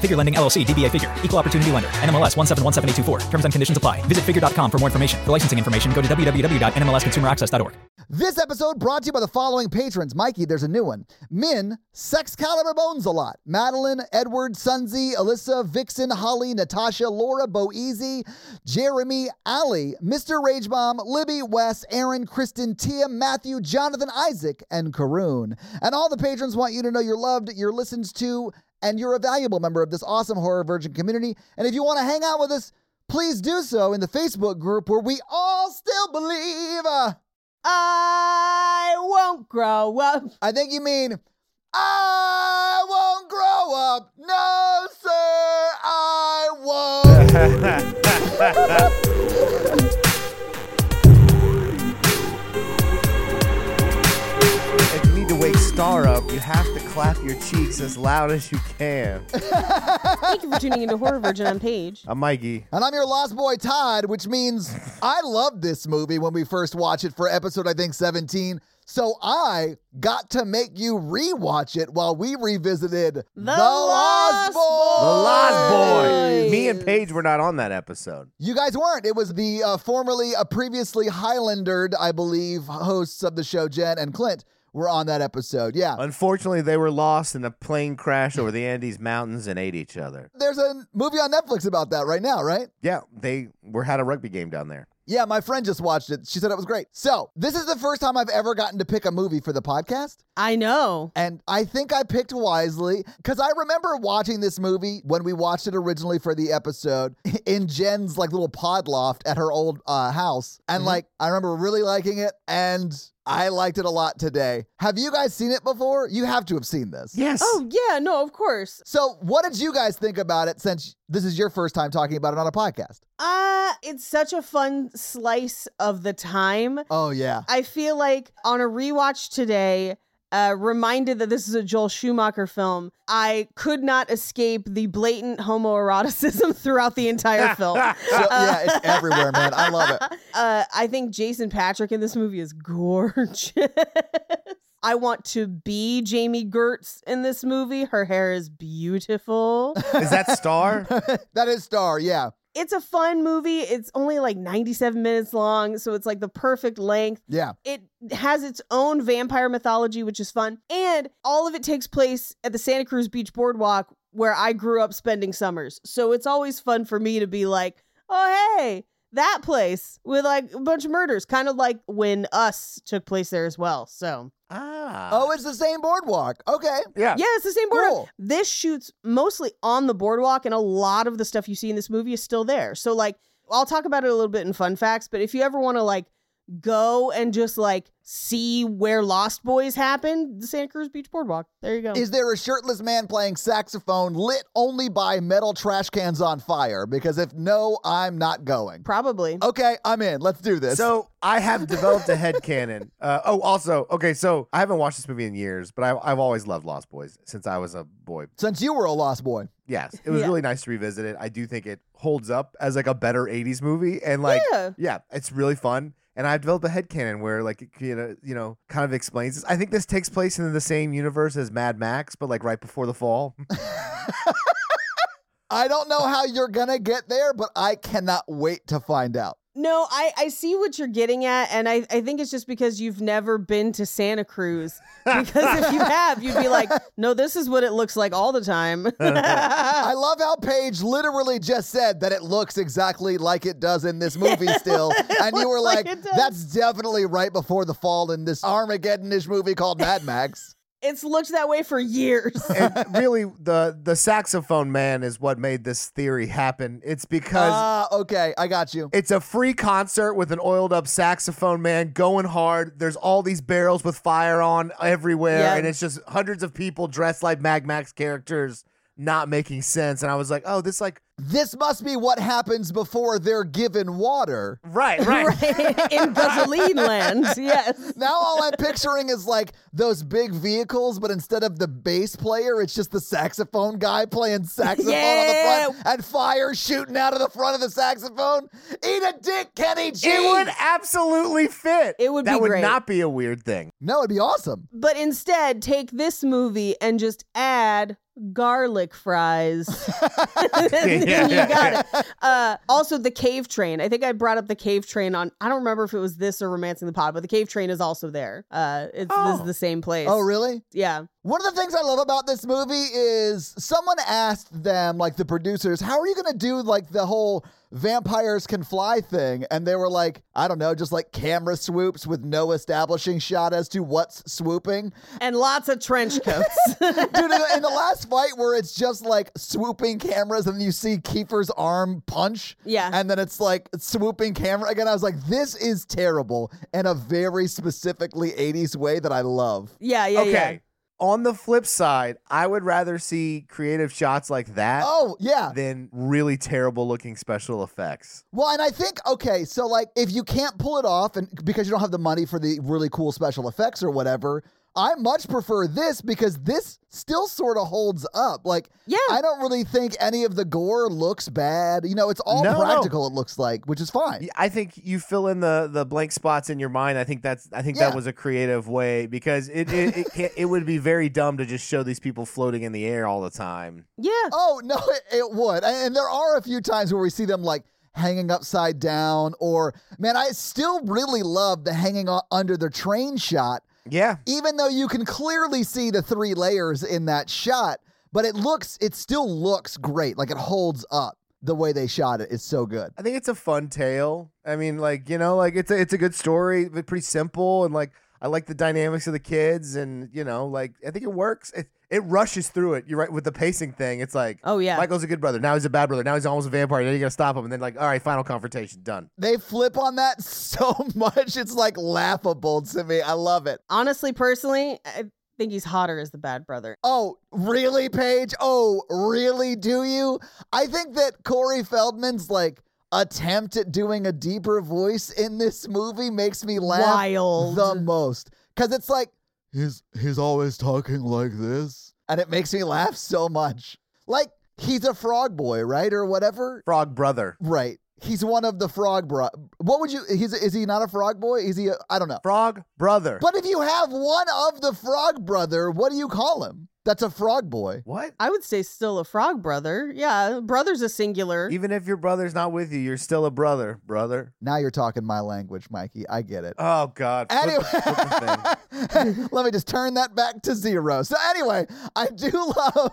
Figure Lending LLC, DBA Figure, Equal Opportunity Lender, NMLS 1717824. Terms and conditions apply. Visit figure.com for more information. For licensing information, go to www.nmlsconsumeraccess.org. This episode brought to you by the following patrons. Mikey, there's a new one. Min, Sex Caliber Bones a lot. Madeline, Edward, Sunzi, Alyssa, Vixen, Holly, Natasha, Laura, Boeasy, Jeremy, Ali, Mr. Rage Bomb, Libby, Wes, Aaron, Kristen, Tia, Matthew, Jonathan, Isaac, and Karoon. And all the patrons want you to know you're loved, you're listened to, and you're a valuable member of this awesome horror virgin community. And if you want to hang out with us, please do so in the Facebook group where we all still believe. uh, I won't grow up. I think you mean, I won't grow up. No, sir, I won't. If you need to wake Star up, you have to clap your cheeks as loud as you can. Thank you for tuning into Horror Virgin on Page. I'm Mikey. and I'm your lost boy, Todd, which means I loved this movie when we first watched it for episode, I think, 17. So I got to make you rewatch it while we revisited The, Lost The Lost Boy. Boys. Me and Paige were not on that episode. You guys weren't. It was the uh, formerly, uh, previously Highlandered, I believe, hosts of the show, Jen and Clint, were on that episode. Yeah. Uh, Unfortunately, they were lost in a plane crash over the Andes Mountains and ate each other. There's a movie on Netflix about that right now, right? Yeah, they were had a rugby game down there. Yeah, my friend just watched it. She said it was great. So, this is the first time I've ever gotten to pick a movie for the podcast. I know. And I think I picked wisely because I remember watching this movie when we watched it originally for the episode in Jen's like little pod loft at her old uh, house. And like, I remember really liking it and I liked it a lot today. Have you guys seen it before? You have to have seen this. Yes. Oh, yeah, no, of course. So, what did you guys think about it since this is your first time talking about it on a podcast? Uh, it's such a fun slice of the time. Oh, yeah. I feel like on a rewatch today, uh, reminded that this is a Joel Schumacher film, I could not escape the blatant homoeroticism throughout the entire film. So, yeah, it's everywhere, man. I love it. Uh, I think Jason Patrick in this movie is gorgeous. I want to be Jamie Gertz in this movie. Her hair is beautiful. Is that Star? that is Star, yeah. it's a fun movie. It's only like 97 minutes long, so it's like the perfect length. Yeah. It has its own vampire mythology, which is fun. And all of it takes place at the Santa Cruz Beach Boardwalk where I grew up spending summers. So it's always fun for me to be like, oh, hey, that place with like a bunch of murders, kind of like when Us took place there as well. So, ah. Oh, it's the same boardwalk. Okay. yeah. yeah, it's the same boardwalk. Uh, Cool. This shoots mostly on the boardwalk, and a lot of the stuff you see in this movie is still there. So, like, I'll talk about it a little bit in fun facts, but if you ever want to, like, go and just, like, see where Lost Boys happened, the Santa Cruz Beach Boardwalk. There you go. Is there a shirtless man playing saxophone lit only by metal trash cans on fire? Because if no, I'm not going. Probably. Okay, I'm in. Let's do this. So I have developed a head canon. Uh, oh, also, okay, so I haven't watched this movie in years, but I, I've always loved Lost Boys since I was a boy. since you were a lost boy, Yes, it was Yeah. really nice to revisit it. I do think it holds up as like a better '80s movie, and like, Yeah. yeah, it's really fun. And I've developed a headcanon where like it, you know, you know, kind of explains this. I think this takes place in the same universe as Mad Max, but like right before the fall. I don't know how you're gonna get there, but I cannot wait to find out. No, I, I see what you're getting at, and I, I think it's just because you've never been to Santa Cruz. Because if you have, you'd be like, no, this is what it looks like all the time. I love how Paige literally just said that it looks exactly like it does in this movie still. and you were looks like, like it does. that's definitely right before the fall in this Armageddon ish movie called Mad Max. it's looked that way for years. and really, the the saxophone man is what made this theory happen. It's because Ah, okay, I got you. It's a free concert with an oiled up saxophone man going hard. There's all these barrels with fire on everywhere, Yeah. and it's just hundreds of people dressed like Mad Max characters, not making sense. And I was like, oh, this like This must be what happens before they're given water. right, right. in gasoline land. Yes. Now all I'm picturing is like those big vehicles, but instead of the bass player, it's just the saxophone guy playing saxophone Yeah. on the front and fire shooting out of the front of the saxophone. Eat a dick, Kenny G. It would absolutely fit. It would that be would great. not be a weird thing. No, it'd be awesome. But instead, take this movie and just add garlic fries. And then you got it. Uh, also, the cave train. I think I brought up the cave train on. I don't remember if it was this or Romancing the Pod, but the cave train is also there. Uh, it's this is the same place. Oh, really? Yeah. One of the things I love about this movie is someone asked them, like the producers, how are you going to do like the whole vampires can fly thing? And they were like, I don't know, just like camera swoops with no establishing shot as to what's swooping. And lots of trench coats. Dude, in the, in the last fight where it's just like swooping cameras and you see Kiefer's arm punch. Yeah. And then it's like swooping camera again. I was like, this is terrible in a very specifically 80s way that I love. yeah, yeah, okay. yeah. On the flip side, I would rather see creative shots like that Oh, yeah. than really terrible looking special effects. Well, and I think okay, so like if you can't pull it off and because you don't have the money for the really cool special effects or whatever, I much prefer this because this still sort of holds up. Like Yeah. I don't really think any of the gore looks bad. You know, it's all No, no. practical it looks like, which is fine. Y- I think you fill in the the blank spots in your mind. I think that's I think Yeah. that was a creative way because it it it, can't, it would be very dumb to just show these people floating in the air all the time. Yeah. Oh, no, it, it would. And, and there are a few times where we see them like hanging upside down or man, I still really love the hanging o- under the train shot Yeah, even though you can clearly see the three layers in that shot, but it looks, it still looks great. Like it holds up the way they shot it. It's so good. I think it's a fun tale. I mean, like you know, like it's a it's a good story, but pretty simple and like I like the dynamics of the kids and you know, like I think it works. It it rushes through it. You're right with the pacing thing. It's like Oh, yeah. Michael's a good brother. Now he's a bad brother. Now he's almost a vampire. Now you gotta stop him. And then like all right, final confrontation done. They flip on that so much. It's like laughable to me. I love it. Honestly, personally, I think he's hotter as the bad brother. Oh, really, Paige? Oh, really, do you? I think that Corey Feldman's like attempt at doing a deeper voice in this movie makes me laugh Wild. the most. Cause it's like he's he's always talking like this. And it makes me laugh so much. Like he's a frog boy, right? Or whatever. Frog brother. Right. He's one of the frog bro what would you he's is he not a frog boy? Is he a, I don't know. Frog brother. But if you have one of the frog brother, what do you call him? That's a frog boy. what? I would say still a frog brother. Yeah, brother's a singular. Even if your brother's not with you, you're still a brother, brother. Now you're talking my language, Mikey. I get it. Oh God. Flip- Anyway, flip the thing. let me just turn that back to zero. So anyway, I do love,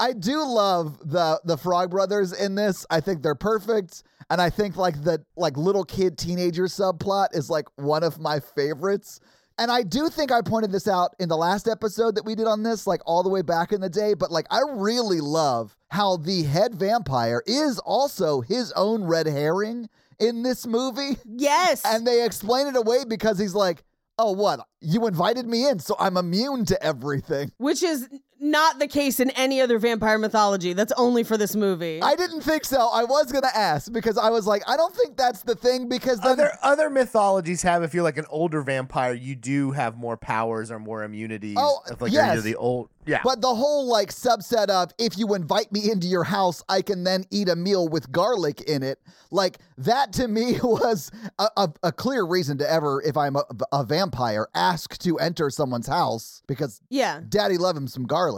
I do love the the Frog Brothers in this. I think they're perfect, and I think like the like little kid teenager subplot is like one of my favorites. And I do think I pointed this out in the last episode that we did on this, like all the way back in the day. But like, I really love how the head vampire is also his own red herring in this movie. yes. And they explain it away because he's like, oh, what? You invited me in, so I'm immune to everything. which is not the case in any other vampire mythology. That's only for this movie. I didn't think so. I was going to ask because I was like, I don't think that's the thing because then. Other other mythologies have if you're like an older vampire, you do have more powers or more immunities. Oh, if like yes. you're the old yeah. but the whole like subset of if you invite me into your house, I can then eat a meal with garlic in it. Like that to me was a, a, a clear reason to ever, if I'm a, a vampire, ask to enter someone's house because yeah. daddy love him some garlic.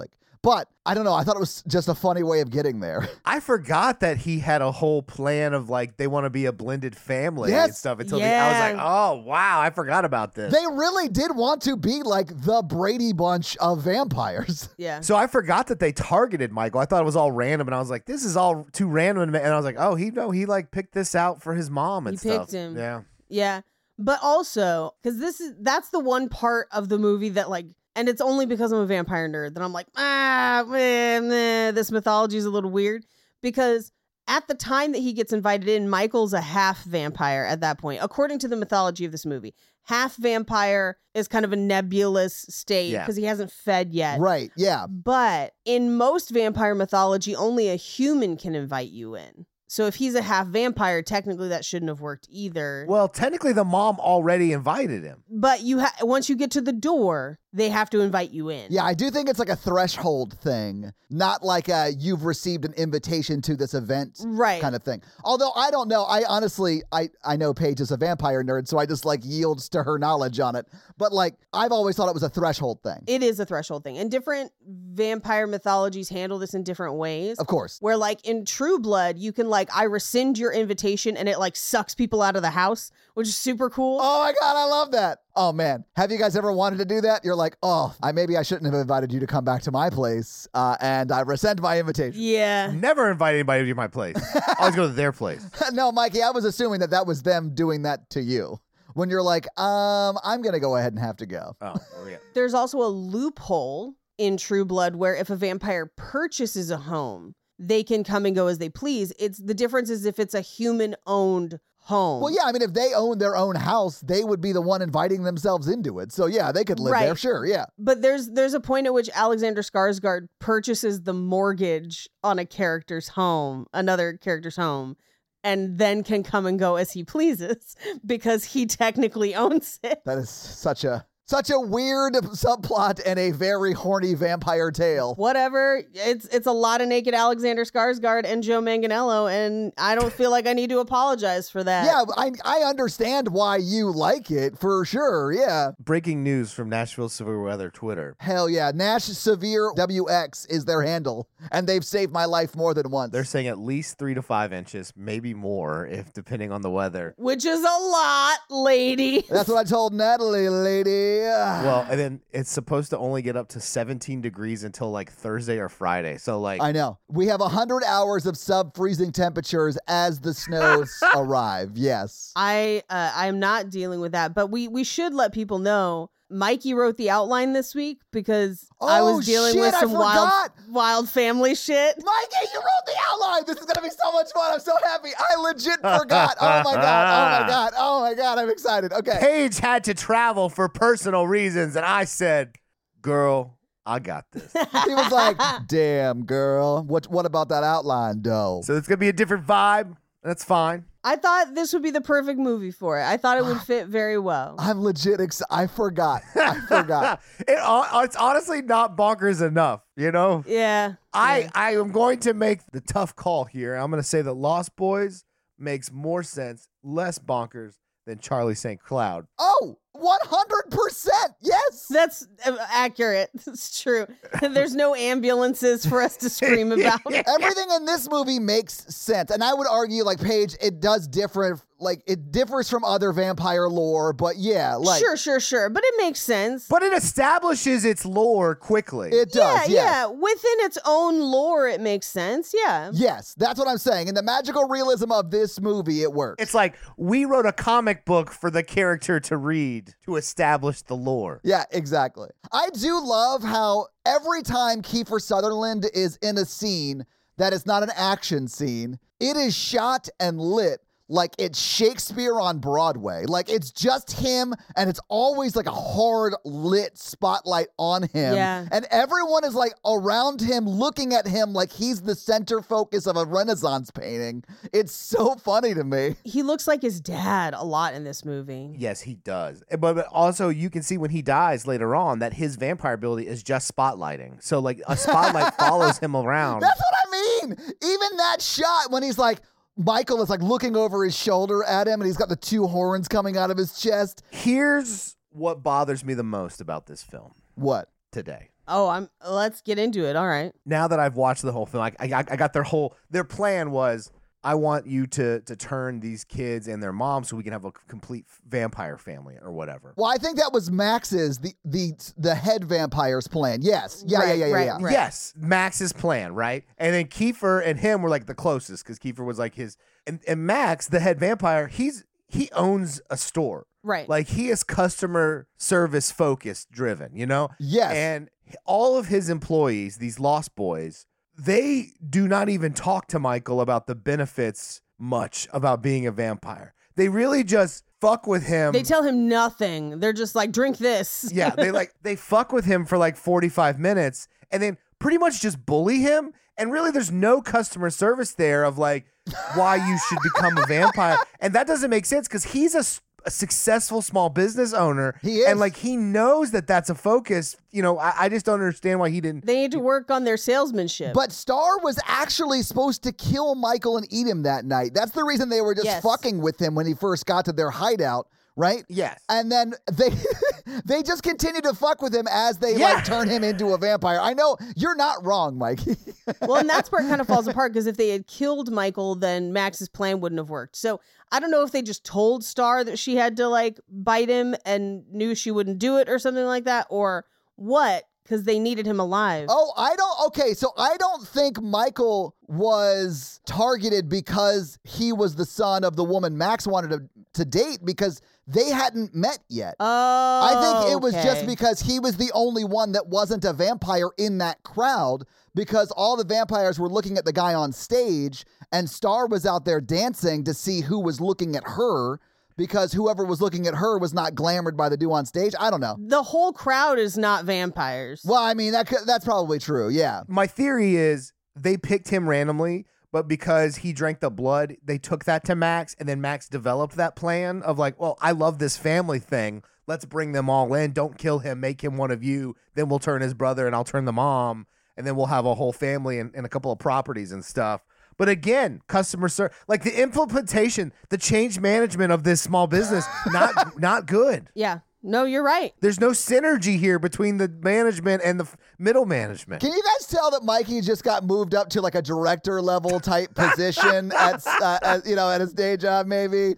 But I don't know. I thought it was just a funny way of getting there. I forgot that he had a whole plan of like they want to be a blended family and Yes. stuff until the, I was like, Yeah. oh wow, I forgot about this. They really did want to be like the Brady Bunch of vampires. Yeah. so I forgot that they targeted Michael. I thought it was all random, and I was like, "This is all too random." And I was like, "Oh, he no, he like picked this out for his mom and He stuff." picked him. Yeah, Yeah. But also, because this is that's the one part of the movie that like and it's only because I'm a vampire nerd that I'm like, ah, meh, meh, this mythology is a little weird. Because at the time that he gets invited in, Michael's a half vampire at that point, according to the mythology of this movie. Half vampire is kind of a nebulous state Yeah. because he hasn't fed yet. right. Yeah. But in most vampire mythology, only a human can invite you in. So if he's a half vampire, technically that shouldn't have worked either Well, technically, the mom already invited him. but you ha- once you get to the door, they have to invite you in. Yeah, I do think it's like a threshold thing, not like a you've received an invitation to this event right. kind of thing. Although I don't know, I honestly I I know Paige is a vampire nerd, so I just like yields to her knowledge on it. But like I've always thought it was a threshold thing. It is a threshold thing, and different vampire mythologies handle this in different ways. of course. Where like in True Blood, you can like I rescind your invitation, and it like sucks people out of the house, which is super cool. Oh my god, I love that. Oh man, have you guys ever wanted to do that? You're like, "Oh, I maybe I shouldn't have invited you to come back to my place." Uh, and I resent my invitation. yeah. Mm-hmm. Never invite anybody to my place. I always go to their place. no, Mikey, I was assuming that that was them doing that to you. When you're like, "Um, I'm going to go ahead and have to go." Oh, yeah. There's also a loophole in True Blood where if a vampire purchases a home, they can come and go as they please. It's the difference is if it's a human owned home. Well, yeah, I mean, if they own their own house, they would be the one inviting themselves into it. So yeah, they could live there. Right. Sure, yeah. but there's there's a point at which Alexander Skarsgård purchases the mortgage on a character's home, another character's home, and then can come and go as he pleases because he technically owns it. That is such a such a weird subplot and a very horny vampire tale. Whatever, it's it's a lot of naked Alexander Skarsgård and Joe Manganiello, and I don't feel like I need to apologize for that. Yeah, I I understand why you like it for sure. Yeah. Breaking news from Nashville Severe Weather Twitter. Hell yeah. Nash Severe WX is their handle, and they've saved my life more than once. They're saying at least three to five inches, maybe more, if depending on the weather. which is a lot, lady. That's what I told Natalie, lady. Well, and then it's supposed to only get up to 17 degrees until like Thursday or Friday. So like, I know. We have 100 hours of sub freezing temperatures as the snows arrive. Yes. I uh, I'm not dealing with that, but we we should let people know. Mikey wrote the outline this week because I Oh, was dealing shit, with I some wild forgot. wild family shit. Mikey, you wrote the outline. This is gonna be so much fun. I'm so happy. I legit forgot. Oh my god. Oh my god. Oh my god. I'm excited. Okay. Paige had to travel for personal reasons. And I said, girl, I got this. He was like, "Damn, girl. What? What about that outline, though?" so it's going to be a different vibe. That's fine. I thought this would be the perfect movie for it. I thought it would fit very well. I'm legit. Ex- I forgot. I forgot. It, hon- it's honestly not bonkers enough, you know? Yeah. I, yeah. I am going to make the tough call here. I'm going to say that Lost Boys makes more sense, less bonkers than Charlie St. Cloud. Oh, 100 percent. Yes. that's uh, accurate. It's true. There's no ambulances for us to scream about. Everything in this movie makes sense, and I would argue, like Paige, it does different. Like it differs from other vampire lore, but yeah, like sure, sure, sure. But it makes sense. But it establishes its lore quickly. it does. yeah, yes. yeah. Within its own lore, it makes sense. Yeah. Yes, that's what I'm saying. In the magical realism of this movie, it works. it's like we wrote a comic book for the character to read to establish the lore. yeah, exactly. I do love how every time Kiefer Sutherland is in a scene that is not an action scene, it is shot and lit like it's Shakespeare on Broadway. Like it's just him, and it's always like a hard lit spotlight on him. Yeah. And everyone is like around him, looking at him like he's the center focus of a Renaissance painting. It's so funny to me. He looks like his dad a lot in this movie. Yes, he does. Eh, But, but also, you can see when he dies later on that his vampire ability is just spotlighting. So, like, a spotlight follows him around. That's what I mean. Even that shot when he's like, Michael is like looking over his shoulder at him and he's got the two horns coming out of his chest. Here's what bothers me the most about this film What? today. Oh, I'm. Let's get into it. All right. now that I've watched the whole film, I, I, I got their whole their plan was I want you to to turn these kids and their mom so we can have a complete vampire family or whatever. Well, I think that was Max's the the the head vampire's plan. Yes. Yeah. Right, yeah. Yeah. right, yeah. yeah. right. Yes, Max's plan, right? And then Kiefer and him were like the closest because Kiefer was like his and, and Max, the head vampire, he's he owns a store. Right. Like he is customer service focused driven, you know? Yes. And all of his employees, these lost boys, they do not even talk to Michael about the benefits much about being a vampire. They really just fuck with him. um, they tell him nothing. They're just like, drink this. yeah, they like they fuck with him for like 45 minutes and then pretty much just bully him. And really there's no customer service there of like why you should become a vampire. And that doesn't make sense cuz he's a, s- a successful small business owner He is. and like he knows that that's a focus you know I, I just don't understand why he didn't They need to work on their salesmanship. But Star was actually supposed to kill Michael and eat him that night. That's the reason they were just Yes. fucking with him when he first got to their hideout, right? Yes. And then they they just continue to fuck with him as they Yeah. like turn him into a vampire. I know you're not wrong, Mike. well, and that's where it kind of falls apart because if they had killed Michael, then Max's plan wouldn't have worked. So I don't know if they just told Star that she had to like bite him and knew she wouldn't do it or something like that, or what? Because they needed him alive. Oh, I don't. Okay, so I don't think Michael was targeted because he was the son of the woman Max wanted to, to date because they hadn't met yet. Oh, I think it was just okay. because he was the only one that wasn't a vampire in that crowd because all the vampires were looking at the guy on stage and Star was out there dancing to see who was looking at her because whoever was looking at her was not glamored by the dude on stage. I don't know. the whole crowd is not vampires. Well, I mean that could, that's probably true. Yeah. my theory is they picked him randomly but because he drank the blood they took that to max and then max developed that plan of like well i love this family thing let's bring them all in don't kill him make him one of you then we'll turn his brother and i'll turn the mom and then we'll have a whole family and, and a couple of properties and stuff but again customer service like the implementation the change management of this small business not not good Yeah. No, you're right. there's no synergy here between the management and the f- middle management Can you guys tell that Mikey just got moved up to like a director level type position at, uh, at you know at his day job maybe?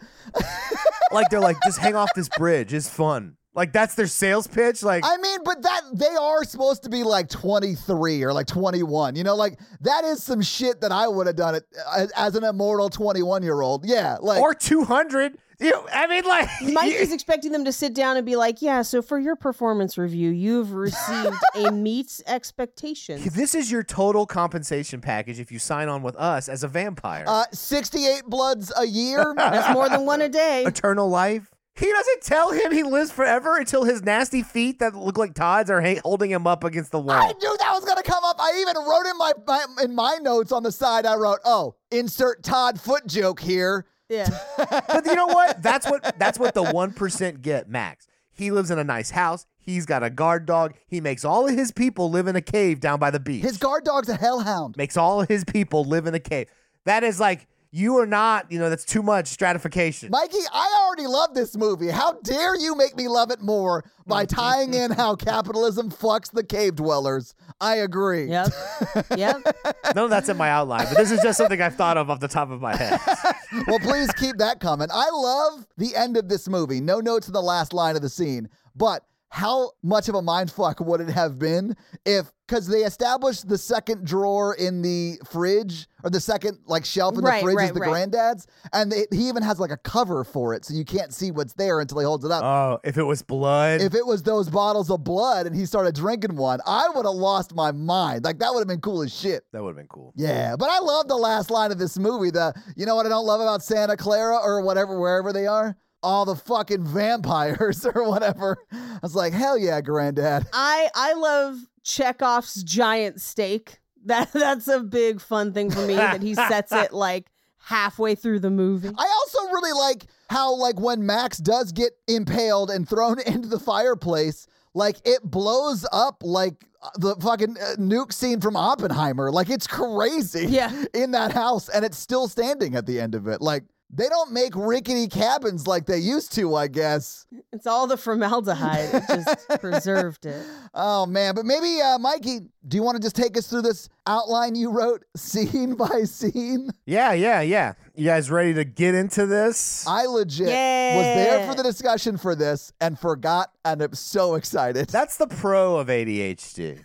like they're like just hang off this bridge it's fun like that's their sales pitch like I mean, but that they are supposed to be like 23 or like 21. You know, like that is some shit that I would have done it as, as an immortal 21 year old. Yeah, like or 200 you know, i mean like Mikey's expecting them to sit down and be like, "Yeah, so for your performance review, you've received a meets expectations." this is your total compensation package if you sign on with us as a vampire uh, 68 bloods a year. That's more than one a day. eternal life he doesn't tell him he lives forever until his nasty feet that look like Todd's are ha- holding him up against the wall. I knew that was gonna come up. I even wrote in my, my in my notes on the side. I wrote, "Oh, insert Todd foot joke here." Yeah. but you know what? That's what that's what the one percent get max. He lives in a nice house. He's got a guard dog. He makes all of his people live in a cave down by the beach. His guard dog's a hellhound. makes all of his people live in a cave. That is like you are not, you know, that's too much stratification. Mikey, I already love this movie. How dare you make me love it more by Mm-hmm. tying in how capitalism fucks the cave dwellers? I agree. Yep. Yep. None of that's in my outline, but this is just something I've thought of off the top of my head. well, please keep that coming. I love the end of this movie. No notes in the last line of the scene, but how much of a mindfuck would it have been if, because they established the second drawer in the fridge or the second like shelf in Right, the fridge is right, the right. granddad's, and they, he even has like a cover for it, so you can't see what's there until he holds it up. Oh, if it was blood. if it was those bottles of blood and he started drinking one, I would have lost my mind. Like that would have been cool as shit. that would have been cool. Yeah, but I love the last line of this movie. The you know what I don't love about Santa Clara or whatever, wherever they are, all the fucking vampires or whatever. I was like, hell yeah, granddad. I I love Chekhov's giant steak. That that's a big fun thing for me that he sets it like halfway through the movie. I also really like how like when Max does get impaled and thrown into the fireplace, like it blows up like uh, the fucking uh, nuke scene from Oppenheimer. Like it's crazy. Yeah. In that house and it's still standing at the end of it. Like They don't make rickety cabins like they used to, I guess. It's all the formaldehyde. It just preserved it. Oh, man. But maybe, uh, Mikey, do you want to just take us through this outline you wrote scene by scene? Yeah, yeah, yeah. You guys ready to get into this? I legit was there Yeah. for the discussion for this and forgot, and I'm so excited. That's the pro of ADHD.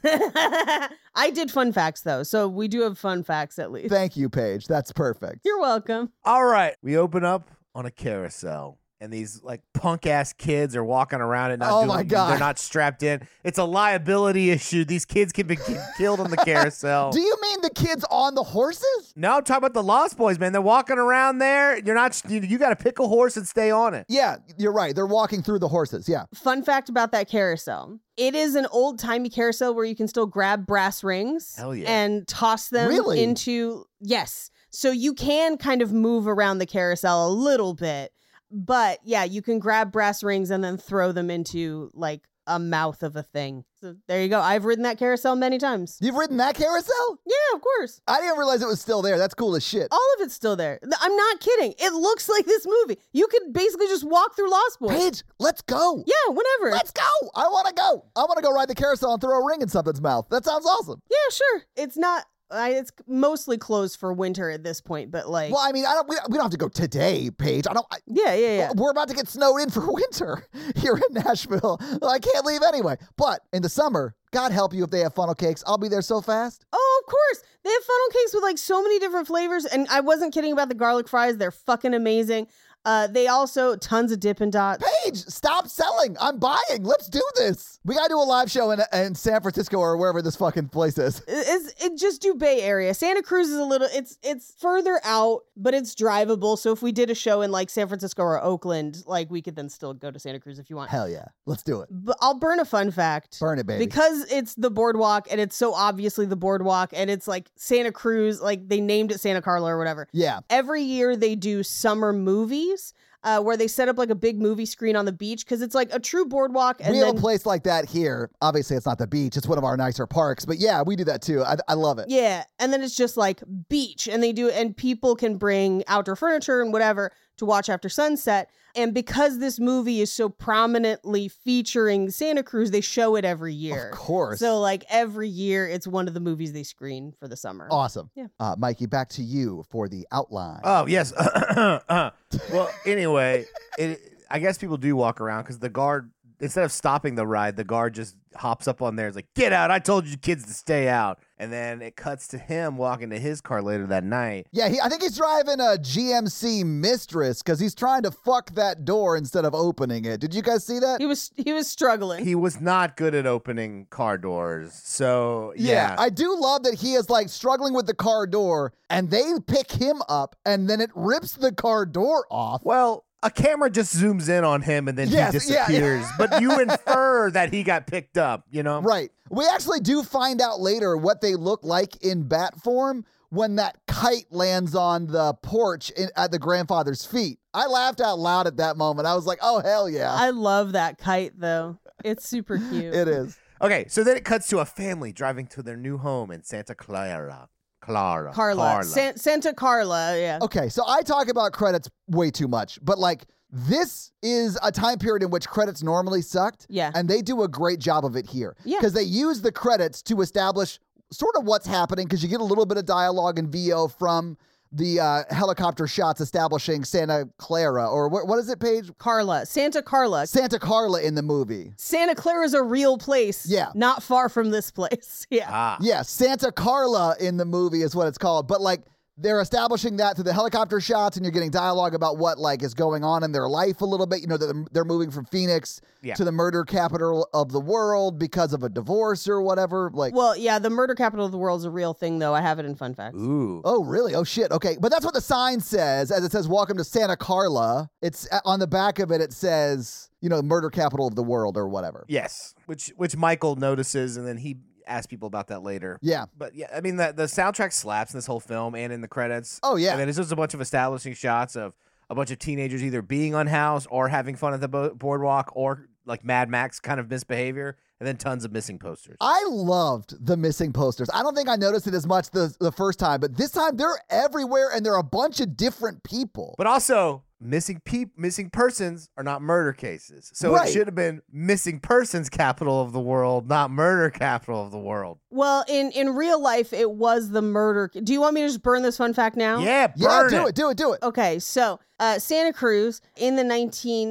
I did fun facts though, so we do have fun facts at least. Thank you, Paige. That's perfect. You're welcome. All right. We open up on a carousel. And these like punk ass kids are walking around and not Oh doing- my God. they're not strapped in. It's a liability issue. These kids can be ki- killed on the carousel. Do you mean the kids on the horses? no, I'm talking about the Lost Boys, man. They're walking around there. You're not. You, you got to pick a horse and stay on it. Yeah, you're right. They're walking through the horses. Yeah. Fun fact about that carousel. It is an old timey carousel where you can still grab brass rings Hell yeah. and toss them Really? into yes. So you can kind of move around the carousel a little bit. But yeah, you can grab brass rings and then throw them into like a mouth of a thing. So there you go. I've ridden that carousel many times. You've ridden that carousel? Yeah, of course. I didn't realize it was still there. That's cool as shit. All of it's still there. Th- I'm not kidding. It looks like this movie. You could basically just walk through Lost Boys. Paige, let's go. Yeah, whenever. Let's go. I want to go. I want to go ride the carousel and throw a ring in something's mouth. That sounds awesome. yeah, sure. It's not. I, it's mostly closed for winter at this point, but like, Well, I mean, I don't. We, we don't have to go today, Paige. I don't. I, yeah, yeah, yeah. We're about to get snowed in for winter here in Nashville. I can't leave anyway. But in the summer, God help you if they have funnel cakes. I'll be there so fast. Oh, of course. They have funnel cakes with like so many different flavors, and I wasn't kidding about the garlic fries. They're fucking amazing. Uh, they also tons of Dippin' Dots. Paige, stop selling. I'm buying. Let's do this. We got to do a live show in, in San Francisco or wherever this fucking place is. It's it just do Bay Area. Santa Cruz is a little it's it's further out, but it's drivable. So if we did a show in like San Francisco or Oakland, like we could then still go to Santa Cruz if you want. Hell yeah. Let's do it. But I'll burn a fun fact. Burn it, baby. Because it's the boardwalk and it's so obviously the boardwalk and it's like Santa Cruz, like they named it Santa Carla or whatever. yeah. Every year they do summer movies uh, where they set up like a big movie screen on the beach because it's like a true boardwalk and we have then a place like that here. Obviously, it's not the beach. It's one of our nicer parks. But yeah, we do that too. I, I love it. Yeah. And then it's just like beach and they do and people can bring outdoor furniture and whatever to watch after sunset. And because this movie is so prominently featuring Santa Cruz, they show it every year. Of course. So like every year it's one of the movies they screen for the summer. awesome. Yeah. Uh, Mikey, back to you for the outline. Oh yes. well, anyway, it, I guess people do walk around because the guard, instead of stopping the ride, the guard just hops up on there. It's like, get out! I told you kids to stay out. And then it cuts to him walking to his car later that night. yeah, he, I think he's driving a GMC Mistress because he's trying to fuck that door instead of opening it. Did you guys see that? He was he was struggling. He was not good at opening car doors, so Yeah, yeah. I do love that he is like struggling with the car door and they pick him up and then it rips the car door off. well, a camera just zooms in on him and then Yes, he yeah, yeah. disappears. But you infer that he got picked up. You know, Right. We actually do find out later what they look like in bat form when that kite lands on the porch in, at the grandfather's feet. I laughed out loud at that moment. I was like, oh, hell yeah. I love that kite though. It's super cute. it is. Okay, so then it cuts to a family driving to their new home in Santa Clara. Clara. Carla. San- Santa Carla, yeah. Okay, so I talk about credits way too much, but like this is a time period in which credits normally sucked. Yeah. And they do a great job of it here. Yeah. Because they use the credits to establish sort of what's happening, because you get a little bit of dialogue and VO from the uh, helicopter shots establishing Santa Clara, or what, what is it, Paige? Carla. Santa Carla. Santa Carla in the movie. Santa Clara's a real place. Yeah. Not far from this place. Yeah. Ah. Yeah, Santa Carla in the movie is what it's called. But like they're establishing that through the helicopter shots, and you're getting dialogue about what like is going on in their life a little bit. You know, they're, they're moving from Phoenix Yeah. to the murder capital of the world because of a divorce or whatever. Like, Well, yeah, the murder capital of the world's a real thing, though. I have it in fun facts. Ooh. oh really? Oh shit. Okay, but that's what the sign says. As it says, "Welcome to Santa Carla." It's uh, on the back of it. It says, you know, murder capital of the world or whatever. Yes. Which which Michael notices and then he asks people about that later. Yeah. But yeah, I mean the the soundtrack slaps in this whole film and in the credits. Oh yeah. And then it's just a bunch of establishing shots of a bunch of teenagers either being unhoused or having fun at the bo- boardwalk or like Mad Max kind of misbehavior. and then tons of missing posters. I loved the missing posters. I don't think I noticed it as much the, the first time, but this time they're everywhere and they're a bunch of different people. But also, missing peop missing persons are not murder cases. So Right. it should have been missing persons capital of the world, not murder capital of the world. Well, in in real life, it was the murder. Do you want me to just burn this fun fact now? Yeah, yeah, burn do it. do it, do it. Okay, so uh, Santa Cruz in the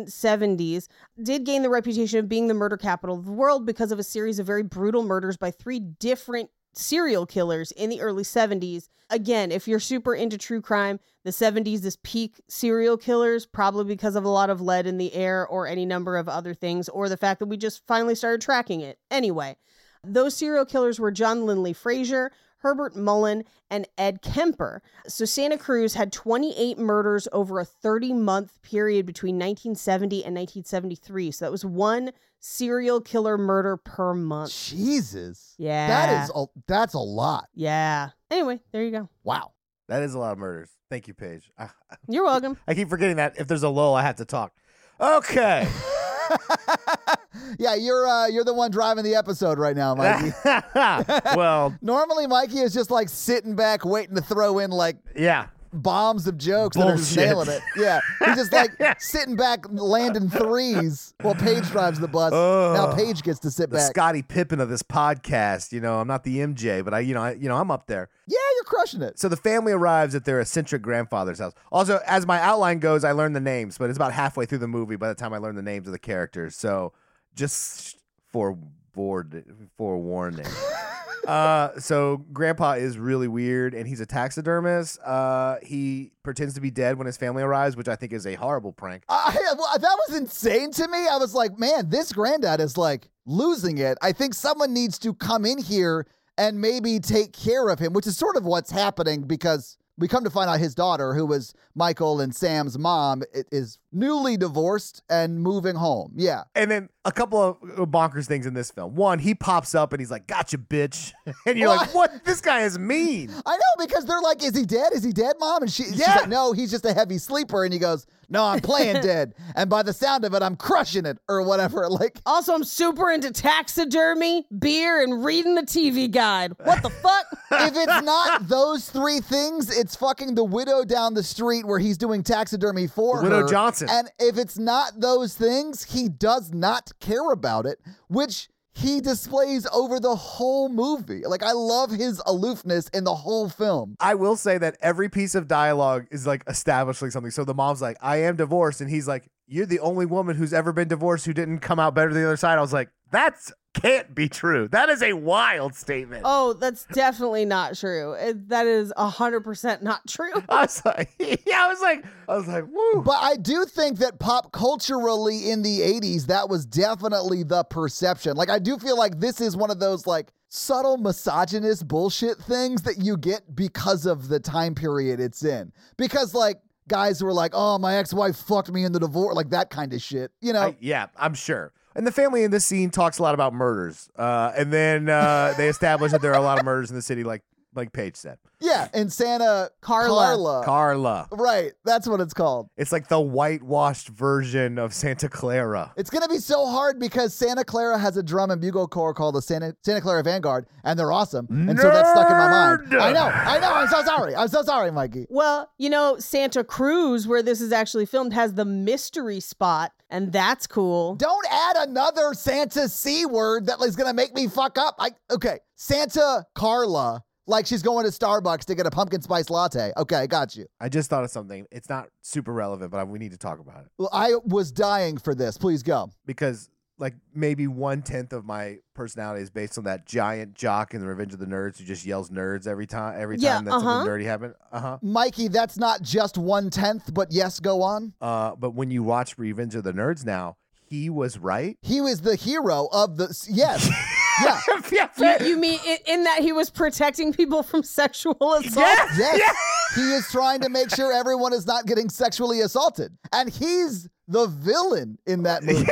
1970s did gain the reputation of being the murder capital of the world because of a series of very brutal murders by three different serial killers in the early 70s. Again, if you're super into true crime, the 70s is peak serial killers, probably because of a lot of lead in the air or any number of other things, or the fact that we just finally started tracking it. Anyway, those serial killers were John Linley Frazier, Herbert Mullen, and Ed Kemper. So Santa Cruz had 28 murders over a 30 month period between 1970 and 1973. So that was one serial killer murder per month. Jesus. Yeah. That is a, that's a lot. Yeah. Anyway, there you go. Wow. That is a lot of murders. Thank you, Paige. I, You're welcome. I keep forgetting that if there's a lull, I have to talk. Okay. yeah, you're uh, you're the one driving the episode right now, Mikey. well, Normally, Mikey is just like sitting back, waiting to throw in like yeah. bombs of jokes that are just Bullshit. nailing it. Yeah, he's just like sitting back, landing threes while Paige drives the bus. now Paige gets to sit The back. Scotty Pippen of this podcast, you know, I'm not the MJ, but I, you know, I, you know, I'm up there. yeah, you're crushing it. So the family arrives at their eccentric grandfather's house. Also, as my outline goes, I learned the names, but it's about halfway through the movie by the time I learned the names of the characters. So just for forewarning. uh, so grandpa is really weird and he's a taxidermist. Uh, he pretends to be dead when his family arrives, which I think is a horrible prank. I, well, that was insane to me. I was like, man, this granddad is like losing it. I think someone needs to come in here and maybe take care of him, which is sort of what's happening because we come to find out his daughter, who was Michael and Sam's mom, i- is newly divorced and moving home. Yeah. And then a couple of uh, bonkers things in this film. One, he pops up and he's like, "Gotcha, bitch," and you're like, "What? This guy is mean." I know because they're like, is he dead? Is he dead, mom? And she, she's Yeah. like, no, he's just a heavy sleeper. And he goes, no, I'm playing dead. And by the sound of it, I'm crushing it or whatever. Like, Also, I'm super into taxidermy, beer, and reading the TV guide. What the fuck? if it's not those three things, it's fucking the widow down the street where he's doing taxidermy for The widow her. Johnson. And if it's not those things, he does not care about it, which he displays over the whole movie. Like I love his aloofness in the whole film. I will say that every piece of dialogue is like establishing something. So the mom's like, I am divorced. And he's like, You're the only woman who's ever been divorced who didn't come out better than the other side. I was like, That's can't be true. That is a wild statement. Oh, that's definitely not true. It, that is 100% not true. I was like, Yeah, I was like, I was like, Woo. But I do think that pop culturally in the 80s, that was definitely the perception. Like, I do feel like this is one of those, like, subtle misogynist bullshit things that you get because of the time period it's in. Because, like, guys were like, oh, my ex wife fucked me in the divorce, like that kind of shit, you know? I- yeah, I'm sure. And the family in this scene talks a lot about murders. Uh, and then uh, they establish that there are a lot of murders in the city, like like Paige said. yeah. And Santa Carla. Carla. Carla. right. That's what it's called. It's like the whitewashed version of Santa Clara. It's going to be so hard because Santa Clara has a drum and bugle corps called the Santa, Santa Clara Vanguard, and they're awesome. And so that's stuck in my mind. Nerd! I know. I know. I'm so sorry. I'm so sorry, Mikey. Well, you know, Santa Cruz, where this is actually filmed, has the mystery spot, and that's cool. Don't add another Santa C word that is going to make me fuck up. I Okay. Santa Carla, like she's going to Starbucks to get a pumpkin spice latte. Okay. Got you. I just thought of something. It's not super relevant, but I, we need to talk about it Well, I was dying for this. Please go. because, like, maybe one tenth of my personality is based on that giant jock in the Revenge of the Nerds who just yells nerds every time. Every time Yeah, that uh-huh. something nerdy happened. Uh huh. Mikey, that's not just one tenth, but yes, go on. Uh, but when you watch Revenge of the Nerds now, he was right. He was the hero of the. Yes. yeah. yeah, You, you mean i- in that he was protecting people from sexual assault? Yes. He is trying to make sure everyone is not getting sexually assaulted. And he's the villain in that movie. the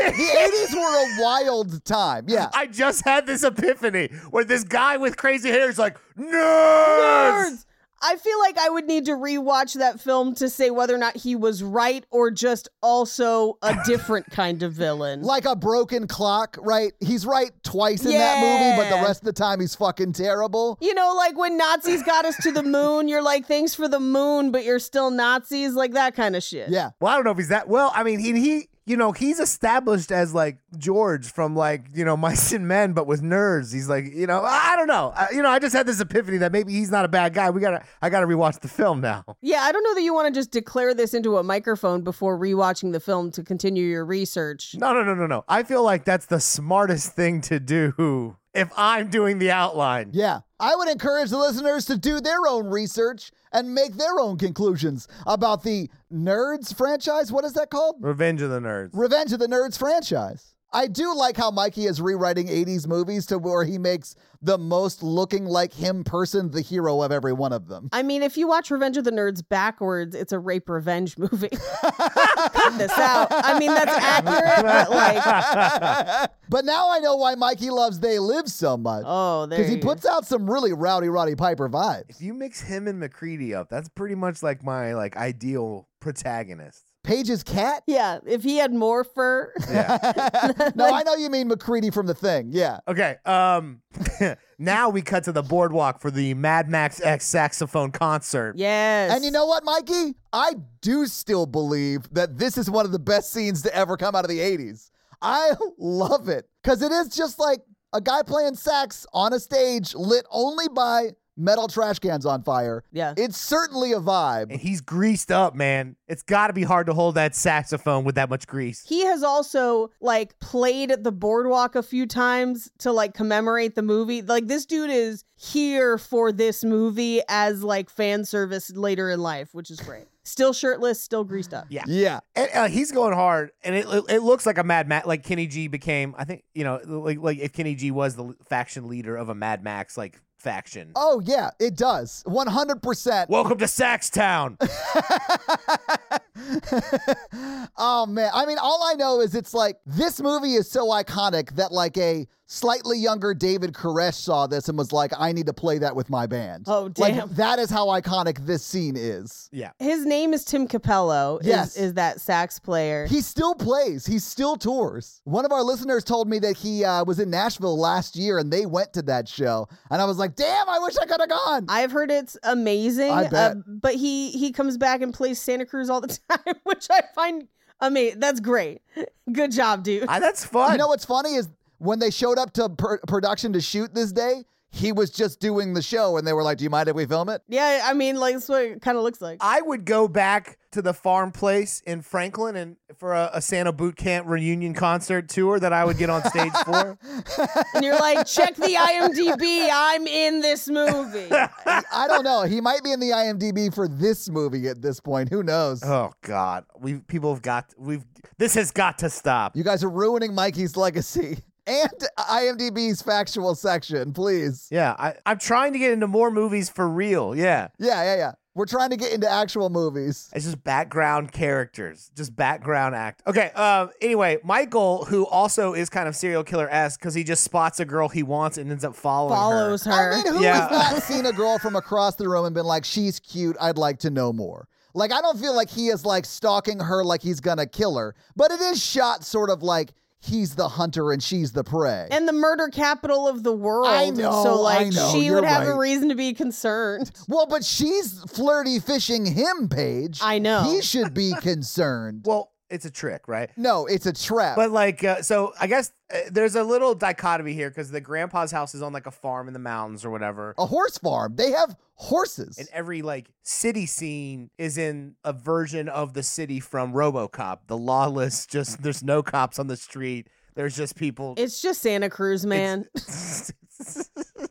80s were a wild time. Yeah. I just had this epiphany where this guy with crazy hair is like, Nerds! I feel like I would need to rewatch that film to say whether or not he was right or just also a different kind of villain. Like a broken clock, right? He's right twice in that movie, but the Yeah. rest of the time he's fucking terrible. you know, like when Nazis got us to the moon, you're like, thanks for the moon, but you're still Nazis, like that kind of shit. Yeah. Well, I don't know if he's that. Well, I mean, he he, you know, he's established as like George from like you know Mice and Men, but with nerds. He's like, you know, I I don't know. I, you know, I just had this epiphany that maybe he's not a bad guy. We gotta, I gotta rewatch the film now. Yeah, I don't know that you want to just declare this into a microphone before rewatching the film to continue your research. No, no, no, no, no. I feel like that's the smartest thing to do if I'm doing the outline. Yeah. I would encourage the listeners to do their own research and make their own conclusions about the Nerds franchise. What is that called? Revenge of the Nerds. Revenge of the Nerds franchise. I do like how Mikey is rewriting 80s movies to where he makes the most looking like him person the hero of every one of them. I mean, if you watch Revenge of the Nerds backwards, it's a rape revenge movie. Cut this out. I mean, that's accurate, but like, But now I know why Mikey loves They Live so much. oh, there Because he you- puts out some really rowdy Roddy Piper If vibes. you mix him and McCready up, that's pretty much like my like ideal protagonist. Paige's cat? Yeah, if he had more fur, Yeah. No, I know you mean McCready from the thing. Yeah. Okay. Um. now we cut to the boardwalk for the Mad Max X saxophone concert. yes. And you know what, Mikey? I do still believe that this is one of the best scenes to ever come out of the 80s. I love it because it is just like a guy playing sax on a stage lit only by metal trash cans on fire. Yeah. It's certainly a And vibe. he's greased up, man. It's got to be hard to hold that saxophone with that much grease. He has also like played at the boardwalk a few times to like commemorate the movie. Like this dude is here for this movie as like fan service later in life, which is great. Still shirtless, still greased up. Yeah. Yeah. And, uh, he's going hard, and it it looks like a Mad Max. Like Kenny G became, I think you know, like like if Kenny G was the faction leader of a Mad Max like faction. Oh, yeah, it does. 100%. Welcome to Sax Town. oh man i mean all i know is it's like this movie is so iconic that like a slightly younger david koresh saw this and was like i need to play that with my band Oh, damn. like that is how iconic this scene is yeah. His name is Tim Capello. is- Yes. Is, that sax player. he still plays he still tours one of our listeners told me that he uh, was in nashville last year and they went to that show and i was like damn i wish i could have gone I've heard it's amazing. uh, I bet. but he he comes back and plays Santa Cruz all the time, which I find amazing. That's great. Good job, dude. Ah, that's fun. You know what's funny is when they showed up to pr- production to shoot this day, he was just doing the show, and they were like, "Do you mind if we film it?" yeah, I mean, like that's what it kind of looks like. I would go back to the farm place in Franklin and for a, a Santa boot camp reunion concert tour that I would get on stage for. and you're like, check the IMDb. I'm in this movie. I don't know. He might be in the IMDb for this movie at this point. Who knows? Oh God, we people have got we've this has got to stop. You guys are ruining Mikey's legacy and IMDb's factual section, please. yeah, I, I'm trying to get into more movies for real. Yeah, Yeah, yeah, yeah. We're trying to get into actual movies. it's just background characters, just background act. Okay. Um. Anyway, Michael, who also is kind of serial killer esque because he just spots a girl he wants and ends up following. Follows Her. her. I mean, who Yeah. has not seen a girl from across the room and been like, she's cute, I'd like to know more? Like, I don't feel like he is like stalking her like he's gonna kill her, but it is shot sort of like he's the hunter and she's the prey. and the murder capital of the world. I know, So I like know, she you're would have a right. reason to be concerned. well, but she's flirty fishing him, Paige. I know. He should be concerned. Well, it's a trick, right? no, it's a trap. But like, uh, so I guess uh, there's a little dichotomy here because the grandpa's house is on like a farm in the mountains or whatever, a horse farm. They have horses. and every like city scene is in a version of the city from RoboCop. The lawless, just there's no cops on the street. There's just people. It's just Santa Cruz, man. It's,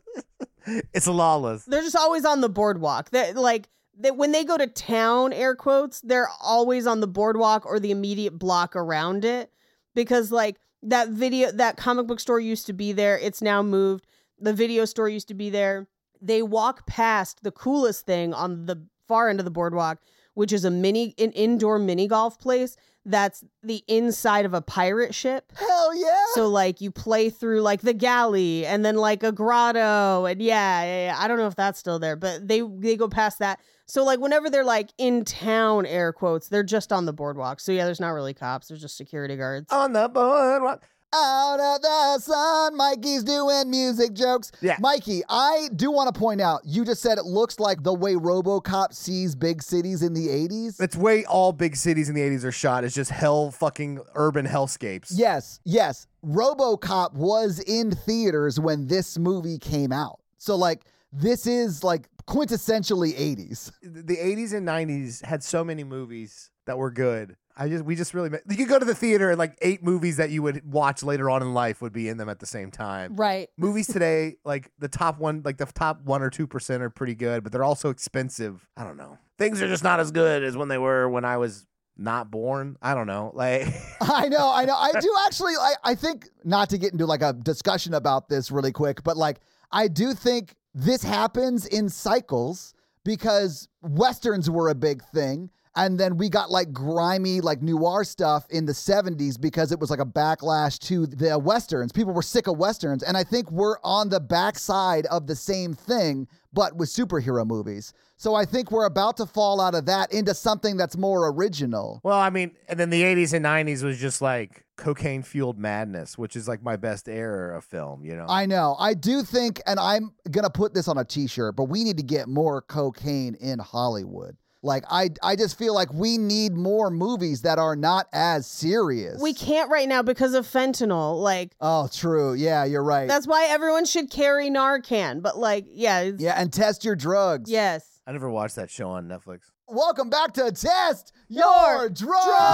it's lawless. They're just always on the boardwalk. That like that when they go to town, air quotes, they're always on the boardwalk or the immediate block around it. Because like that video that comic book store used to be there. It's now moved. The video store used to be there. They walk past the coolest thing on the far end of the boardwalk, which is a mini an indoor mini golf place that's the inside of a pirate ship. Hell yeah. So like you play through like the galley and then like a grotto and yeah, yeah, yeah. I don't know if that's still there, but they they go past that. So like whenever they're like in town, air quotes, they're just on the boardwalk. So yeah, there's not really cops. There's just security guards. on the boardwalk. Out of the sun, Mikey's doing music jokes. Yeah. Mikey, I do want to point out, you just said it looks like the way Robocop sees big cities in the 80s. That's way all big cities in the 80s are shot. It's just hell fucking urban hellscapes. Yes, yes. RoboCop was in theaters when this movie came out. So like this is like quintessentially 80s. the 80s and 90s had so many movies that were good. I just we just really you could go to the theater and like eight movies that you would watch later on in life would be in them at the same time. Right. Movies today, like the top one, like the top one or two percent are pretty good, but they're also expensive. I don't know. Things are just not as good as when they were when I was not born. I don't know. Like I know, I know. I do actually I, I think not to get into like a discussion about this really quick, but like I do think this happens in cycles because westerns were a big thing and then we got like grimy like noir stuff in the 70s because it was like a backlash to the westerns people were sick of westerns and i think we're on the backside of the same thing but with superhero movies so i think we're about to fall out of that into something that's more original Well, I mean, and then the 80s and 90s was just like cocaine fueled madness, which is like my best era of film, you know. I know. I do think, and I'm gonna put this on a T-shirt, but we need to get more cocaine in Hollywood. Like I, I just feel like we need more movies that are not as serious. We can't right now because of fentanyl. Like Oh, true. Yeah, you're right. that's why everyone should carry Narcan. But like, yeah, it's, yeah, and test your drugs. yes. I never watched that show on Netflix. Welcome back to Test Your,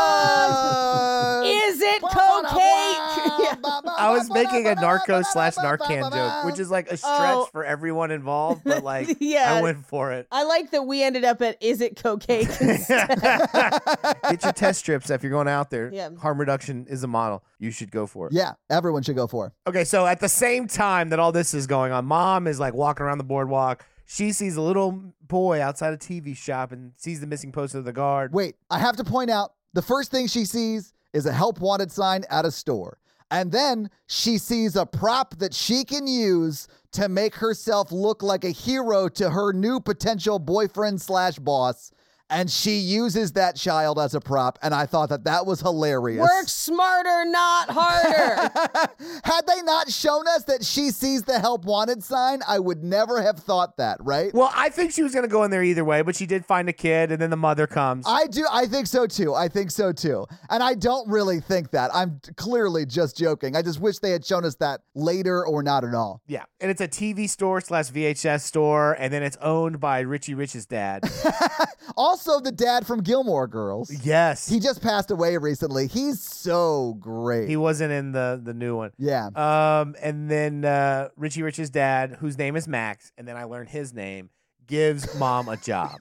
Drugs. Is it cocaine? Yeah. I was making a narco slash Narcan joke, which is like a stretch Oh. for everyone involved, but like Yeah. I went for it. I like that we ended up at is it cocaine? Get your test strips if you're going out there. Yeah. Harm reduction is a model. You should go for it. Yeah, everyone should go for. it. Okay, so at the same time that all this is going on, mom is like walking around the boardwalk. She sees a little boy outside a TV shop and sees the missing poster of the guard. Wait, I have to point out the first thing she sees is a help wanted sign at a store. And then she sees a prop that she can use to make herself look like a hero to her new potential boyfriend slash boss. And she uses that child as a prop. And I thought that that was hilarious. Work smarter, not harder. Had they not shown us that she sees the help wanted sign, I would never have thought that, right? Well, I think she was going to go in there either way, but she did find a kid, and then the mother comes. I do. I think so too. I think so too. And I don't really think that. I'm t- clearly just joking. I just wish they had shown us that later or not at all. Yeah, and it's a TV store slash VHS store, and then it's owned by Richie Rich's dad. Also, the dad from Gilmore Girls. yes, He he, just passed away recently. He's so great. wasn't in the the new one. yeah. Um, and then uh, Richie Rich's dad, whose name is Max, and then I learned his name, gives mom a job.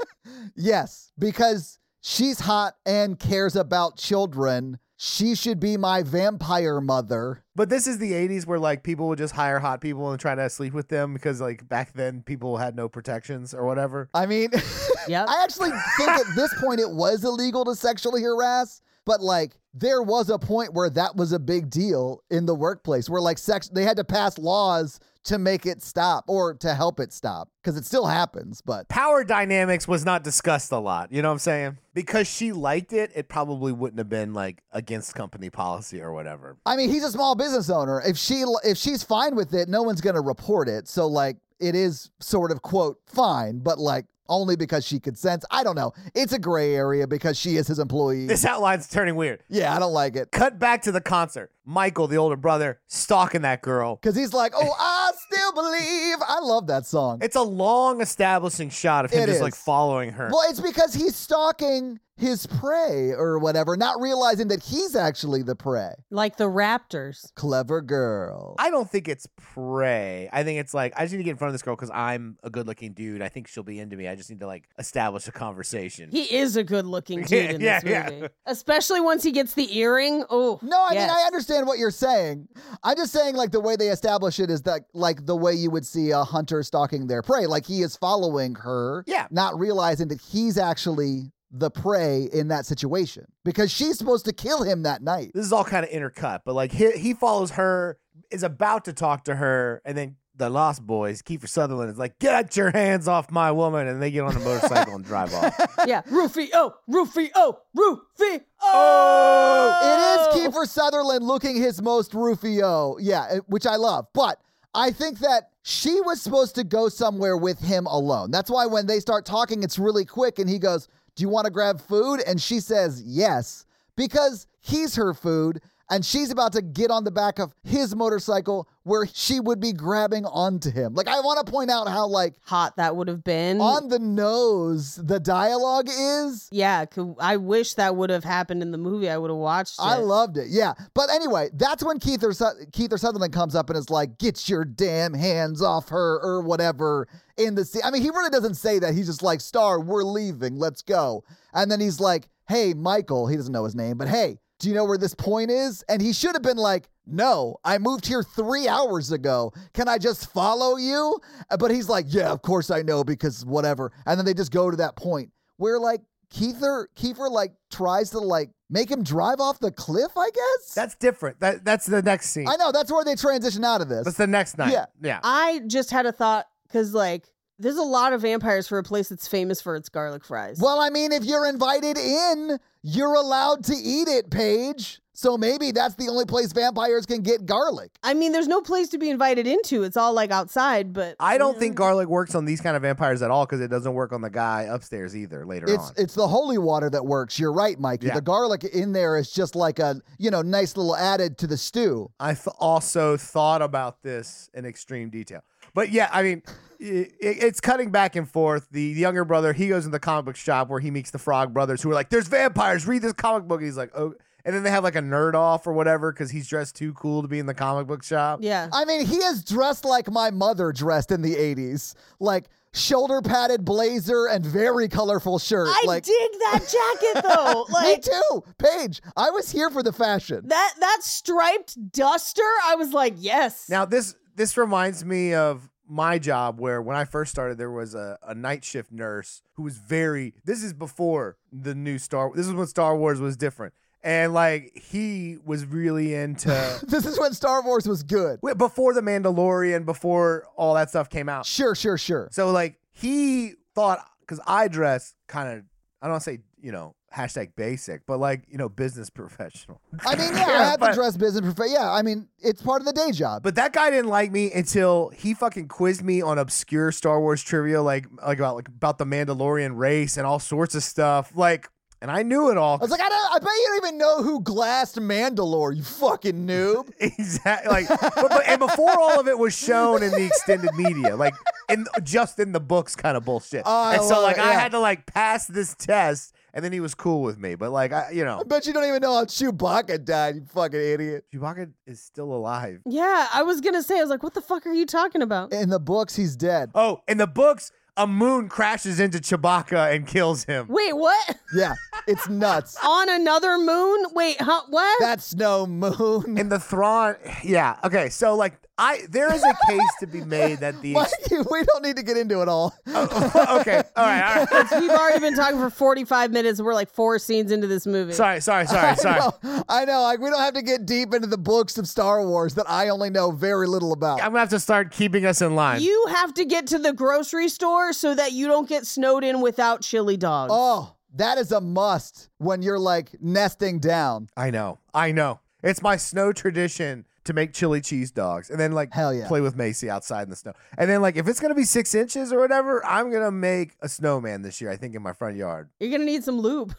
Yes. Because she's hot and cares about children. She should be my vampire mother. but this is the '80s where like people would just hire hot people and try to sleep with them because like back then people had no protections or whatever. I mean, Yep. I actually think at this point it was illegal to sexually harass, but like there was a point where that was a big deal in the workplace where like sex, they had to pass laws to make it stop or to help it stop because it still happens. But Power dynamics was not discussed a lot. You know what I'm saying? Because she liked it, it probably wouldn't have been like against company policy or whatever. I mean, he's a small business owner. If she if she's fine with it, no one's going to report it. So like it is sort of quote fine, but like only because she consents. I don't know. It's a gray area because she is his employee. This outline's turning weird. Yeah, I don't like it. Cut back to the concert. Michael, the older brother, stalking that girl. Because he's like, oh, I still believe. I love that song. It's a long establishing shot of him It just is. like following her. well, it's because he's stalking his prey or whatever, not realizing that he's actually the prey. like the Raptors. Clever girl. I don't think it's prey. I think it's like I just need to get in front of this girl because I'm a good looking dude. I think she'll be into me. I just need to like establish a conversation. He is a good looking dude in Yeah, this yeah, movie. yeah. Especially once he gets the earring. Oh. no, I yes. mean I understand what you're saying. I'm just saying like the way they establish it is that like the way you would see a hunter stalking their prey, like he is following her, Yeah. not realizing that he's actually the prey in that situation because she's supposed to kill him that night. This is all kind of intercut, but like he he follows her, is about to talk to her, and then the Lost Boys, Kiefer Sutherland, is like, "Get your hands off my woman!" And they get on a motorcycle and drive off. yeah. Rufio, Rufio, Rufio. Oh! It is Kiefer Sutherland looking his most Rufio. Yeah, eh, which I love. But I think that she was supposed to go somewhere with him alone. That's why when they start talking, it's really quick and he goes, Do you want to grab food? And she says, Yes, because he's her food. And she's about to get on the back of his motorcycle where she would be grabbing onto him. Like, I want to point out how, like, Hot that would have been. on the nose the dialogue is. yeah, 'cause I wish that would have happened in the movie. I would have watched it. I loved it. Yeah. But anyway, that's when Keith or Su- Keith or Sutherland comes up and is like, "Get your damn hands off her" or whatever in the scene. I mean, he really doesn't say that. He's just like, "Star, we're leaving. Let's go." And then he's like, "Hey, Michael." He doesn't know his name, but hey, do you know where this point is? And he should have been like, "No, I moved here 3 hours ago. Can I just follow you?" Uh, But he's like, "Yeah, of course I know because whatever." And then they just go to that point where like Keither Kiefer like tries to like make him drive off the cliff, I guess. That's different. That that's the next scene. I know that's where they transition out of That's this. the next night. Yeah. yeah. I just had a thought because, like, there's a lot of vampires for a place that's famous for its garlic fries. Well, I mean, if you're invited in, you're allowed to eat it, Paige. So maybe that's the only place vampires can get garlic. I mean, there's no place to be invited into. It's all like outside, but I don't think garlic works on these kind of vampires at all because it doesn't work on the guy upstairs either later It's on. it's the holy water that works. You're right, Mikey. Yeah. The garlic in there is just like a you know nice little added to the stew. I th- also thought about this in extreme detail. But yeah, I mean, i i- it's cutting back and forth. The, the younger brother, he goes in the comic book shop where he meets the Frog brothers who are like, there's vampires, read this comic book. And he's like, oh. And then they have like a nerd off or whatever because he's dressed too cool to be in the comic book shop. yeah. I mean, he is dressed like my mother dressed in the '80s, like shoulder padded blazer and very colorful shirt. I like dig that jacket though. me like too, Paige. I was here for the fashion. that that striped duster, I was like, yes. Now this this reminds me of my job where when I first started there was a, a night shift nurse who was very this is before the new Star this is when Star Wars was different. And like he was really into this is when Star Wars was good. Wait, before the Mandalorian, before all that stuff came out. Sure, sure, sure. So like he thought because I dress kind of I don't wanna say you know hashtag basic, but like you know business professional. I mean, yeah, I Yeah, had to but- dress business prof- Yeah, I mean, it's part of the day job. But that guy didn't like me until he fucking quizzed me on obscure Star Wars trivia, like like about like about the Mandalorian race and all sorts of stuff. Like, and I knew it all. I was like, I, don't, I bet you don't even know who glassed Mandalore, you fucking noob. exactly. Like, but, but, and before all of it was shown in the extended media, like in just in the books, kind of bullshit. Oh, I and so love like it, I yeah. had to like pass this test, and then he was cool with me. But like I, you know, I bet you don't even know how Chewbacca died, you fucking idiot. Chewbacca is still alive. Yeah, I was gonna say, I was like, what the fuck are you talking about? In the books, he's dead. Oh, in the books, a moon crashes into Chewbacca and kills him. Wait, what? Yeah, it's nuts. On another moon? Wait, huh? What? That's no moon. And the Thrawn, yeah, okay. So like, I there is a case to be made that the Mikey, we don't need to get into it all. okay, all right, all right. We've already been talking for 45 minutes and we're like four scenes into this movie. Sorry, sorry, sorry, sorry. No, I know, like, we don't have to get deep into the books of Star Wars that I only know very little about. I'm gonna have to start keeping us in line. You have to get to the grocery store so that you don't get snowed in without chili dogs. Oh, that is a must when you're like nesting down. I know, I know. It's my snow tradition to make chili cheese dogs, and then like Hell yeah. play with Macy outside in the snow, and then like if it's gonna be six inches or whatever, I'm gonna make a snowman this year. I think in my front yard. You're gonna need some lube.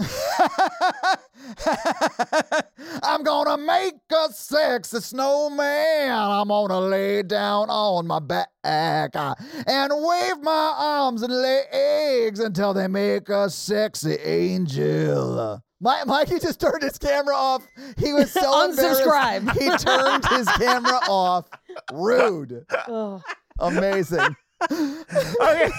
I'm gonna make a sexy snowman. I'm gonna lay down on my back uh, and wave my arms and lay eggs until they make a sexy angel. My, Mikey just turned his camera off. He was so embarrassed. Unsubscribe. He turned his camera off. Rude. Ugh. Amazing. Okay.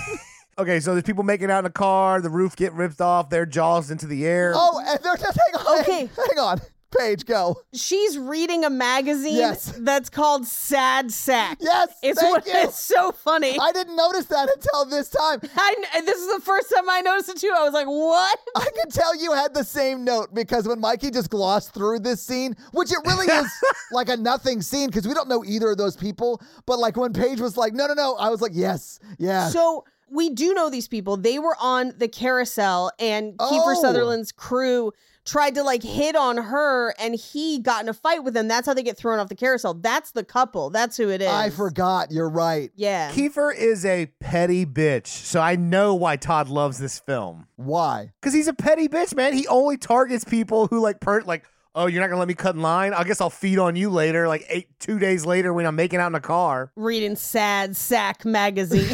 Okay, so there's people making out in a car, the roof get ripped off, their jaws into the air. Oh, and Oh, they're just hang on. Oh, Okay. Hang on. Paige, go. She's reading a magazine Yes. that's called Sad Sack. Yes, It's thank what- you. it's so funny. I, I didn't notice that until this time. kn- and this is the first time I noticed it too. I was like, "What?" I could tell you had the same note because when Mikey just glossed through this scene, which it really is like a nothing scene because we don't know either of those people. But like when Paige was like, no, no, no, I was like, yes, yeah. So we do know these people. They were on the carousel, and Kiefer Oh. Sutherland's crew tried to like hit on her, and he got in a fight with them. That's how they get thrown off the carousel. That's the couple. That's who it is. I forgot. You're right. Yeah. Kiefer is a petty bitch, so I know why Todd loves this film. Why? Cause he's a petty bitch, man. He only targets people who like per like, oh, you're not gonna let me cut in line. I guess I'll feed on you later, like eight two days later when I'm making out in a car. Reading Sad Sack magazine.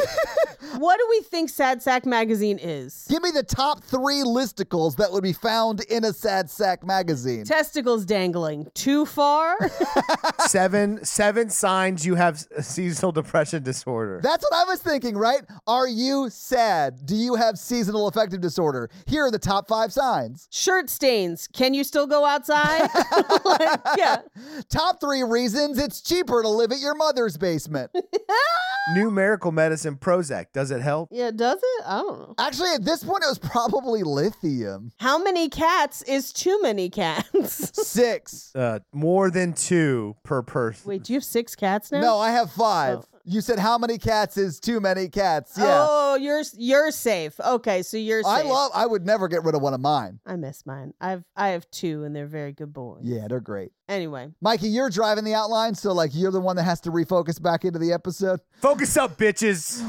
what do we think Sad Sack magazine is? Give me the top three listicles that would be found in a sad sack magazine. Testicles dangling. Too far? seven seven signs you have s- seasonal depression disorder. That's what I was thinking, right? Are you sad? Do you have seasonal affective disorder? Here are the top five signs. Shirt stains. Can you still go outside? Like, yeah. Top three reasons it's cheaper to live at your mother's basement. New miracle medicine Prozac. Does it help? Yeah, does it? I don't know. Actually, at this point, it was probably lithium. How many cats is too many cats? Six. Uh, more than two per person. Wait, do you have six cats now? No, I have five. You said how many cats is too many cats? Yeah. Oh, you're you're safe. Okay, so you're safe. I love, I would never get rid of one of mine. I miss mine. I've I have two, and they're very good boys. Yeah, they're great. Anyway, Mikey, you're driving the outline, so like you're the one that has to refocus back into the episode. Focus up, bitches.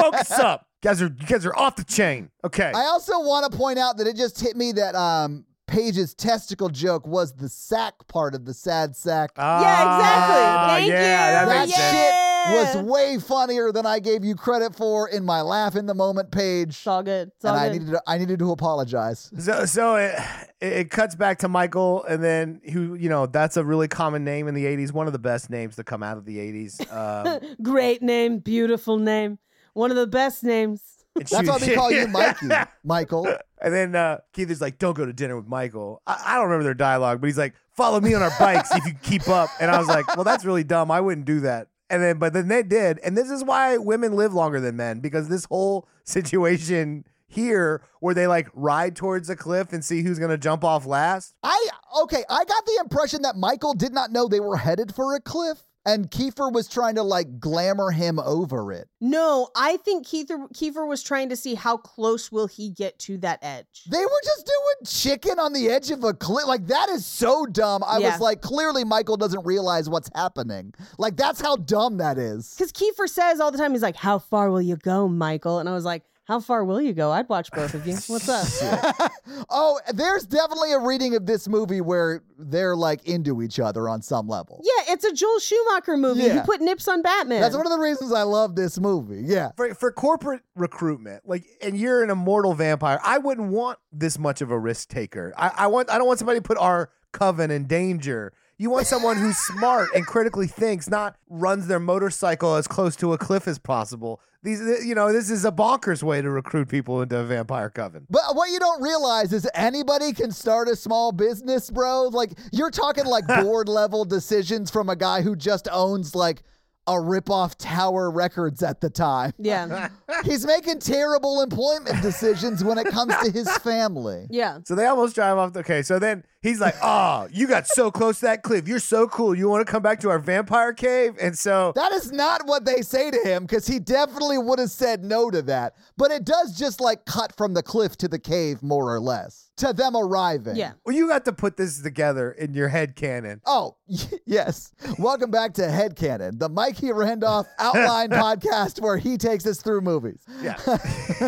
Focus up. guys are you guys are off the chain. Okay. I also want to point out that it just hit me that um Paige's testicle joke was the sack part of the sad sack. yeah, exactly. Ah, Thank yeah, you. That that makes yeah. sense. shit was way funnier than I gave you credit for in my laugh in the moment page. It's all good. It's all And I good. needed to, I needed to apologize. So, so it, it it cuts back to Michael, and then who you know that's a really common name in the '80s, one of the best names to come out of the '80s. Um, Great name, beautiful name, one of the best names. and That's she- why we call you Mikey, Michael. And then uh, Keith is like, "Don't go to dinner with Michael." I, I don't remember their dialogue, but he's like, "Follow me on our bikes if you keep up." And I was like, "Well, that's really dumb. I wouldn't do that." And then, but then they did, and this is why women live longer than men because this whole situation here, where they like ride towards a cliff and see who's gonna jump off last. I okay, I got the impression that Michael did not know they were headed for a cliff and Kiefer was trying to like glamour him over it. No, I think Kiefer Kiefer was trying to see how close will he get to that edge. They were just doing chicken on the edge of a cliff. Like that is so dumb. I Yeah. was like clearly Michael doesn't realize what's happening. Like that's how dumb that is. Because Kiefer says all the time, he's like, How far will you go, Michael? And I was like, How far will you go? I'd watch both of you. What's up? oh, there's definitely a reading of this movie where they're like into each other on some level. yeah, it's a Joel Schumacher movie. He Yeah. put nips on Batman. That's one of the reasons I love this movie. Yeah. for, for corporate recruitment, like, and you're an immortal vampire. I wouldn't want this much of a risk taker. I, I want. I don't want somebody to put our coven in danger. You want someone who's smart and critically thinks, not runs their motorcycle as close to a cliff as possible. These, you know, this is a bonkers way to recruit people into a vampire coven. But what you don't realize is anybody can start a small business, bro. Like you're talking like board level decisions from a guy who just owns like a ripoff Tower Records at the time. yeah. He's making terrible employment decisions when it comes to his family. Yeah. So they almost drive off. The, okay, so then he's like, "Oh, you got so close to that cliff. You're so cool. You want to come back to our vampire cave?" And so That is not what they say to him because he definitely would have said no to that. But it does just like cut from the cliff to the cave, more or less, to them arriving. Yeah. Well, you got to put this together in your head canon. Oh, yes. Welcome back to Headcanon, the Mikey Randolph outline podcast where he takes us through movies.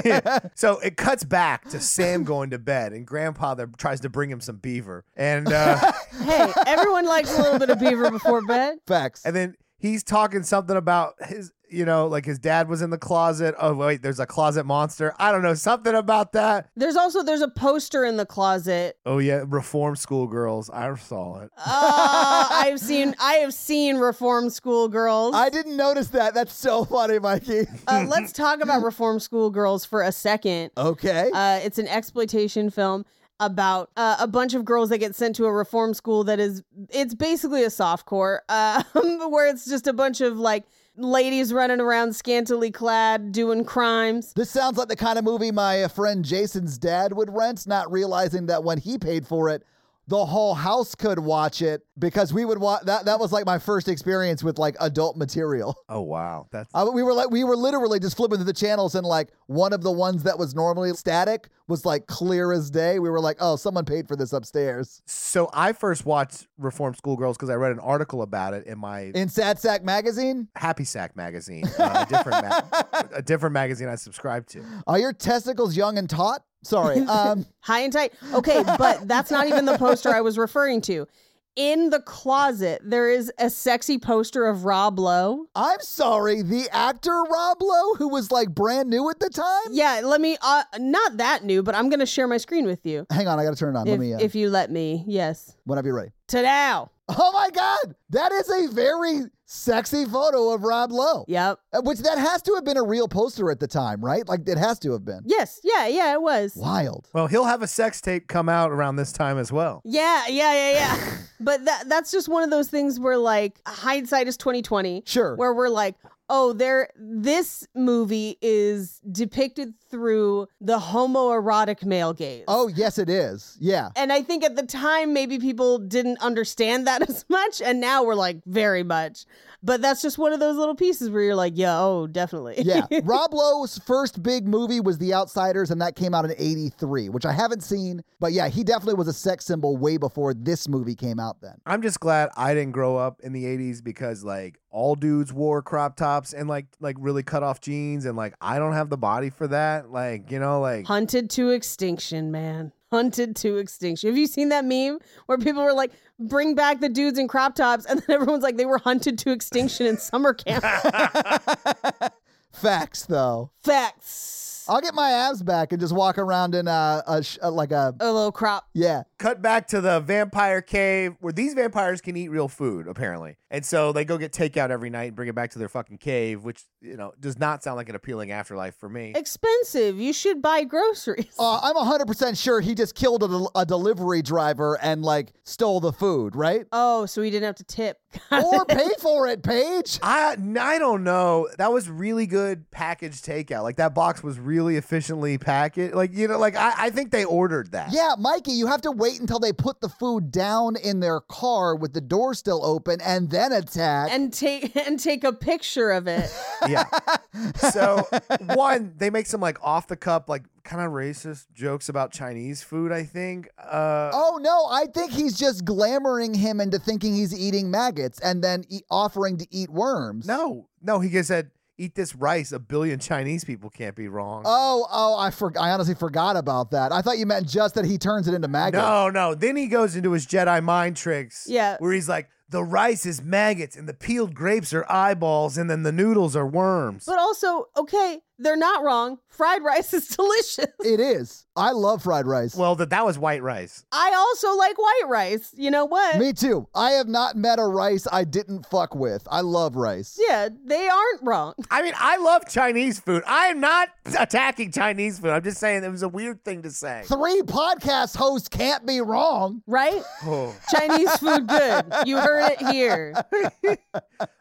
Yeah. so it cuts back to Sam going to bed, and Grandpa that tries to bring him some beaver, and uh, Hey, everyone likes a little bit of Beaver before bed. Facts. and then he's talking something about his, you know, like his dad was in the closet. Oh wait, there's a closet monster. I don't know something about that. There's also there's a poster in the closet. Oh yeah, reform school girls. I saw it. Uh, I've seen I have seen reform school girls. I didn't notice that. That's so funny, Mikey. uh, let's talk about reform school girls for a second. Okay. Uh, it's an exploitation film. about uh, a bunch of girls that get sent to a reform school that is it's basically a softcore uh, where it's just a bunch of like ladies running around scantily clad doing crimes This sounds like the kind of movie my uh, friend Jason's dad would rent, not realizing that when he paid for it, the whole house could watch it because we would watch that. That was like my first experience with like adult material. Oh wow, that's Uh, we were like, we were literally just flipping through the channels, and like one of the ones that was normally static was like clear as day. We were like, oh, someone paid for this upstairs so. I first watched Reformed Schoolgirls because I read an article about it in my in Sad Sack magazine. Happy Sack magazine, uh, a different ma- a different magazine I subscribed to. Are your testicles young and taut? Sorry. Um, high and tight okay but that's not even the poster i was referring to in the closet there is a sexy poster of rob lowe I'm sorry. The actor Rob Lowe, who was like brand new at the time. yeah let me uh, not that new but i'm gonna share my screen with you Hang on, I gotta turn it on. if, Let me. Uh, if you let me yes whenever you're ready. to now Oh my God, that is a very sexy photo of Rob Lowe. yep Uh, Which that has to have been a real poster at the time, right? Like it has to have been. yes yeah yeah it was Wild. Well, he'll have a sex tape come out around this time as well. Yeah, yeah, yeah, yeah. but that that's just one of those things where like hindsight is 2020. Sure. Where we're like, "Oh, there this movie is depicted through the homoerotic male gaze." Oh yes, it is. Yeah. And I think at the time maybe people didn't understand that as much and now we're like very much. But that's just one of those little pieces where you're like, "Yeah, oh, definitely." Yeah. Rob Lowe's first big movie was The Outsiders, and that came out in 83, which I haven't seen. But yeah, he definitely was a sex symbol way before this movie came out then. I'm just glad I didn't grow up in the 80s because like all dudes wore crop tops and like like really cut off jeans and like I don't have the body for that. Like, you know, like Hunted to extinction, man. Hunted to extinction. Have you seen that meme where people were like, bring back the dudes in crop tops? And then everyone's like, they were hunted to extinction in summer camp. Facts, though. Facts. I'll get my abs back and just walk around in a, a, sh- uh like a, A little crop. yeah. cut back to the vampire cave where these vampires can eat real food apparently. And so they go get takeout every night and bring it back to their fucking cave, which, you know, does not sound like an appealing afterlife for me. Expensive. You should buy groceries. Uh, I'm 100% sure he just killed a, del- a delivery driver and like stole the food, right? oh, so he didn't have to tip. or pay for it, Paige. I I don't know. That was really good packaged takeout. Like that box was really efficiently packaged. Like you know, like I, I think they ordered that. Yeah, Mikey, you have to wait until they put the food down in their car with the door still open and then attack. and take and take a picture of it. Yeah. so one, they make some like off the cup, like kind of racist jokes about Chinese food. I think. Uh, oh no, I think he's just glamoring him into thinking he's eating maggots and then e- offering to eat worms. No, no. He just said, "Eat this rice. A billion Chinese people can't be wrong." Oh, oh, I for- I honestly forgot about that. I thought you meant just that he turns it into maggots. no, no. Then he goes into his Jedi mind tricks. Yeah. Where he's like, the rice is maggots, and the peeled grapes are eyeballs, and then the noodles are worms. But also, okay, they're not wrong. Fried rice is delicious. It is. I love fried rice. Well, that that was white rice. I also like white rice. You know what? Me too. I have not met a rice I didn't fuck with. I love rice. yeah, they aren't wrong. I mean, I love Chinese food. I am not attacking Chinese food. I'm just saying it was a weird thing to say. Three podcast hosts can't be wrong. right? Oh. Chinese food good. You heard it here.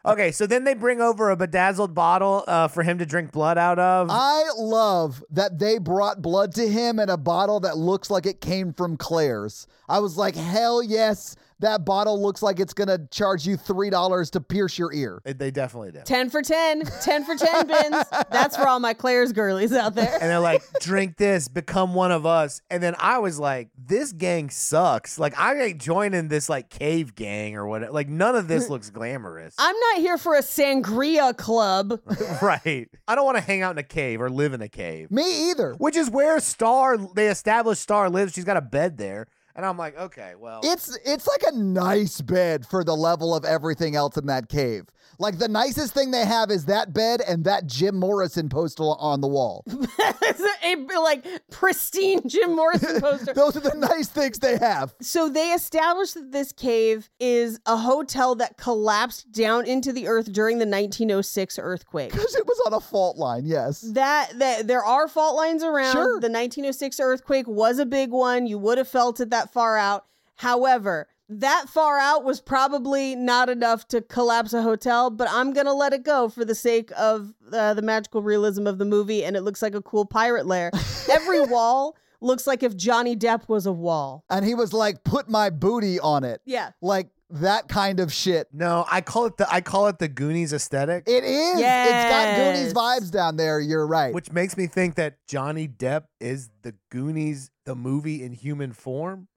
Okay, so then they bring over a bedazzled bottle uh, for him to drink blood out of. I love that they brought blood to him in a bottle that looks like it came from Claire's. I was like, hell yes, that bottle looks like it's gonna charge you three dollars to pierce your ear. they definitely did. 10 for 10, 10 for 10 bins. That's for all my Claire's girlies out there. And they're like, drink this, become one of us. And then I was like, this gang sucks. Like, I ain't joining this like cave gang or whatever. Like, none of this looks glamorous. I'm not here for a sangria club. right. I don't want to hang out in a cave or live in a cave. Me either. which is where Star they established Star lives. She's got a bed there, And I'm like, okay, well, It's it's like a nice bed for the level of everything else in that cave. Like the nicest thing they have is that bed and that Jim Morrison poster on the wall. It's a like pristine Jim Morrison poster. Those are the nice things they have. so they established that this cave is a hotel that collapsed down into the earth during the 1906 earthquake. Because it was on a fault line, yes. That that there are fault lines around. Sure. The 1906 earthquake was a big one. You would have felt it that far out. However, that far out was probably not enough to collapse a hotel, but I'm going to let it go for the sake of uh, the magical realism of the movie and it looks like a cool pirate lair. Every wall looks like if Johnny Depp was a wall. And he was like, put my booty on it. Yeah. Like that kind of shit. no, I call it the I call it the Goonies aesthetic, It is. It's Yes. got Goonies vibes down there. You're right. which makes me think that Johnny Depp is the Goonies the movie in human form.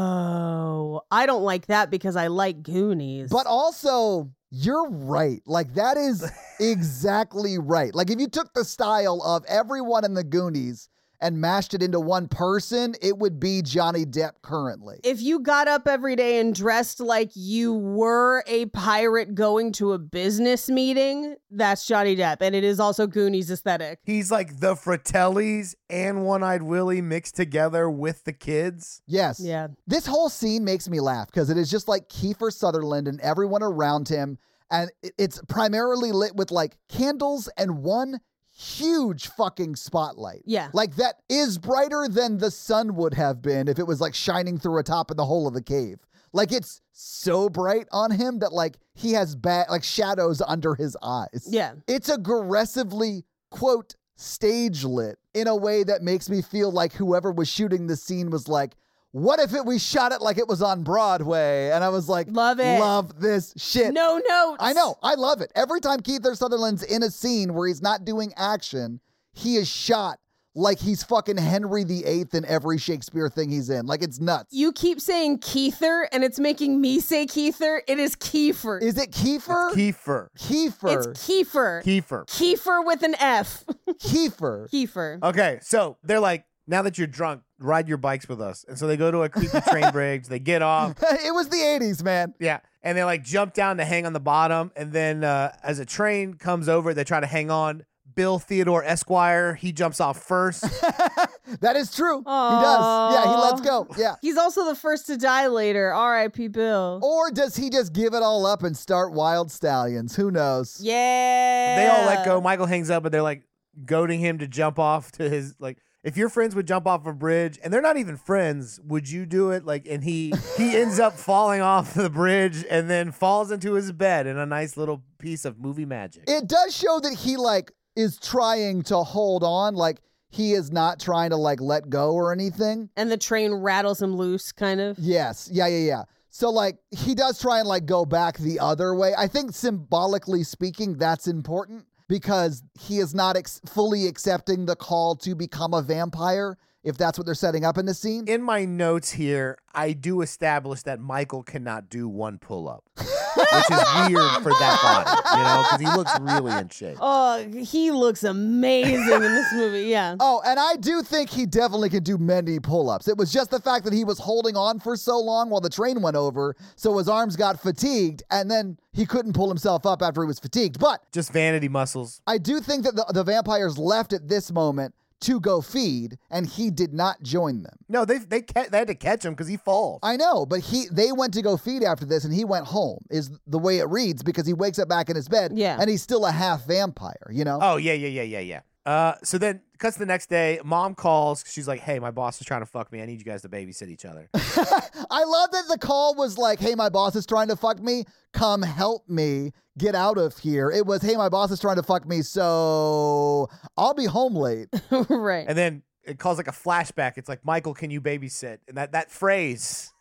Whoa. I don't like that because I like Goonies. But also, you're right. Like that is exactly right. Like if you took the style of everyone in the Goonies and mashed it into one person, it would be Johnny Depp currently. if you got up every day and dressed like you were a pirate going to a business meeting, that's Johnny Depp. And it is also Goonies aesthetic. He's like the Fratellis and One Eyed Willie mixed together with the kids. Yes. Yeah. This whole scene makes me laugh because it is just like Kiefer Sutherland and everyone around him. And it- it's primarily lit with like candles and one huge fucking spotlight. Yeah. Like that is brighter than the sun would have been if it was like shining through a top in the hole of the cave. Like it's so bright on him that like he has bad like shadows under his eyes. Yeah. It's aggressively quote stage lit in a way that makes me feel like whoever was shooting the scene was like what if it we shot it like it was on Broadway? And I was like, Love it. Love this shit. No notes. I know. I love it. Every time Keith Sutherland's in a scene where he's not doing action, he is shot like he's fucking Henry VIII in every Shakespeare thing he's in. Like it's nuts. You keep saying Keither and it's making me say Keither. It is Kiefer. is it Kiefer? Kiefer. it's Kiefer. Kiefer. Kiefer. Kiefer with an F. Kiefer. Kiefer. Okay, so they're like, now that you're drunk, ride your bikes with us. And so they go to a creepy train bridge, they get off, it was the 80s, man. Yeah. And they like jump down to hang on the bottom. And then uh, as a train comes over, they try to hang on. Bill Theodore Esquire, he jumps off first. That is true. He does. Yeah, he Aw. lets go. Yeah. He's also the first to die later. R.I.P. Bill. Or does he just give it all up and start Wild Stallions? Who knows? Yeah. They all let go. Michael hangs up and they're like goading him to jump off to his like if your friends would jump off a bridge and they're not even friends, would you do it? Like and he he ends up falling off the bridge and then falls into his bed in a nice little piece of movie magic. It does show that he like is trying to hold on, like he is not trying to like let go or anything. And the train rattles him loose, kind of. Yes. Yeah, yeah, yeah. So like he does try and like go back the other way. I think symbolically speaking that's important because he is not ex- fully accepting the call to become a vampire if that's what they're setting up in the scene. in my notes here, I do establish that Michael cannot do one pull up, which is weird for that body, you know, because he looks really in shape. Oh, he looks amazing in this movie. Yeah. Oh, and I do think he definitely can do many pull ups. It was just the fact that he was holding on for so long while the train went over, so his arms got fatigued, and then he couldn't pull himself up after he was fatigued. But Just vanity muscles. I do think that the, the vampires left at this moment to go feed, and he did not join them. No, they they, ca- they had to catch him because he falls. I know, but he they went to go feed after this, and he went home, is the way it reads, because he wakes up back in his bed, Yeah. and he's still a half vampire, you know? Oh yeah, yeah, yeah, yeah, yeah. Uh, so then cuts to the next day. Mom calls. She's like, "Hey, my boss is trying to fuck me. I need you guys to babysit each other." I love that the call was like, hey, my boss is trying to fuck me. Come help me get out of here. It was, hey, my boss is trying to fuck me, so I'll be home late. Oh, right. and then it calls like a flashback. It's like, "Michael, can you babysit?" And that that phrase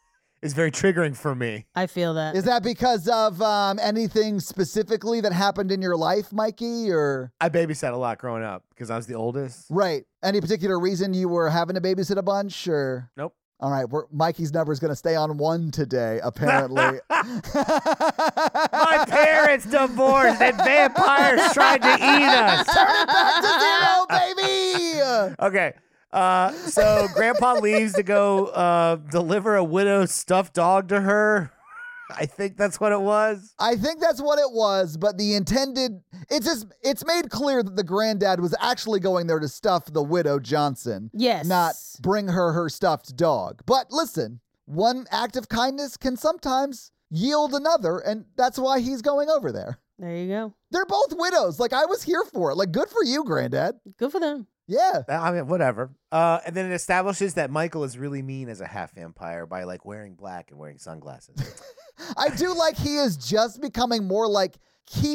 is very triggering for me. I feel that. is that because of um, anything specifically that happened in your life, Mikey? Or, I babysat a lot growing up because I was the oldest. right, any particular reason you were having to babysit a bunch? Or, Nope. all right, we're, Mikey's number is going to stay on one today, apparently. My parents divorced and vampires tried to eat us. Back to zero, baby! Okay. Uh, so grandpa leaves to go uh, deliver a widow's stuffed dog to her. I think that's what it was. I think that's what it was, but the intended it's just it's made clear that the granddad was actually going there to stuff the widow Johnson. Yes. Not bring her her stuffed dog. But listen, one act of kindness can sometimes yield another, and that's why he's going over there. There you go. They're both widows. Like I was here for it. Like good for you, granddad. Good for them. Yeah. I mean, whatever. Uh, and then it establishes that Michael is really mean as a half vampire by like wearing black and wearing sunglasses. I do like he is just becoming more like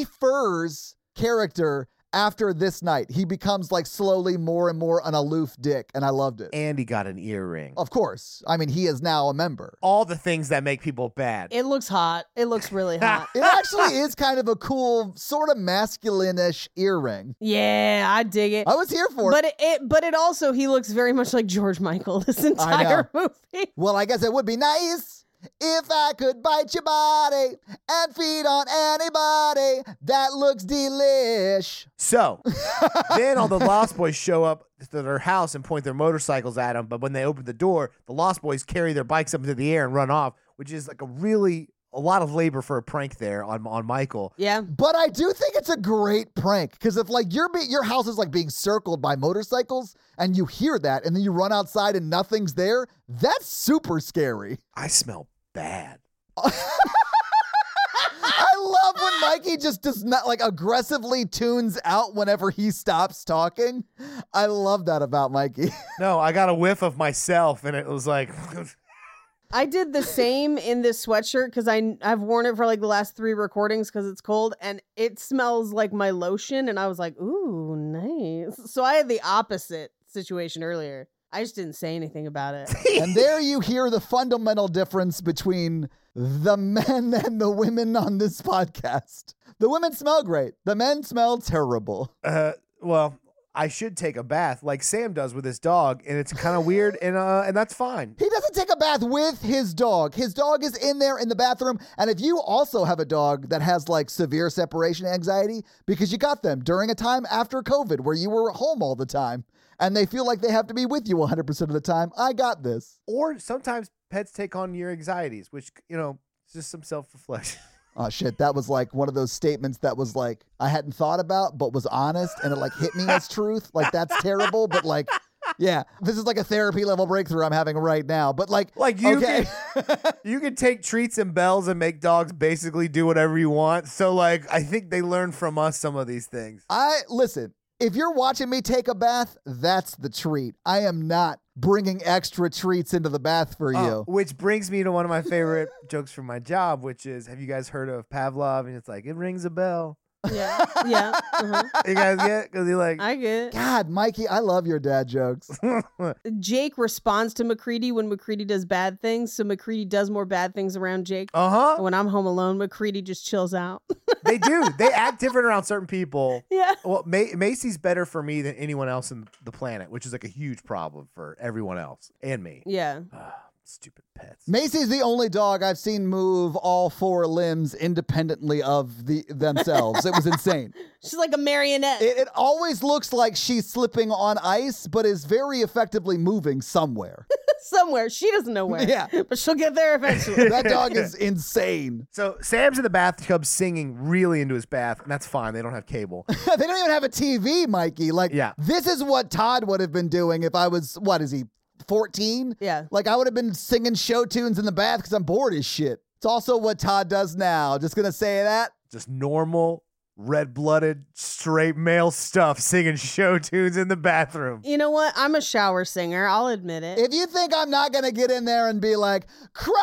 Kiefer's character after this night. He becomes like slowly more and more an aloof dick, and I loved it. and he got an earring. Of course. I mean, he is now a member. All the things that make people bad. It looks hot. It looks really hot. It actually is kind of a cool, sort of masculine-ish earring. yeah, I dig it. I was here for it. But it, it but it also he looks very much like George Michael this I know. entire movie. Well, I guess it would be nice if I could bite your body and feed on anybody that looks delish. So then all the Lost Boys show up to their house and point their motorcycles at them. But when they open the door, the Lost Boys carry their bikes up into the air and run off, which is like a really a lot of labor for a prank there on on Michael. Yeah. But I do think it's a great prank because if like your be- your house is like being circled by motorcycles and you hear that and then you run outside and nothing's there, that's super scary. I smell bad. I love when Mikey just does not like aggressively tunes out whenever he stops talking. I love that about Mikey. No, I got a whiff of myself, and it was like, I did the same in this sweatshirt because I I've worn it for like the last three recordings because it's cold and it smells like my lotion and I was like, ooh, nice. So I had the opposite situation earlier. I just didn't say anything about it. and there you hear the fundamental difference between the men and the women on this podcast. The women smell great, the men smell terrible. uh, well, I should take a bath like Sam does with his dog, and it's kind of weird, and uh, and that's fine. He doesn't take a bath with his dog. His dog is in there in the bathroom. And if you also have a dog that has like severe separation anxiety because you got them during a time after COVID where you were home all the time and they feel like they have to be with you 100% of the time, I got this. Or sometimes pets take on your anxieties, which you know, it's just some self reflection. Oh shit, that was like one of those statements that was like I hadn't thought about but was honest and it like hit me as truth. Like that's terrible, but like yeah, this is like a therapy level breakthrough I'm having right now. But like Like you okay. can you can take treats and bells and make dogs basically do whatever you want. So like I think they learn from us some of these things. I listen. If you're watching me take a bath, that's the treat. I am not bringing extra treats into the bath for Uh, you. which brings me to one of my favorite jokes from my job, which is have you guys heard of Pavlov? And it's like it rings a bell. yeah. Yeah. uh-huh. You guys get because he like I get. it. God, Mikey, I love your dad jokes. Jake responds to McCready when McCready does bad things, so McCready does more bad things around Jake. uh Oh. huh. When I'm home alone, McCready just chills out. They do. They act different around certain people. yeah. Well, Ma- Macy's better for me than anyone else on the planet, which is like a huge problem for everyone else and me. Yeah. Uh, Stupid pets. Macy's the only dog I've seen move all four limbs independently of the themselves. it was insane. She's like a marionette. It, it always looks like she's slipping on ice, but is very effectively moving somewhere. somewhere. She doesn't know where. Yeah. But she'll get there eventually. That dog is insane. So Sam's in the bathtub singing really into his bath, and that's fine. They don't have cable. they don't even have a TV, Mikey. Like, Yeah. this is what Todd would have been doing if I was, what is he, 14? Yeah. Like, I would have been singing show tunes in the bath because I'm bored as shit. It's also what Todd does now. Just going to say that. Just normal, red blooded, straight male stuff singing show tunes in the bathroom. you know what? I'm a shower singer. I'll admit it. If you think I'm not going to get in there and be like,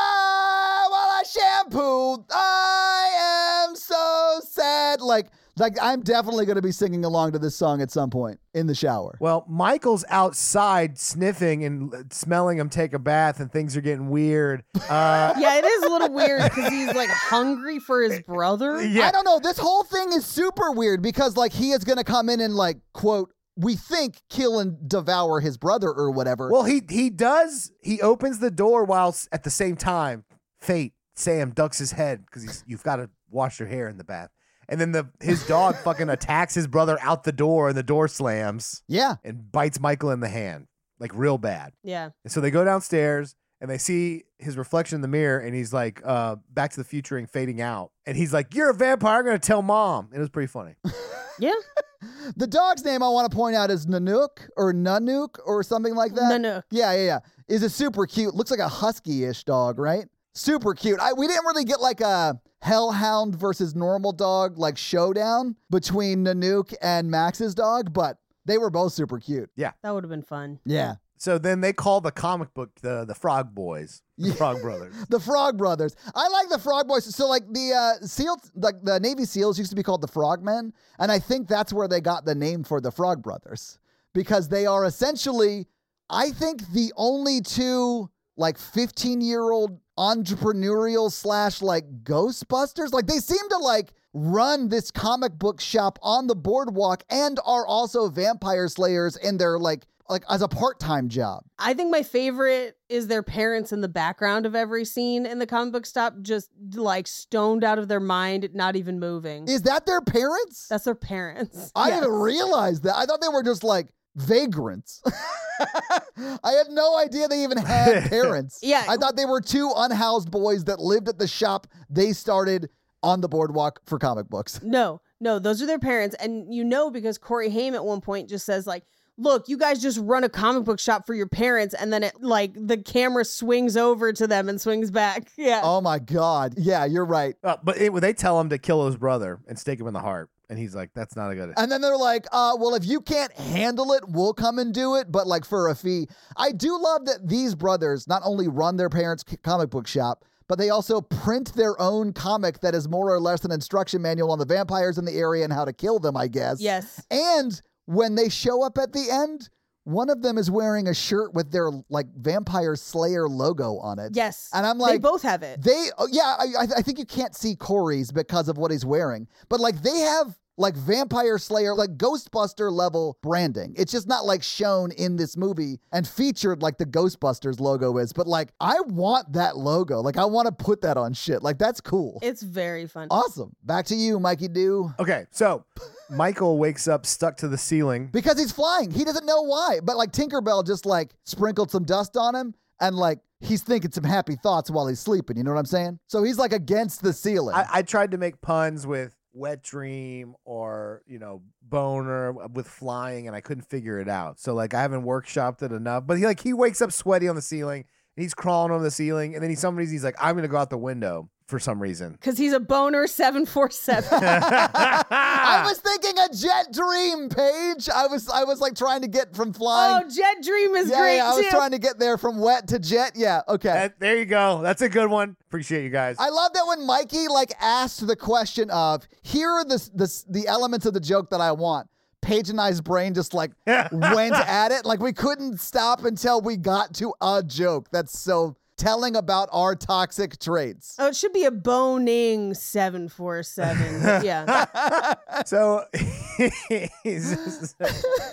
cry while I shampoo, I am so sad. Like, like I'm definitely going to be singing along to this song at some point in the shower. Well, Michael's outside sniffing and l- smelling him take a bath, and things are getting weird. Uh, yeah, it is a little weird because he's like hungry for his brother. I yeah. don't know. This whole thing is super weird because like he is gonna come in and like quote, we think kill and devour his brother or whatever. Well, he he does. He opens the door whilst at the same time, fate Sam ducks his head because he's you've got to wash your hair in the bath, and then the his dog fucking attacks his brother out the door, and the door slams. yeah. and bites Michael in the hand. like real bad. Yeah. And so they go downstairs and they see his reflection in the mirror and he's like uh back to the future and fading out. And he's like, You're a vampire, I'm gonna tell mom. It was pretty funny. Yeah. The dog's name I want to point out is Nanook or Nanook or something like that. Nanook. Yeah, yeah, yeah. Is a super cute. Looks like a husky-ish dog, right? Super cute. I, we didn't really get like a hellhound versus normal dog like showdown between Nanook and Max's dog, but they were both super cute. That would have been fun. Yeah. So then they call the comic book the the Frog Boys, the Yeah. Frog Brothers. The Frog Brothers. I like the Frog Boys. So like the uh, seals, like the Navy SEALs used to be called the Frogmen, and I think that's where they got the name for the Frog Brothers because they are essentially, I think, the only two like 15 year old entrepreneurial slash like Ghostbusters. Like they seem to like run this comic book shop on the boardwalk and are also vampire slayers in their like like as a part time job. I think my favorite is their parents in the background of every scene in the comic book stop, just like stoned out of their mind, not even moving. Is that their parents? That's their parents. I Yes. didn't realize that. I thought they were just like vagrants. I had no idea they even had parents. Yeah. I thought they were two unhoused boys that lived at the shop they started on the boardwalk for comic books. No, no, those are their parents. And you know, because Corey Haim at one point just says, like, look, you guys just run a comic book shop for your parents. And then it, like, the camera swings over to them and swings back. Yeah. Oh my God. Yeah, you're right. Uh, but it, they tell him to kill his brother and stake him in the heart, and he's like, "That's not a good." And then they're like, uh, well, if you can't handle it, we'll come and do it, but like for a fee. I do love that these brothers not only run their parents' c- comic book shop, but they also print their own comic that is more or less an instruction manual on the vampires in the area and how to kill them, I guess. yes. And when they show up at the end, one of them is wearing a shirt with their like vampire slayer logo on it. Yes. And I'm they like, both have it. they, oh, yeah, I, I- I think you can't see Corey's because of what he's wearing, but like they have like Vampire Slayer, like Ghostbuster level branding. It's just not like shown in this movie and featured like the Ghostbusters logo is, but like I want that logo. Like I want to put that on shit. Like that's cool. it's very fun. awesome. Back to you, Mikey Do. Okay, so Michael wakes up stuck to the ceiling. Because he's flying. He doesn't know why. But like Tinkerbell just like sprinkled some dust on him and like he's thinking some happy thoughts while he's sleeping. You know what I'm saying? So he's like against the ceiling. I, I tried to make puns with wet dream or you know boner with flying, and I couldn't figure it out. So like I haven't workshopped it enough. But he like he wakes up sweaty on the ceiling, and he's crawling on the ceiling, and then he some reason he's like, "I'm gonna go out the window." For some reason, Because he's a boner 747. I Ah. was thinking a jet dream, Paige. I was I was like trying to get from oh, flying. Jet Dream is yeah, great yeah, I was too. trying to get there from wet to jet. Yeah, okay. That- there you go. That's a good one. Appreciate you guys. I love that when Mikey like asked the question of here are the the, the elements of the joke that I want. Paige and I's brain just like went at it. Like we couldn't stop until we got to a joke that's so telling about our toxic traits. Oh, it should be a boning 747. yeah. So, he's just-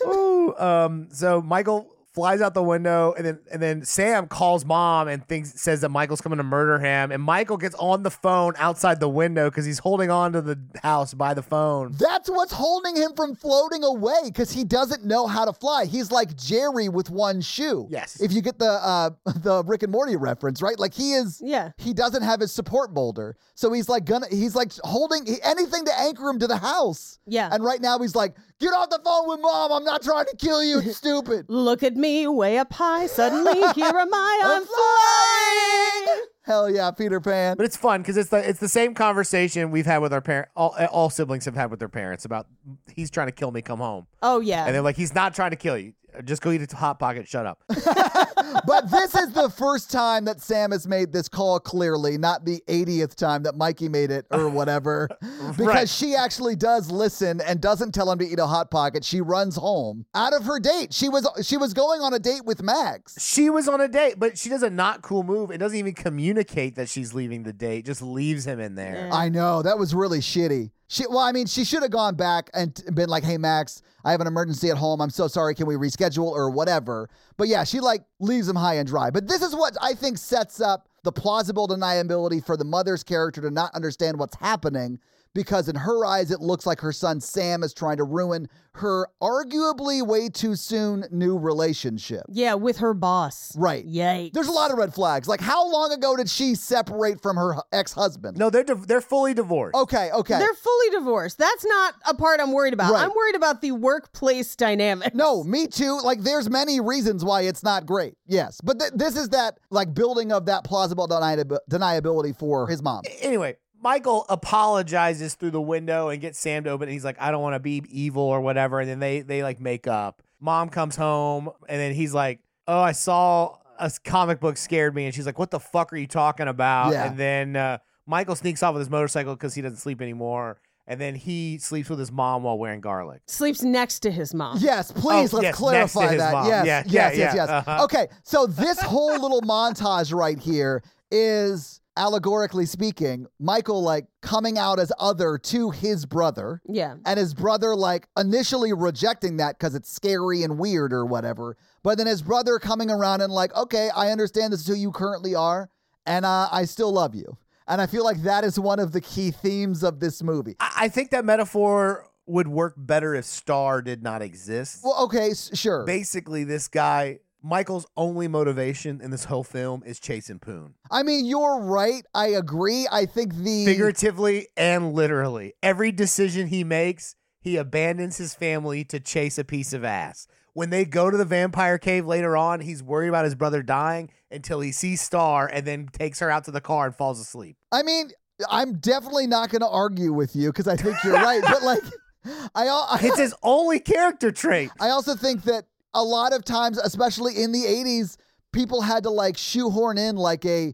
ooh, um, so Michael flies out the window, and then and then Sam calls mom and thinks says that Michael's coming to murder him, and Michael gets on the phone outside the window because he's holding on to the house by the phone. That's what's holding him from floating away because he doesn't know how to fly. He's like Jerry with one shoe. Yes. If you get the uh, the Rick and Morty reference, right? Like he is. Yeah. He doesn't have his support boulder, so he's like gonna. He's like holding he- anything to anchor him to the house. Yeah. And right now he's like, "Get off the phone with mom. I'm not trying to kill you. It's stupid." Look at me way up high. Suddenly, here am I. I'm I'm flying. Hell yeah, Peter Pan. But it's fun because it's the it's the same conversation we've had with our parent. All, all siblings have had with their parents about he's trying to kill me, come home, Oh, yeah. and they're like, he's not trying to kill you. Just go eat a hot pocket. Shut up. but this is the first time that Sam has made this call clearly, not the 80th time that Mikey made it or whatever. Because Right. she actually does listen and doesn't tell him to eat a hot pocket. She runs home out of her date. She was she was going on a date with Max. She was on a date, but she does a not cool move and doesn't even communicate that she's leaving the date, just leaves him in there. I know, that was really shitty. She well, I mean, she should have gone back and t- been like, "Hey Max, I have an emergency at home. I'm so sorry. Can we reschedule or whatever?" But yeah, she like leaves him high and dry. But this is what I think sets up the plausible deniability for the mother's character to not understand what's happening because in her eyes, it looks like her son Sam is trying to ruin her arguably way too soon new relationship. Yeah, with her boss. Right. Yikes. There's a lot of red flags. Like, how long ago did she separate from her ex husband? No, they're div- they're fully divorced. Okay, okay. They're fully divorced. That's not a part I'm worried about. Right. I'm worried about the workplace dynamic. No, me too. Like, there's many reasons why it's not great. Yes, but th- this is that like building of that plausible deniab- deniability for his mom. Anyway, Michael apologizes through the window and gets Sam to open. it. he's like, I don't want to be evil or whatever. And then they they like make up. Mom comes home and then he's like, Oh, I saw a s- comic book scared me. And she's like, What the fuck are you talking about? Yeah. And then uh, Michael sneaks off with his motorcycle because he doesn't sleep anymore. And then he sleeps with his mom while wearing garlic. Sleeps next to his mom. Yes, please Oh, let's yes, next to clarify his that. mom. Yes, Yeah, yes, yeah, yes, yeah, yes. uh-huh. Okay, so this whole little montage right here is allegorically speaking, Michael like coming out as other to his brother. Yeah. and his brother like initially rejecting that because it's scary and weird or whatever but then his brother coming around and like okay i understand this is who you currently are and uh, i still love you and i feel like that is one of the key themes of this movie I, I think that metaphor would work better if Star did not exist. well okay s- sure basically this guy Michael's only motivation in this whole film is chasing Poon. i mean you're right i agree i think the Figuratively and literally. Every decision he makes, he abandons his family to chase a piece of ass. When they go to the vampire cave later on, he's worried about his brother dying until he sees Star and then takes her out to the car and falls asleep. I mean, I'm definitely not going to argue with you because I think you're right. But like, I, al- I It's his only character trait. I also think that a lot of times, especially in the 80s, people had to like shoehorn in like a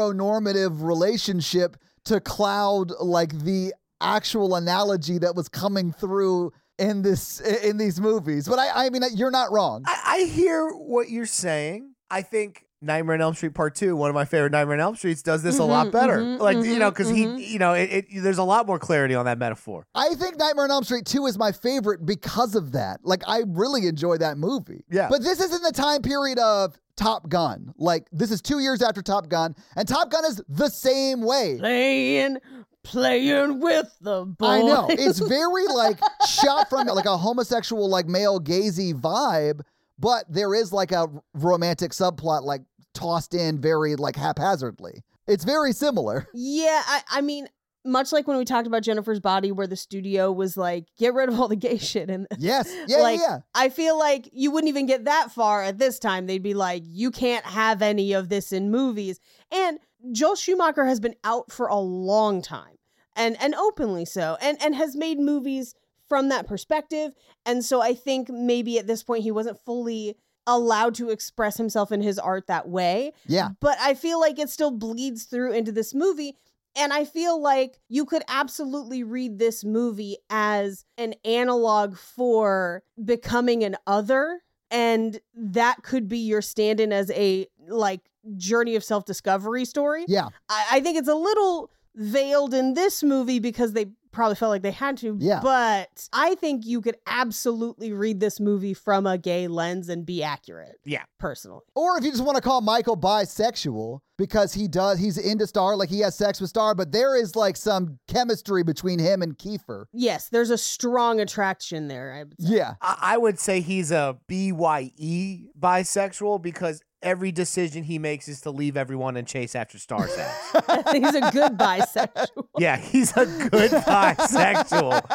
heteronormative relationship to cloud like the actual analogy that was coming through in this in these movies. But I I mean you're not wrong. I, I hear what you're saying. I think Nightmare on Elm Street Part Two, one of my favorite Nightmare on Elm Streets, does this a lot better. mhm, like you mhm, know, because mhm. he, you know, it, it, there's a lot more clarity on that metaphor. I think Nightmare on Elm Street 2 is my favorite because of that. Like, I really enjoy that movie. Yeah. But this is in the time period of Top Gun. Like, this is two years after Top Gun, and Top Gun is the same way. Playing, playing with the boy. I know. It's very, like, shot from, like, a homosexual, like, male gazy vibe, but there is, like, a romantic subplot, like, tossed in very, like, haphazardly. It's very similar. Yeah, I, I mean, much like when we talked about Jennifer's body, where the studio was like, get rid of all the gay shit. And Yes. Yeah, yeah, like, yeah. I feel like you wouldn't even get that far at this time. They'd be like, you can't have any of this in movies. And Joel Schumacher has been out for a long time and, and openly so, and, and has made movies from that perspective. And so I think maybe at this point he wasn't fully allowed to express himself in his art that way Yeah. but I feel like it still bleeds through into this movie. And I feel like you could absolutely read this movie as an analog for becoming an other. And that could be your stand in as a like journey of self discovery story. Yeah. I, I think it's a little veiled in this movie because they probably felt like they had to. Yeah. But I think you could absolutely read this movie from a gay lens and be accurate. Yeah. Personally. Or if you just want to call Michael bisexual because he does, he's into Star, like he has sex with Star, but there is like some chemistry between him and Kiefer. Yes, there's a strong attraction there. I would say. Yeah. I, I would say he's a BYE bisexual because every decision he makes is to leave everyone and chase after stars. He's a good bisexual. yeah, he's a good bisexual.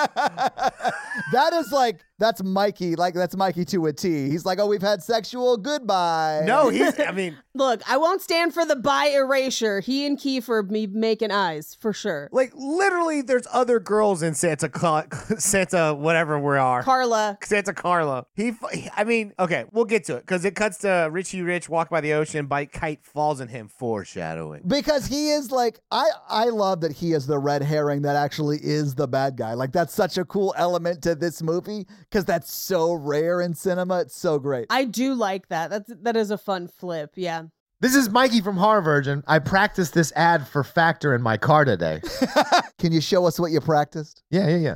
that is like, that's Mikey. Like, that's Mikey to a T. He's like, oh, we've had sexual. Goodbye. No, he's. I mean, Look, I won't stand for the bi erasure. He and Kiefer be making eyes for sure. like literally, there's other girls in Santa Cla- Santa whatever we are. Carla, Santa Carla. He, f- I mean, okay, we'll get to it because it cuts to Richie Rich walk by the ocean, bike kite falls on him, foreshadowing. Because he is like, I, I love that he is the red herring that actually is the bad guy. Like, that's such a cool element to this movie because that's so rare in cinema. It's so great. I do like that. That's that is a fun flip. Yeah. This is Mikey from Harvirgin. I practiced this ad for Factor in my car today. Can you show us what you practiced? Yeah, yeah, yeah.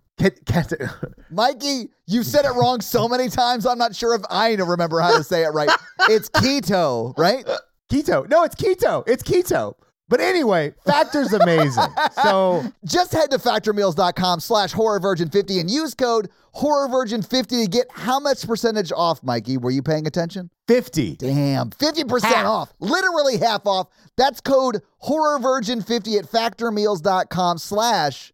Ket- keto? Mikey, you said it wrong so many times, I'm not sure if I even remember how to say it right. It's keto, right? keto? No, it's keto. It's keto. But anyway, Factor's amazing. so Just head to factormeals.com slash horrorvirgin50 and use code horrorvirgin50 to get how much percentage off, Mikey? Were you paying attention? fifty. Damn, 50% off. Literally half off. That's code HorrorVirgin50 at factormeals.com slash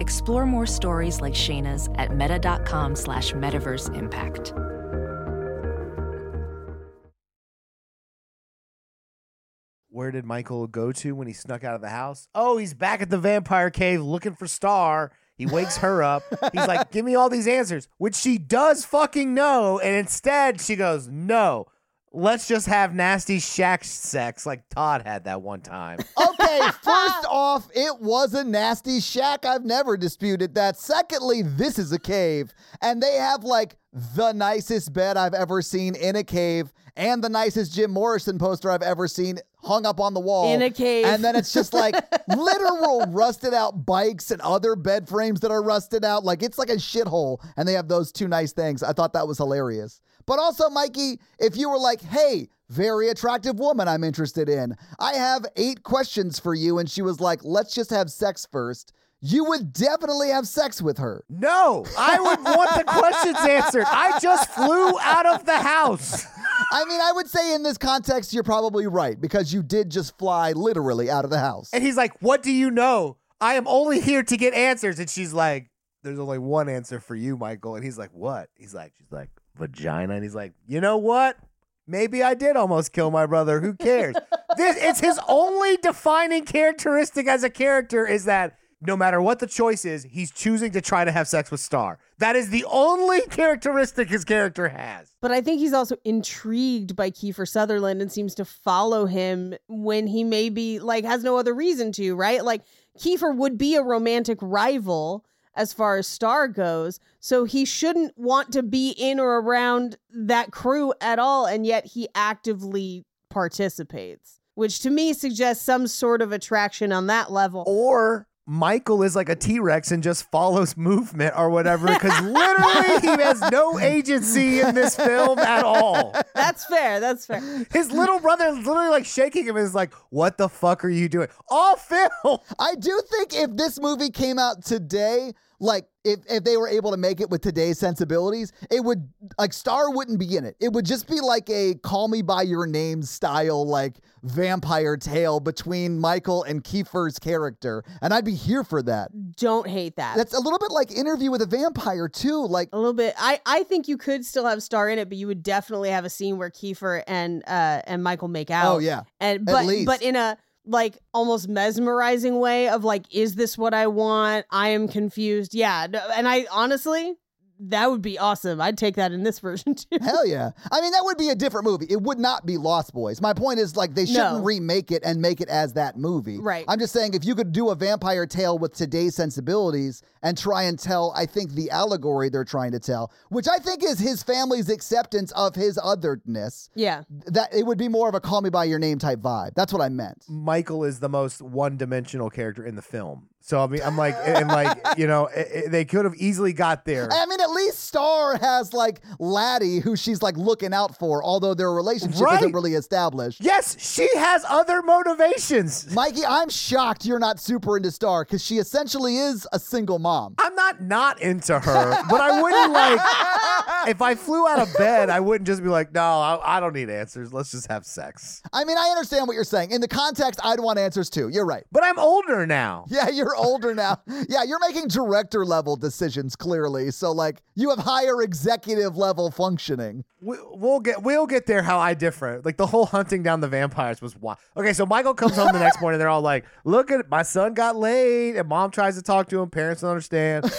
Explore more stories like Shayna's at meta.com slash metaverse impact. Where did Michael go to when he snuck out of the house? Oh, he's back at the vampire cave looking for Star. He wakes her up. He's like, "Give me all these answers," which she does fucking know, and instead she goes, "No, let's just have nasty shack sex like Todd had that one time." Okay, first off, it was a nasty shack. I've never disputed that. Secondly, this is a cave, and they have like the nicest bed I've ever seen in a cave, and the nicest Jim Morrison poster I've ever seen hung up on the wall In a cave. And then it's just like literal rusted out bikes and other bed frames that are rusted out. Like it's like a shithole, and they have those two nice things. I thought that was hilarious. But also, Mikey, if you were like, hey, very attractive woman I'm interested in, I have eight questions for you, and she was like, let's just have sex first, you would definitely have sex with her. No, I would want the questions answered. I just flew out of the house. I mean, I would say in this context, you're probably right because you did just fly literally out of the house. And he's like, What do you know? I am only here to get answers. And she's like, There's only one answer for you, Michael. And he's like, What? He's like, She's like, Vagina. And he's like, You know what? Maybe I did almost kill my brother. Who cares? this it's his only defining characteristic as a character is that no matter what the choice is, he's choosing to try to have sex with Star. That is the only characteristic his character has. But I think he's also intrigued by Kiefer Sutherland and seems to follow him when he maybe like has no other reason to, right? Like Kiefer would be a romantic rival as far as Star goes, so he shouldn't want to be in or around that crew at all, and yet he actively participates, which to me suggests some sort of attraction on that level. Oh. Or Michael is like a T Rex and just follows movement or whatever because literally he has no agency in this film at all. That's fair. That's fair. His little brother is literally like shaking him and is like, What the fuck are you doing? All film. I do think if this movie came out today, like if, if they were able to make it with today's sensibilities, it would like Star wouldn't be in it. It would just be like a call me by your name style like vampire tale between Michael and Kiefer's character. And I'd be here for that. Don't hate that. That's a little bit like interview with a vampire too. Like a little bit. I I think you could still have Star in it, but you would definitely have a scene where Kiefer and uh and Michael make out. Oh yeah. and but least. but in a like almost mesmerizing way of like, is this what I want? I am confused. Yeah, no- and I honestly that would be awesome. I'd take that in this version too. Hell yeah. I mean, that would be a different movie. It would not be Lost Boys. My point is, like, they shouldn't No. remake it and make it as that movie. Right. I'm just saying, if you could do a vampire tale with today's sensibilities and try and tell, I think, the allegory they're trying to tell, which I think is his family's acceptance of his otherness, Yeah. that it would be more of a call me by your name type vibe. That's what I meant. Michael is the most one-dimensional character in the film. So I mean, I'm like, and like, you know, i i they could have easily got there. I mean, at least Star has like Laddie, who she's like looking out for, although their relationship isn't Right. really established. Yes, she has other motivations. Mikey, I'm shocked you're not super into Star because she essentially is a single mom. I'm not not into her, but I wouldn't like. If I flew out of bed, I wouldn't just be like, no, I, I don't need answers. Let's just have sex. I mean, I understand what you're saying. In the context, I'd want answers too. You're right. But I'm older now. Yeah, you're older now. Yeah, you're making director level decisions clearly. So, like, you have higher executive level functioning. We, we'll get we'll get there. How I differ. Like the whole hunting down the vampires was wild. Okay, so Michael comes home the next morning. They're all like, "Look at my son got laid," and mom tries to talk to him. Parents don't understand.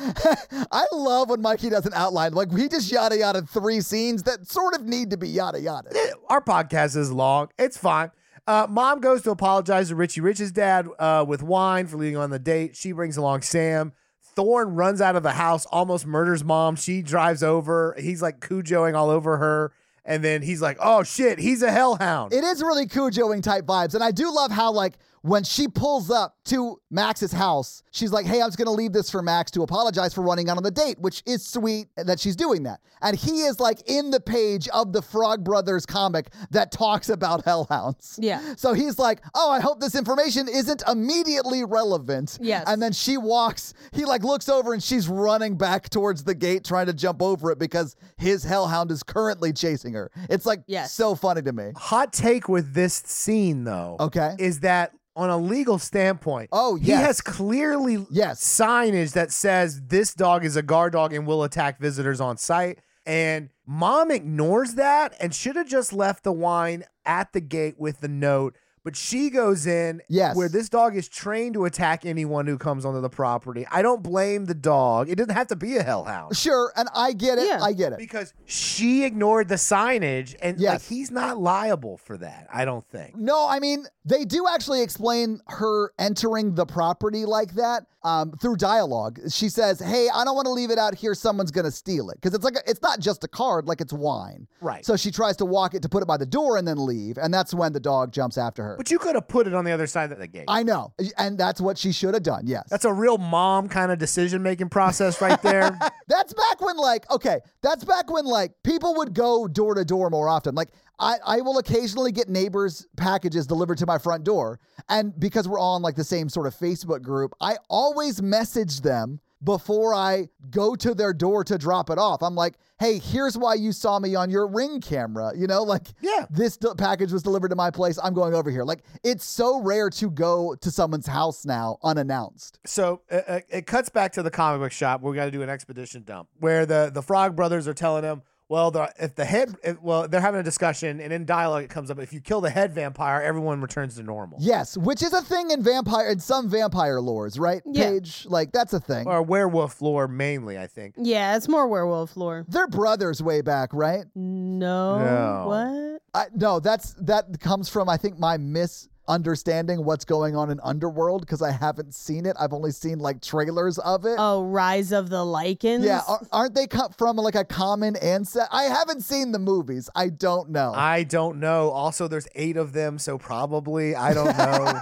I love when Mikey doesn't outline. Like, he just yada yada three scenes that sort of need to be yada yada. Our podcast is long. It's fine. Uh, mom goes to apologize to Richie Rich's dad uh, with wine for leading on the date. She brings along Sam. Thorn runs out of the house, almost murders mom. She drives over. He's like cujoing all over her. And then he's like, oh shit, he's a hellhound. It is really Cujoing type vibes. And I do love how, like, when she pulls up to Max's house, she's like, hey, I'm just going to leave this for Max to apologize for running out on the date, which is sweet that she's doing that. And he is, like, in the page of the Frog Brothers comic that talks about hellhounds. Yeah. So he's like, oh, I hope this information isn't immediately relevant. Yes. And then she walks, he, like, looks over and she's running back towards the gate trying to jump over it because his hellhound is currently chasing her. It's, like, Yes. so funny to me. Hot take with this scene, though, Okay. is that on a legal standpoint, Oh, he yes. has clearly Yes. signage that says this dog is a guard dog and will attack visitors on site. And mom ignores that and should have just left the wine at the gate with the note. But she goes in Yes. where this dog is trained to attack anyone who comes onto the property. I don't blame the dog. It didn't have to be a hellhound Sure, and I get it. Yeah. I get it. because she ignored the signage and like Yes. Mm, he's not liable for that. I don't think. No, I mean, they do actually explain her entering the property like that um, through dialogue. She says, Hey, I don't want to leave it out here. Someone's going to steal it. Because it's like, a, it's not just a card, like it's wine. Right. So she tries to walk it to put it by the door and then leave. And that's when the dog jumps after her. But you could have put it on the other side of the gate. I know. And that's what she should have done. Yes. That's a real mom kind of decision making process right there. That's back when like okay, that's back when like people would go door to door more often. Like I, I will occasionally get neighbors' packages delivered to my front door, and because we're all in like the same sort of Facebook group, I always message them before I go to their door to drop it off. I'm like, hey, here's why you saw me on your ring camera. You know, like Yeah. this d- package was delivered to my place. I'm going over here. Like it's so rare to go to someone's house now unannounced. so uh, uh, it cuts back to the comic book shop where we got to do an expedition dump where the, the Frog Brothers are telling him, well, the, if the head, if, well, they're having a discussion and in dialogue it comes up if you kill the head vampire, everyone returns to normal. Yes, which is a thing in vampire in some vampire lores, right? Yeah. Paige, like that's a thing. Or werewolf lore mainly, I think. Yeah, it's more werewolf lore. They're brothers way back, right? Mm. No. No. What? I, no, that's that comes from I think my misunderstanding what's going on in Underworld because I haven't seen it. I've only seen like trailers of it. Oh, Rise of the Lycans? yeah, uh ar- aren't they cut from like a common ancestor? I haven't seen the movies. I don't know. I don't know. Also, there's eight of them, so probably I don't know.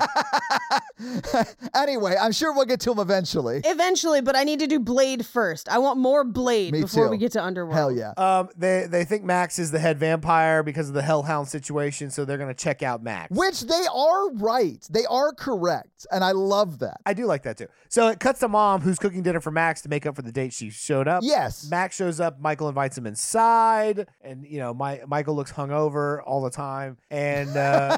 anyway, I'm sure we'll get to them eventually. Eventually, but I need to do Blade first. I want more Blade Me before too. we get to Underworld. Hell yeah. Um, they they think Max is the head vampire because of the Hellhound situation, so they're gonna check out Max. Which they are right. They are correct. And I love that. I do like that too. So it cuts to mom who's cooking dinner for Max to make up for the date she showed up. Yes. Max shows up. Michael invites him inside, and you know, my Michael looks hungover all the time. And uh,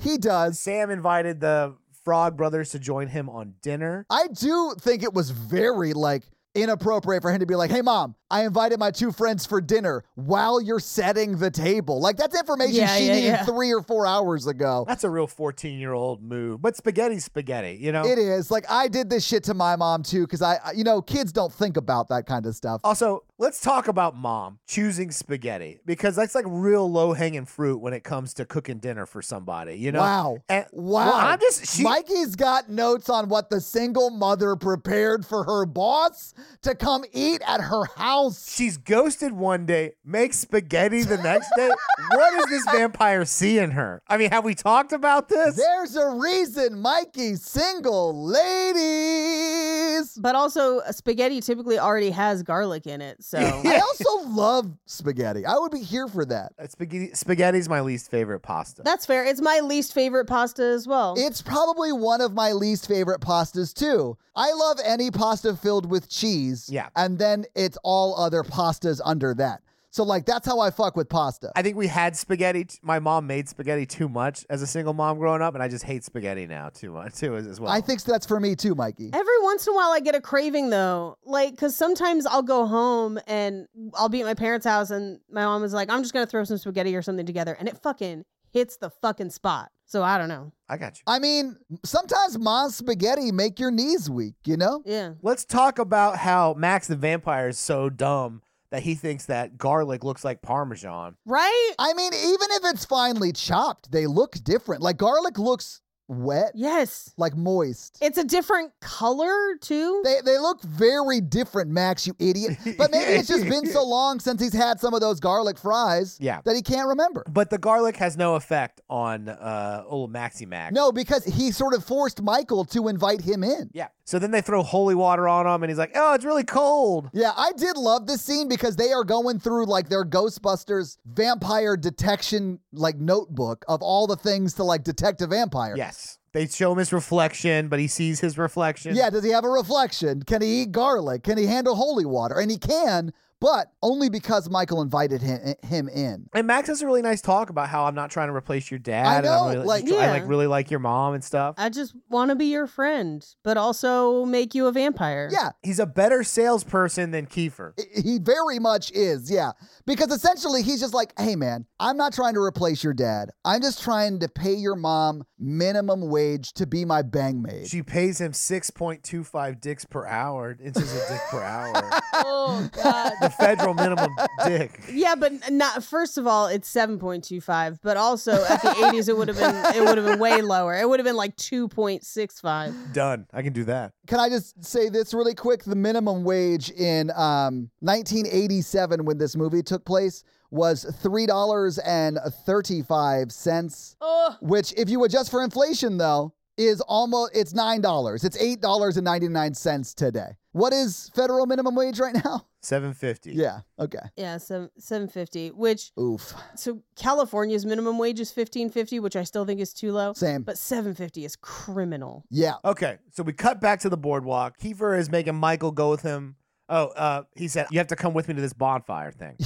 He does. Sam invited the Frog Brothers to join him on dinner. I do think it was very like inappropriate for him to be like, hey, mom, I invited my two friends for dinner while you're setting the table. Like, that's information Yeah, she yeah, needed yeah. three or four hours Oh. ago. That's a real 14 year old move. But spaghetti's spaghetti, you know? It is. Like, I did this shit to my mom too, because I, I- you know, kids don't think about that kind of stuff. Also, let's talk about mom choosing spaghetti because that's like real low hanging fruit when it comes to cooking dinner for somebody, you know? wow. And- wow. Well, I'm just, she, Mikey's got notes on what the single mother prepared for her boss to come eat at her house. she's ghosted one day, makes spaghetti the next day. what does this vampire see in her? I mean, have we talked about this? There's a reason Mikey's single, ladies. But also, uh, spaghetti typically already has garlic in it. So I also love spaghetti. I would be here for that. Uh, Spaghetti, spaghetti's my least favorite pasta. that's fair. It's my least favorite pasta as well. It's probably one of my least favorite pastas too. I love any pasta filled with cheese. Yeah. And then it's all other pastas under that. So like that's how I fuck with pasta. I think we had spaghetti. t- My mom made spaghetti too much as a single mom growing up, and I just hate spaghetti now too much too as as well. I think that's for me too, Mikey. Every once in a while, I get a craving though, like because sometimes I'll go home and I'll be at my parents' house, and my mom is like, "I'm just gonna throw some spaghetti or something together," and it fucking hits the fucking spot. So I don't know. I got you. I mean, sometimes mom's spaghetti make your knees weak, you know? Yeah, Let's talk about how Max the vampire is so dumb that he thinks that garlic looks like parmesan. right? I mean, even if it's finely chopped, they look different. Like garlic looks wet, Yes, like moist. it's a different color too. They, they look very different, Max, you idiot. But maybe it's just been so long since he's had some of those garlic fries Yeah. that he can't remember. But the garlic has no effect on uh, old Maxie Max. No, because he sort of forced Michael to invite him in. Yeah. So then they throw holy water on him, and he's like, "Oh, it's really cold." Yeah, I did love this scene because they are going through like their Ghostbusters vampire detection like notebook of all the things to like detect a vampire. Yes. They show him his reflection, but he sees his reflection. Yeah, does he have a reflection? Can he eat garlic? Can he handle holy water? And he can, but only because Michael invited him, him in. And Max has a really nice talk about how I'm not trying to replace your dad. I and know, I'm really, like- I Yeah. like really like your mom and stuff. I just want to be your friend, but also make you a vampire. Yeah, He's a better salesperson than Kiefer. i- he very much is. Yeah. Because essentially he's just like, hey, man, I'm not trying to replace your dad. I'm just trying to pay your mom minimum wage to be my bang maid. She pays him 6.25 dicks per hour, inches of dick per hour. Oh god. The federal minimum dick. Yeah, but not. First of all, it's seven point two five. But also, at the eighties, it would have been it would have been way lower. It would have been like two point six five. Done. I can do that. Can I just say this really quick? The minimum wage in um, 1987, when this movie took place, was three dollars and thirty-five cents. Which, if you adjust for inflation, though, is almost it's nine dollars. It's eight dollars and ninety-nine cents today. What is federal minimum wage right now? 750. Yeah. Okay. Yeah, seven seven fifty. Which Oof. so California's minimum wage is fifteen fifty, which I still think is too low. Same. But seven fifty is criminal. Yeah. Okay, so we cut back to the boardwalk. Kiefer is making Michael go with him. Oh, uh, he said, You have to come with me to this bonfire thing.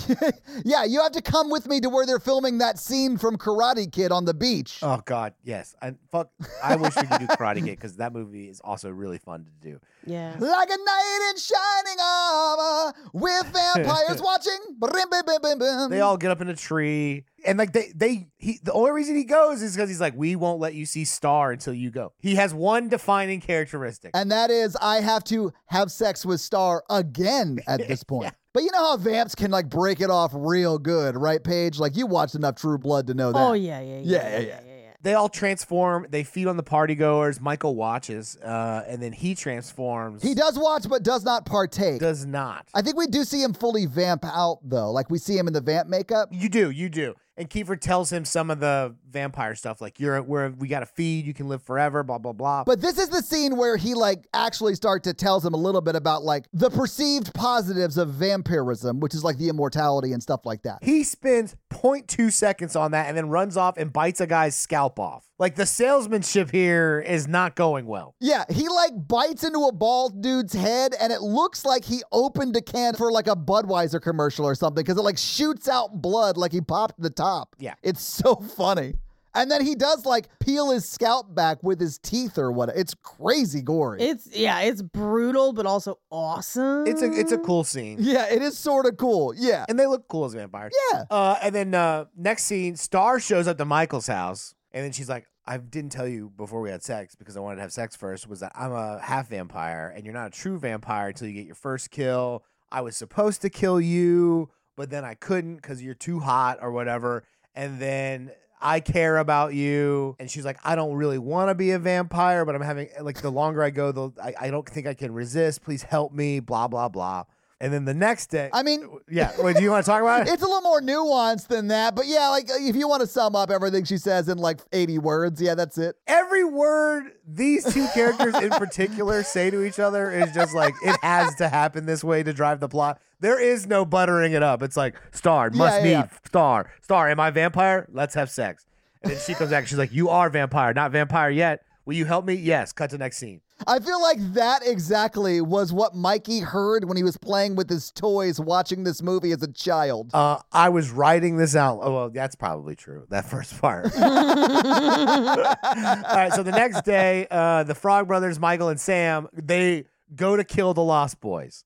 yeah. You have to come with me to where they're filming that scene from Karate Kid on the beach. oh, God, yes. And fuck, I wish we could do Karate Kid because that movie is also really fun to do. Yeah. Like a knight in shining armor with vampires watching. Brim, bim, bim, bim, bim. They all get up in a tree, and like they they he the only reason he goes is because he's like, we won't let you see Star until you go. He has one defining characteristic. And that is, I have to have sex with Star again at this point. But you know how vamps can like break it off real good, right, Paige? Like you watched enough True Blood to know that. Oh yeah, yeah, yeah, Yeah, yeah, yeah. they all transform. They feed on the party goers. Michael watches, uh, and then he transforms. He does watch, but does not partake. does not. I think we do see him fully vamp out though. Like we see him in the vamp makeup. you do, you do. And Kiefer tells him some of the vampire stuff, like you're where we got to feed. You can live forever. Blah blah blah. But this is the scene where he like actually start to tells him a little bit about like the perceived positives of vampirism, which is like the immortality and stuff like that. He spends 0.2 seconds on that and then runs off and bites a guy's scalp off. Like the salesmanship here is not going well. Yeah, he like bites into a bald dude's head, and it looks like he opened a can for like a Budweiser commercial or something because it like shoots out blood like he popped the top. Yeah. It's so funny. And then he does like peel his scalp back with his teeth or what. It's crazy gory. It's yeah, it's brutal, but also awesome. It's a it's a cool scene, yeah, it is sort of cool. Yeah. and they look cool as vampires. Yeah. Uh, and then uh, next scene, Star shows up to Michael's house, and then she's like, "I didn't tell you before we had sex because I wanted to have sex first. Was that I'm a half vampire, and you're not a true vampire until you get your first kill. I was supposed to kill you, but then I couldn't because you're too hot or whatever. And then." I care about you, and she's like, I don't really want to be a vampire, but I'm having like the longer I go, the I, I don't think I can resist. Please help me, blah blah blah. And then the next day, I mean, yeah. Wait, do you want to talk about it? it's a little more nuanced than that. But yeah, like if you want to sum up everything she says in like 80 words, yeah, that's it. every word these two characters in particular say to each other is just like it has to happen this way to drive the plot. There is no buttering it up. It's like star must Yeah, need yeah, star star. Am I vampire? Let's have sex. And then she comes back. She's like, "You are vampire, not vampire yet. Will you help me? Yes." Cut to next scene. I feel like that exactly was what Mikey heard when he was playing with his toys watching this movie as a child. Uh, I was writing this out. Oh, well, that's probably true. That first part. All right. So the next day, uh, the Frog Brothers, Michael and Sam, they go to kill the Lost Boys.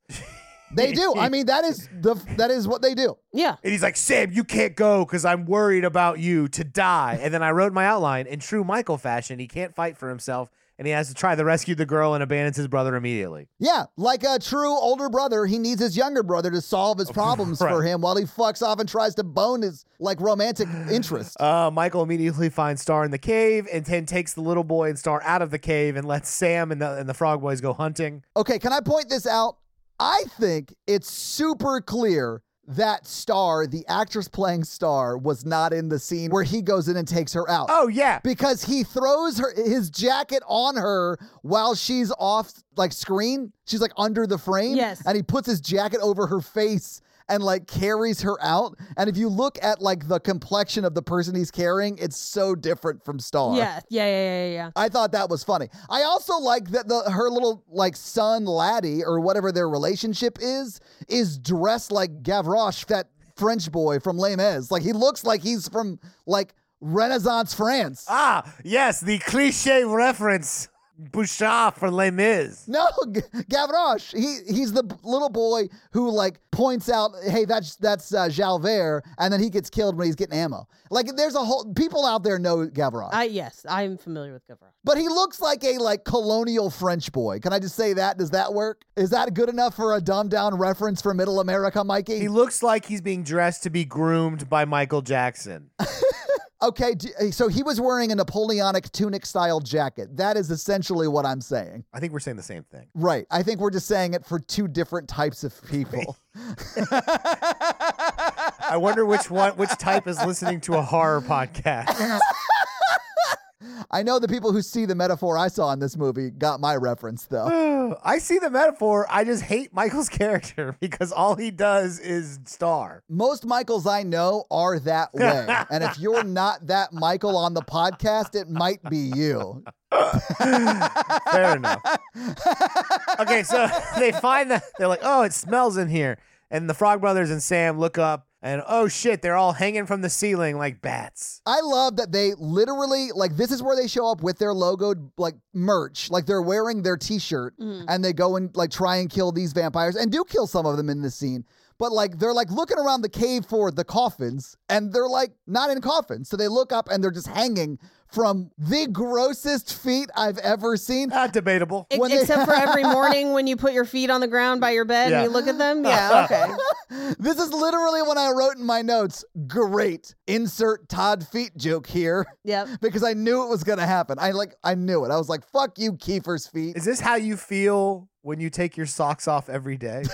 They do. I mean, that is the that is what they do. yeah. And he's like, Sam, you can't go because I'm worried about you to die. And then I wrote my outline in true Michael fashion. He can't fight for himself and he has to try to rescue the girl and abandons his brother immediately. Yeah, like a true older brother, he needs his younger brother to solve his problems for Right. him while he fucks off and tries to bone his like romantic interest. Uh, Michael immediately finds Star in the cave and then takes the little boy and Star out of the cave and lets Sam and the, and the frog boys go hunting. Okay, can I point this out? I think it's super clear that Star, the actress playing Star, was not in the scene where he goes in and takes her out. Oh, yeah. Because he throws her his jacket on her while she's off like screen. She's like under the frame. Yes. And he puts his jacket over her face and like carries her out. And if you look at like the complexion of the person he's carrying, it's so different from Star. Yeah, yeah, yeah, yeah, yeah. I thought that was funny. I also like that the her little like son Laddie or whatever their relationship is is dressed like Gavroche, that French boy from Les Mis. Like he looks like he's from like Renaissance France. Ah, yes, the cliche reference. Bouchard for Les Mis. no, G- Gavroche. He he's the b- little boy who like points out, "Hey, that's that's uh, Jalvert," and then he gets killed when he's getting ammo. Like there's a whole people out there know Gavroche. I yes, I'm familiar with Gavroche. But he looks like a like colonial French boy. Can I just say that? Does that work? Is that good enough for a dumbed down reference for middle America, Mikey? He looks like he's being dressed to be groomed by Michael Jackson. okay, d- eh, so he was wearing a Napoleonic tunic style jacket. That is essentially what I'm saying. I think we're saying the same thing. Right. I think we're just saying it for two different types of people. I wonder which one, which type is listening to a horror podcast. I know the people who see the metaphor I saw in this movie got my reference though. I see the metaphor. I just hate Michael's character because all he does is star. Most Michaels I know are that way. and if you're not that Michael on the podcast, it might be you. Fair enough. Okay, so they find that they're like, oh, it smells in here, and the Frog Brothers and Sam look up, and oh shit, they're all hanging from the ceiling like bats. I love that they literally like this is where they show up with their logoed like merch, like they're wearing their T-shirt, and they go and like try and kill these vampires and do kill some of them in this scene. But like they're like looking around the cave for the coffins, and they're like not in coffins, so they look up and they're just hanging from the grossest feet I've ever seen. Not Ah, debatable. Ex- When they- Except for every morning when you put your feet on the ground by your bed Yeah. and you look at them. Yeah, okay. This is literally when I wrote in my notes. Great insert Todd feet joke here yep. because I knew it was gonna happen. I like I knew it. I was like, fuck you, Kiefer's feet. Is this how you feel when you take your socks off every day?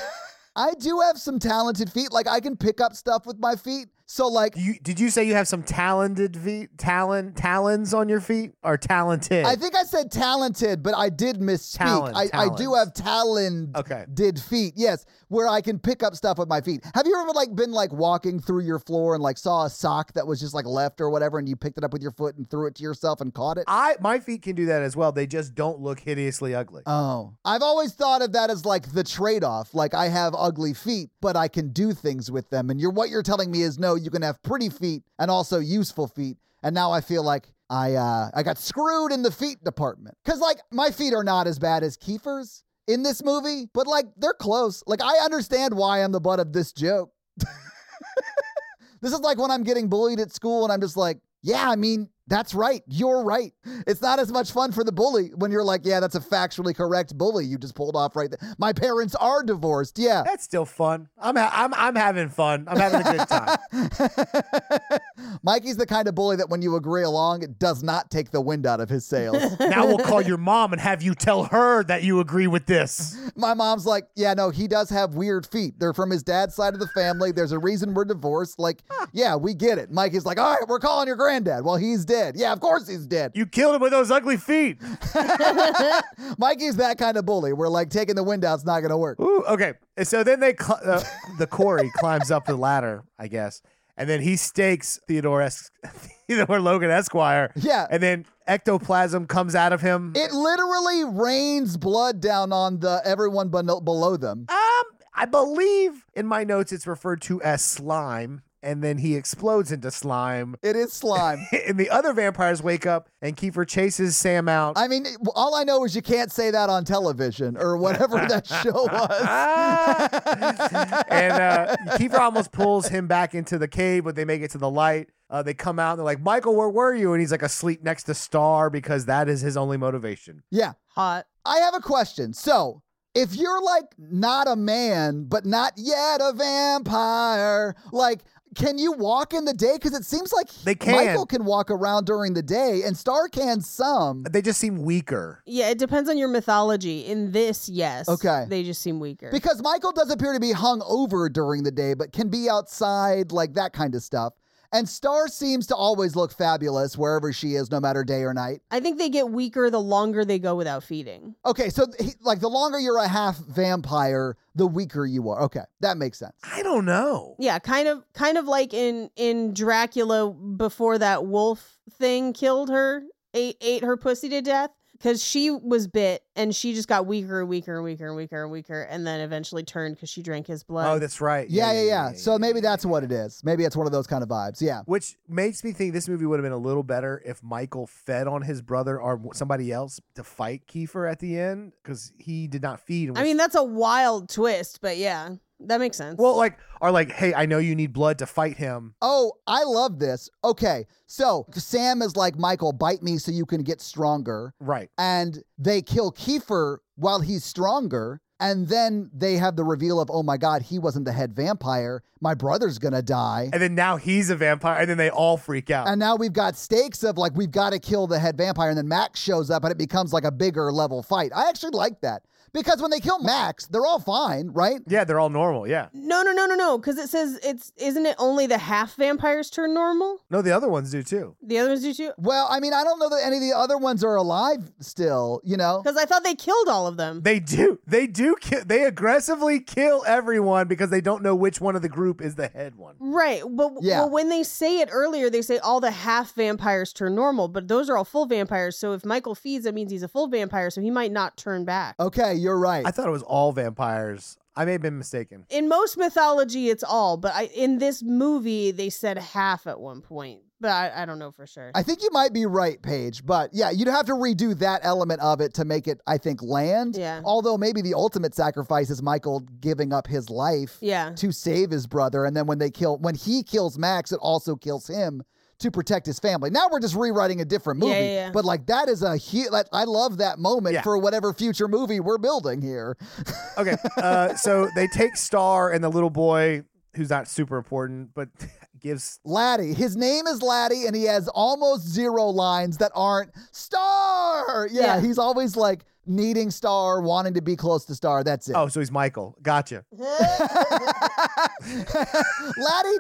I do have some talented feet. Like I can pick up stuff with my feet. So like Do you, did you say you have some talented feet, talon, talons on your feet, or talented? I think I said talented, but I did misspeak. Talent, I, I do talents. have talent Okay. did feet, yes, where I can pick up stuff with my feet. Have you ever like been like walking through your floor and like saw a sock that was just like left or whatever and you picked it up with your foot and threw it to yourself and caught it? I my feet can do that as well. They just don't look hideously ugly. Oh, I've always thought of that as like the trade off. Like, I have ugly feet, but I can do things with them. And you're, what you're telling me is no, you can have pretty feet and also useful feet. And now I feel like I uh, I got screwed in the feet department because like my feet are not as bad as Kiefer's in this movie, but like they're close. Like I understand why I'm the butt of this joke. This is like when I'm getting bullied at school and I'm just like, yeah, I mean, that's right. You're right. It's not as much fun for the bully when you're like, yeah, that's a factually correct bully you just pulled off right there. My parents are divorced. Yeah. That's still fun. I'm ha- I'm I'm having fun. I'm having a good time. Mikey's the kind of bully that when you agree along, it does not take the wind out of his sails. now we'll call your mom and have you tell her that you agree with this. My mom's like, yeah, no, he does have weird feet. They're from his dad's side of the family. There's a reason we're divorced. Like, yeah, we get it. Mikey's like, all right, we're calling your granddad. Well, he's dead. Yeah, of course he's dead. You killed him with those ugly feet. Mikey's that kind of bully where like taking the wind out's not going to work. Ooh, okay. And So then they cl- uh, the Corey climbs up the ladder, I guess, and then he stakes Theodore es- Theodore Logan Esquire. Yeah. and then ectoplasm comes out of him. It literally rains blood down on the everyone beno- below them. um, I believe in my notes it's referred to as slime, and then he explodes into slime. It is slime. and the other vampires wake up, and Kiefer chases Sam out. I mean, all I know is you can't say that on television or whatever that show was. and uh, Kiefer almost pulls him back into the cave, but they make it to the light. Uh, they come out and they're like, Michael, where were you? And he's like asleep next to Star because that is his only motivation. yeah. Hot. I have a question. So, if you're like not a man, but not yet a vampire, like, can you walk in the day? Because it seems like They can. Michael can walk around during the day, and Star can some. They just seem weaker. Yeah, it depends on your mythology. In this, yes. Okay. They just seem weaker. Because Michael does appear to be hung over during the day, but can be outside, like that kind of stuff. And Star seems to always look fabulous wherever she is, no matter day or night. I think they get weaker the longer they go without feeding. Okay, so he, like the longer you're a half vampire, the weaker you are. Okay, that makes sense. I don't know. Yeah, kind of kind of like in in Dracula before that wolf thing killed her, ate ate her pussy to death cuz she was bit and she just got weaker and weaker and weaker and weaker and weaker and then eventually turned cuz she drank his blood. Oh, that's right. Yeah, yeah, yeah. so maybe that's what it is. Maybe it's one of those kind of vibes. Yeah. Which makes me think this movie would have been a little better if Michael fed on his brother or somebody else to fight Kiefer at the end because he did not feed. And I was- mean, that's a wild twist, but yeah, that makes sense. well, like, are like, hey, I know you need blood to fight him. Oh, I love this. Okay, so Sam is like, Michael, bite me so you can get stronger. Right. and they kill Kiefer while he's stronger. And then they have the reveal of, oh my God, he wasn't the head vampire. My brother's gonna die. And then now he's a vampire, and then they all freak out. And now we've got stakes of like, we've got to kill the head vampire. And then Max shows up and it becomes like a bigger level fight. I actually like that because when they kill Max, they're all fine, right? yeah, they're all normal. Yeah. no, no, no, no, no, cuz it says it's isn't it only the half vampires turn normal? No, the other ones do too. The other ones do too? Well, I mean, I don't know that any of the other ones are alive still, you know? Cuz I thought they killed all of them. They do. They do. Ki- they aggressively kill everyone because they don't know which one of the group is the head one. Right, but w- Yeah. well, when they say it earlier, they say all the half vampires turn normal, but those are all full vampires. So if Michael feeds, that means he's a full vampire, so he might not turn back. Okay, you're right. I thought it was all vampires. I may have been mistaken. In most mythology, it's all, but I, in this movie, they said half at one point, but I, I don't know for sure. I think you might be right, Paige, but yeah, you'd have to redo that element of it to make it, I think, land. Yeah. Although maybe the ultimate sacrifice is Michael giving up his life yeah, to save his brother, and then when they kill, when he kills Max, it also kills him to protect his family. Now we're just rewriting a different Yeah, movie, yeah, yeah. but like that is a huge. Like, I love that moment Yeah. for whatever future movie we're building here. Okay. Uh, so they take Star and the little boy, who's not super important, but gives. Laddie. His name is Laddie, and he has almost zero lines that aren't star. Yeah, Yeah. he's always like needing star, wanting to be close to star. That's it. Oh, so he's Michael. Gotcha. Laddie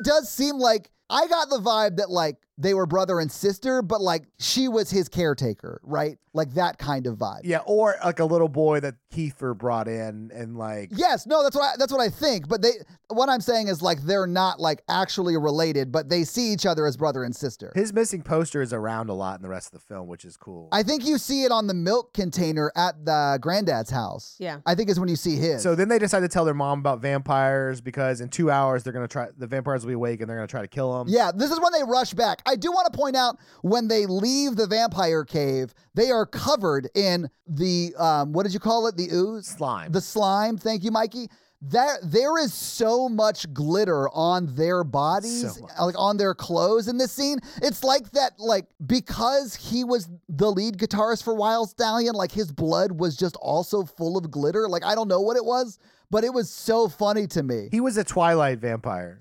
does seem like I got the vibe that like they were brother and sister, but like she was his caretaker, right? Like that kind of vibe. Yeah, or like a little boy that Kiefer brought in, and like Yes, no, that's what I, that's what I think. But they, what I'm saying is like they're not like actually related, but they see each other as brother and sister. his missing poster is around a lot in the rest of the film, which is cool. I think you see it on the milk container at the granddad's house. Yeah. I think is when you see his. So then they decide to tell their mom about vampires because because in two hours they're gonna try. The vampires will be awake and they're gonna try to kill them. Yeah, this is when they rush back. I do want to point out when they leave the vampire cave, they are covered in the um, what did you call it? The ooze, Slime. the slime. Thank you, Mikey. That there is so much glitter on their bodies, So much. like on their clothes in this scene. It's like that, like because he was the lead guitarist for Wild Stallion, like his blood was just also full of glitter. Like I don't know what it was, but it was so funny to me. He was a Twilight vampire.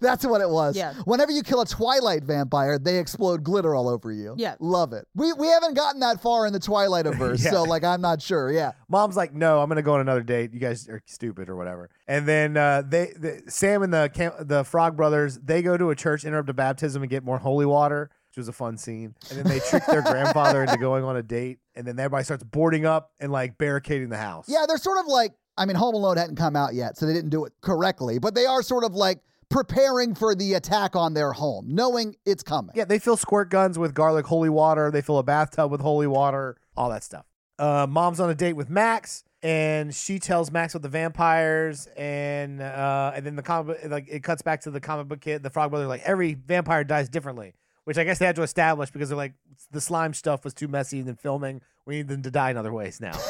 That's what it was. Yeah. Whenever you kill a Twilight vampire, they explode glitter all over you. Yeah. Love it. We we haven't gotten that far in the Twilight verse, so like I'm not sure. Yeah. Mom's like, "No, I'm gonna go on another date. You guys are stupid or whatever." And then uh, they, the, Sam and the cam- the Frog Brothers, they go to a church, interrupt a baptism, and get more holy water, which was a fun scene. And then they trick their grandfather into going on a date, and then everybody starts boarding up and like barricading the house. Yeah, they're sort of like I mean Home Alone hadn't come out yet, so they didn't do it correctly, but they are sort of like preparing for the attack on their home, knowing it's coming. Yeah, they fill squirt guns with garlic holy water. They fill a bathtub with holy water, all that stuff. Uh, Mom's on a date with Max, and she tells Max about the vampires, and uh, and then the comic book- like it cuts back to the comic book kid, the Frog Brother. Like every vampire dies differently, which I guess they had to establish because they're like the slime stuff was too messy in filming. We need them to die in other ways now.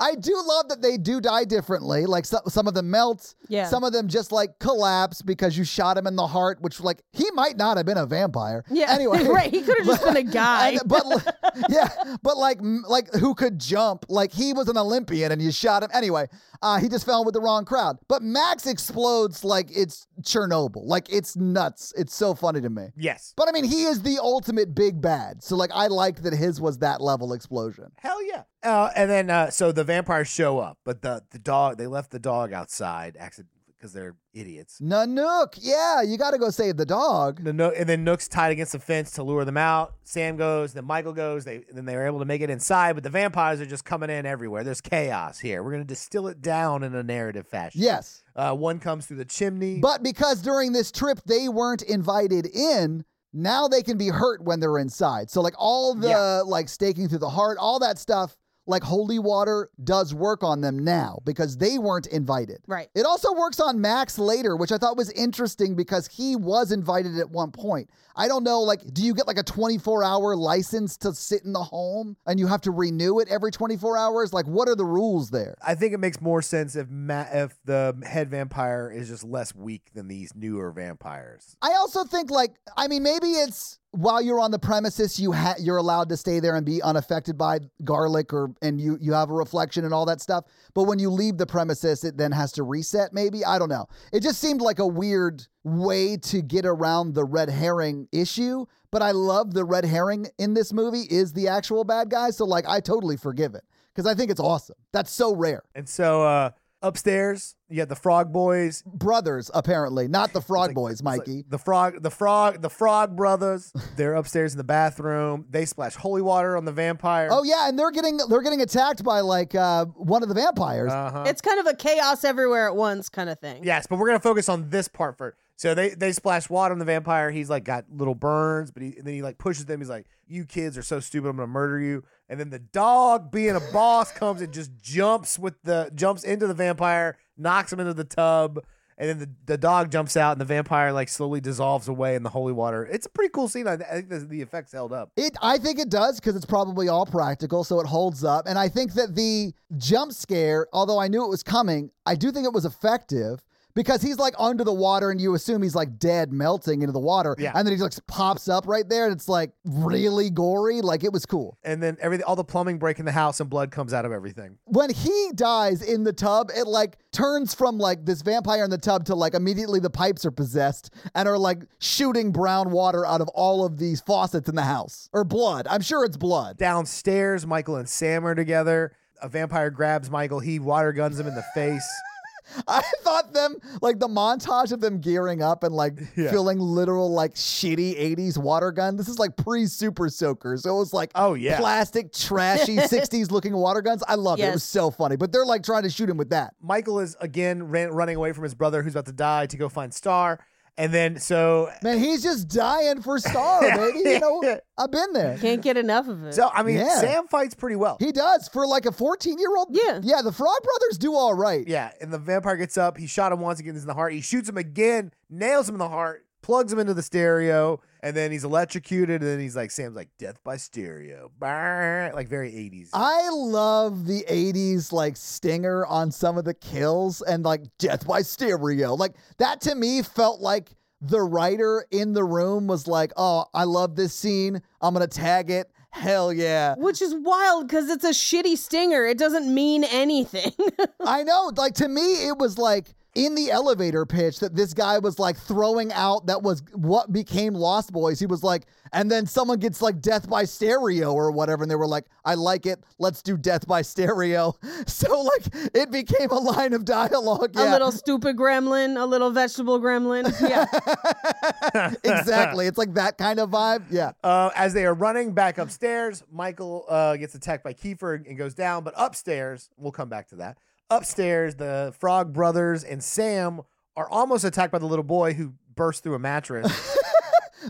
I do love that they do die differently. Like so, some of them melt, Yeah. some of them just like collapse because you shot him in the heart, which like he might not have been a vampire. Yeah. Anyway, right. He could have just been a guy. And- but li- yeah, but like m- like who could jump? Like he was an Olympian and you shot him. Anyway, uh, he just fell in with the wrong crowd. But Max explodes like it's Chernobyl. Like it's nuts. It's so funny to me. yes, But I mean, he is the ultimate big bad. So like I liked that his was that level explosion. Hell yeah. Uh, and then uh, so the vampires show up, but the the dog they left the dog outside accident because they're idiots. Nanook, yeah, you got to go save the dog. The no- and then Nook's tied against the fence to lure them out. Sam goes, then Michael goes. They then they are able to make it inside, but the vampires are just coming in everywhere. There's chaos here. We're gonna distill it down in a narrative fashion. Yes. Uh, one comes through the chimney. But because during this trip they weren't invited in, now they can be hurt when they're inside. So like all the Yeah. like staking through the heart, all that stuff, like holy water does work on them now because they weren't invited. Right. It also works on Max later, which I thought was interesting because he was invited at one point. I don't know, like, do you get like a 24 hour license to sit in the home and you have to renew it every 24 hours? Like, what are the rules there? I think it makes more sense if Ma- if the head vampire is just less weak than these newer vampires. I also think like I mean maybe it's while you're on the premises you ha- you're allowed to stay there and be unaffected by garlic or and you you have a reflection and all that stuff. But when you leave the premises it then has to reset maybe. I don't know. It just seemed like a weird way to get around the red herring issue, but I love the red herring in this movie is the actual bad guy, so like I totally forgive it cuz I think it's awesome. That's so rare. And so uh, upstairs, you got the Frog Boys. Brothers apparently, not the frog boys, It's like Mikey. the frog, the frog, the frog brothers. They're upstairs in the bathroom. They splash holy water on the vampire. Oh yeah, and they're getting they're getting attacked by like uh, one of the vampires. Uh. it's kind of a chaos everywhere at once kind of thing. Yes, but we're gonna focus on this part first. So they they splash water on the vampire. He's like got little burns, but he, and then he like pushes them. He's like, "You kids are so stupid. I'm gonna murder you." And then the dog, being a boss, comes and just jumps with the jumps into the vampire, knocks him into the tub, and then the, the dog jumps out, and the vampire like slowly dissolves away in the holy water. It's a pretty cool scene. I, I think the, the effects held up. It I think it does because it's probably all practical, so it holds up. And I think that the jump scare, although I knew it was coming, I do think it was effective because he's like under the water and you assume he's like dead, melting into the water, Yeah. and then he just pops up right there and it's like really gory. Like it was cool. And then everything, all the plumbing break in the house, and blood comes out of everything. when he dies in the tub, it like turns from like this vampire in the tub to like immediately the pipes are possessed and are like shooting brown water out of all of these faucets in the house or blood. I'm sure it's blood. Downstairs, Michael and Sam are together. A vampire grabs Michael. He water guns him in the face. I thought them like the montage of them gearing up and like filling literal like shitty 80s water gun. This is like pre super soakers. So it was like Oh, yeah. plastic trashy 60s looking water guns. I loved it. It Yes. was so funny. But they're like trying to shoot him with that. Michael is again ran, running away from his brother who's about to die to go find Star. And then so Man, he's just dying for Star, baby. You know, I've been there. Can't get enough of it. so I mean Yeah. Sam fights pretty well. He does for like a 14 year old. Yeah. Yeah, the Frog Brothers do all right. Yeah, and the vampire gets up. He shot him once again in the heart. He shoots him again, nails him in the heart, plugs him into the stereo, and then he's electrocuted. And then he's like, Sam's like, death by stereo. Brrr, Like very 80s. I love the 80s like stinger on some of the kills and like death by stereo. Like that to me felt like the writer in the room was like, oh, I love this scene. I'm going to tag it. Hell yeah. Which is wild because it's a shitty stinger. It doesn't mean anything. I know. Like to me, it was like in the elevator pitch that this guy was like throwing out that was what became Lost Boys. He was like, and then someone gets like death by stereo or whatever, and they were like, I like it. Let's do death by stereo. So like it became a line of dialogue. A Yeah, little stupid gremlin, a little vegetable gremlin. Yeah. exactly. It's like that kind of vibe. Yeah. Uh, as they are running back upstairs, Michael uh, gets attacked by Kiefer and goes down. But upstairs, we'll come back to that. Upstairs, the Frog Brothers and Sam are almost attacked by the little boy who bursts through a mattress.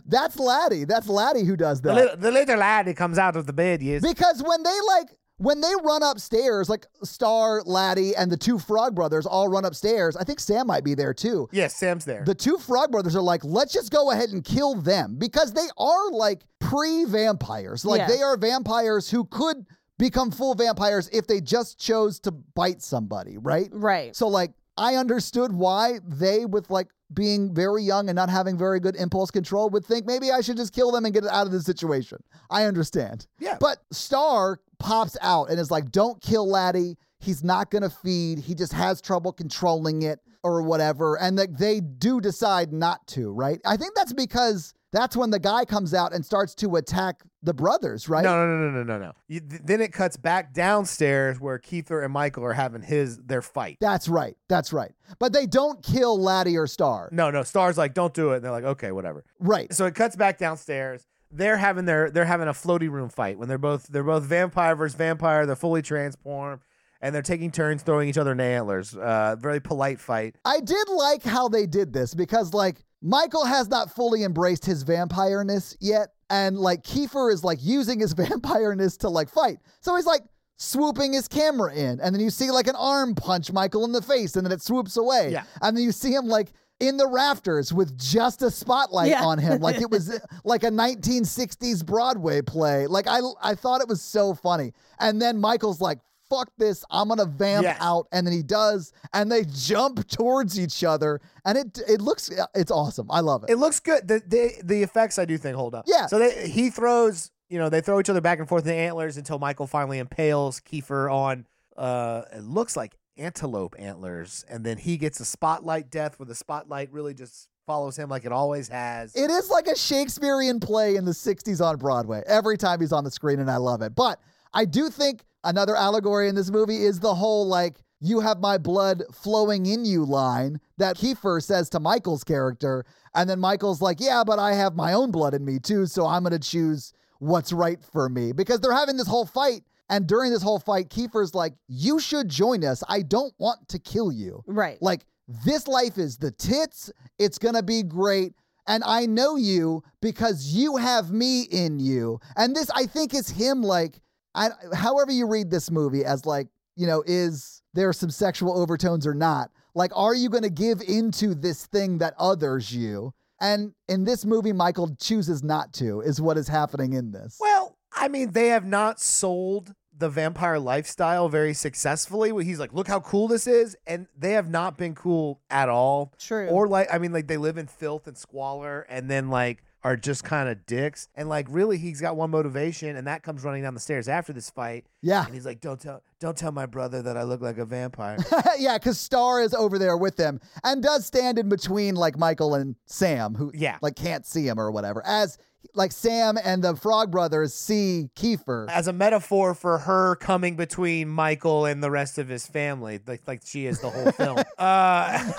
That's Laddie. That's Laddie who does the, that. little, the little lad who comes out of the bed, yes. Because when they like when they run upstairs, like Star, Laddie, and the two Frog Brothers all run upstairs. I think Sam might be there too. Yes, Sam's there. The two Frog Brothers are like, let's just go ahead and kill them because they are like pre vampires. Like Yeah. they are vampires who could become full vampires if they just chose to bite somebody, right? right. So like I understood why they with like being very young and not having very good impulse control would think maybe I should just kill them and get out of this situation. I understand. Yeah. But Star pops out and is like, "Don't kill Laddie. He's not going to feed. He just has trouble controlling it or whatever." And like they do decide not to, right? I think that's because that's when the guy comes out and starts to attack the brothers, right? No, no, no, no, no, no, no. You, th- then it cuts back downstairs where Keither and Michael are having his their fight. That's right. That's right. But they don't kill Laddie or Star. No, no. Star's like, don't do it. And they're like, okay, whatever. Right. So it cuts back downstairs. They're having their they're having a floaty room fight when they're both they're both vampire versus vampire. They're fully transformed and they're taking turns throwing each other in the antlers. Uh, very polite fight. I did like how they did this because like Michael has not fully embraced his vampireness yet, and like Kiefer is like using his vampireness to like fight. So he's like swooping his camera in, and then you see like an arm punch Michael in the face, and then it swoops away. Yeah. And then you see him like in the rafters with just a spotlight Yeah. on him. Like it was like a 1960s Broadway play. Like I I thought it was so funny. And then Michael's like, fuck this, I'm gonna vamp Yes. out. And then he does, and they jump towards each other. And it it looks uh, it's awesome. I love it. It looks good. The the, the effects I do think hold up. Yeah. So they he throws you know they throw each other back and forth in the antlers until Michael finally impales Kiefer on uh it looks like antelope antlers and then he gets a spotlight death where the spotlight really just follows him like it always has. It is like a Shakespearean play in the 60s on Broadway every time he's on the screen, and I love it. But I do think another allegory in this movie is the whole like, you have my blood flowing in you line that Kiefer says to Michael's character. And then Michael's like, yeah, but I have my own blood in me too, so I'm going to choose what's right for me. Because they're having this whole fight. And during this whole fight, Kiefer's like, you should join us. I don't want to kill you. Right. Like, this life is the tits. It's going to be great. And I know you because you have me in you. And this, I think, is him like, I, however you read this movie, as like, you know, is there some sexual overtones or not? Like, are you going to give into this thing that others you? And in this movie, Michael chooses not to, is what is happening in this. Well, I mean, they have not sold the vampire lifestyle very successfully. He's like, look how cool this is. And they have not been cool at all. True. Or like, I mean, like they live in filth and squalor and then like are just kind of dicks. And like, really, he's got one motivation and that comes running down the stairs after this fight. Yeah. And he's like, don't tell, don't tell my brother that I look like a vampire. yeah, because Star is over there with them and does stand in between like Michael and Sam, who Yeah. like can't see him or whatever. As like Sam and the Frog Brothers see Kiefer. As a metaphor for her coming between Michael and the rest of his family, like like she is the whole film. Uh,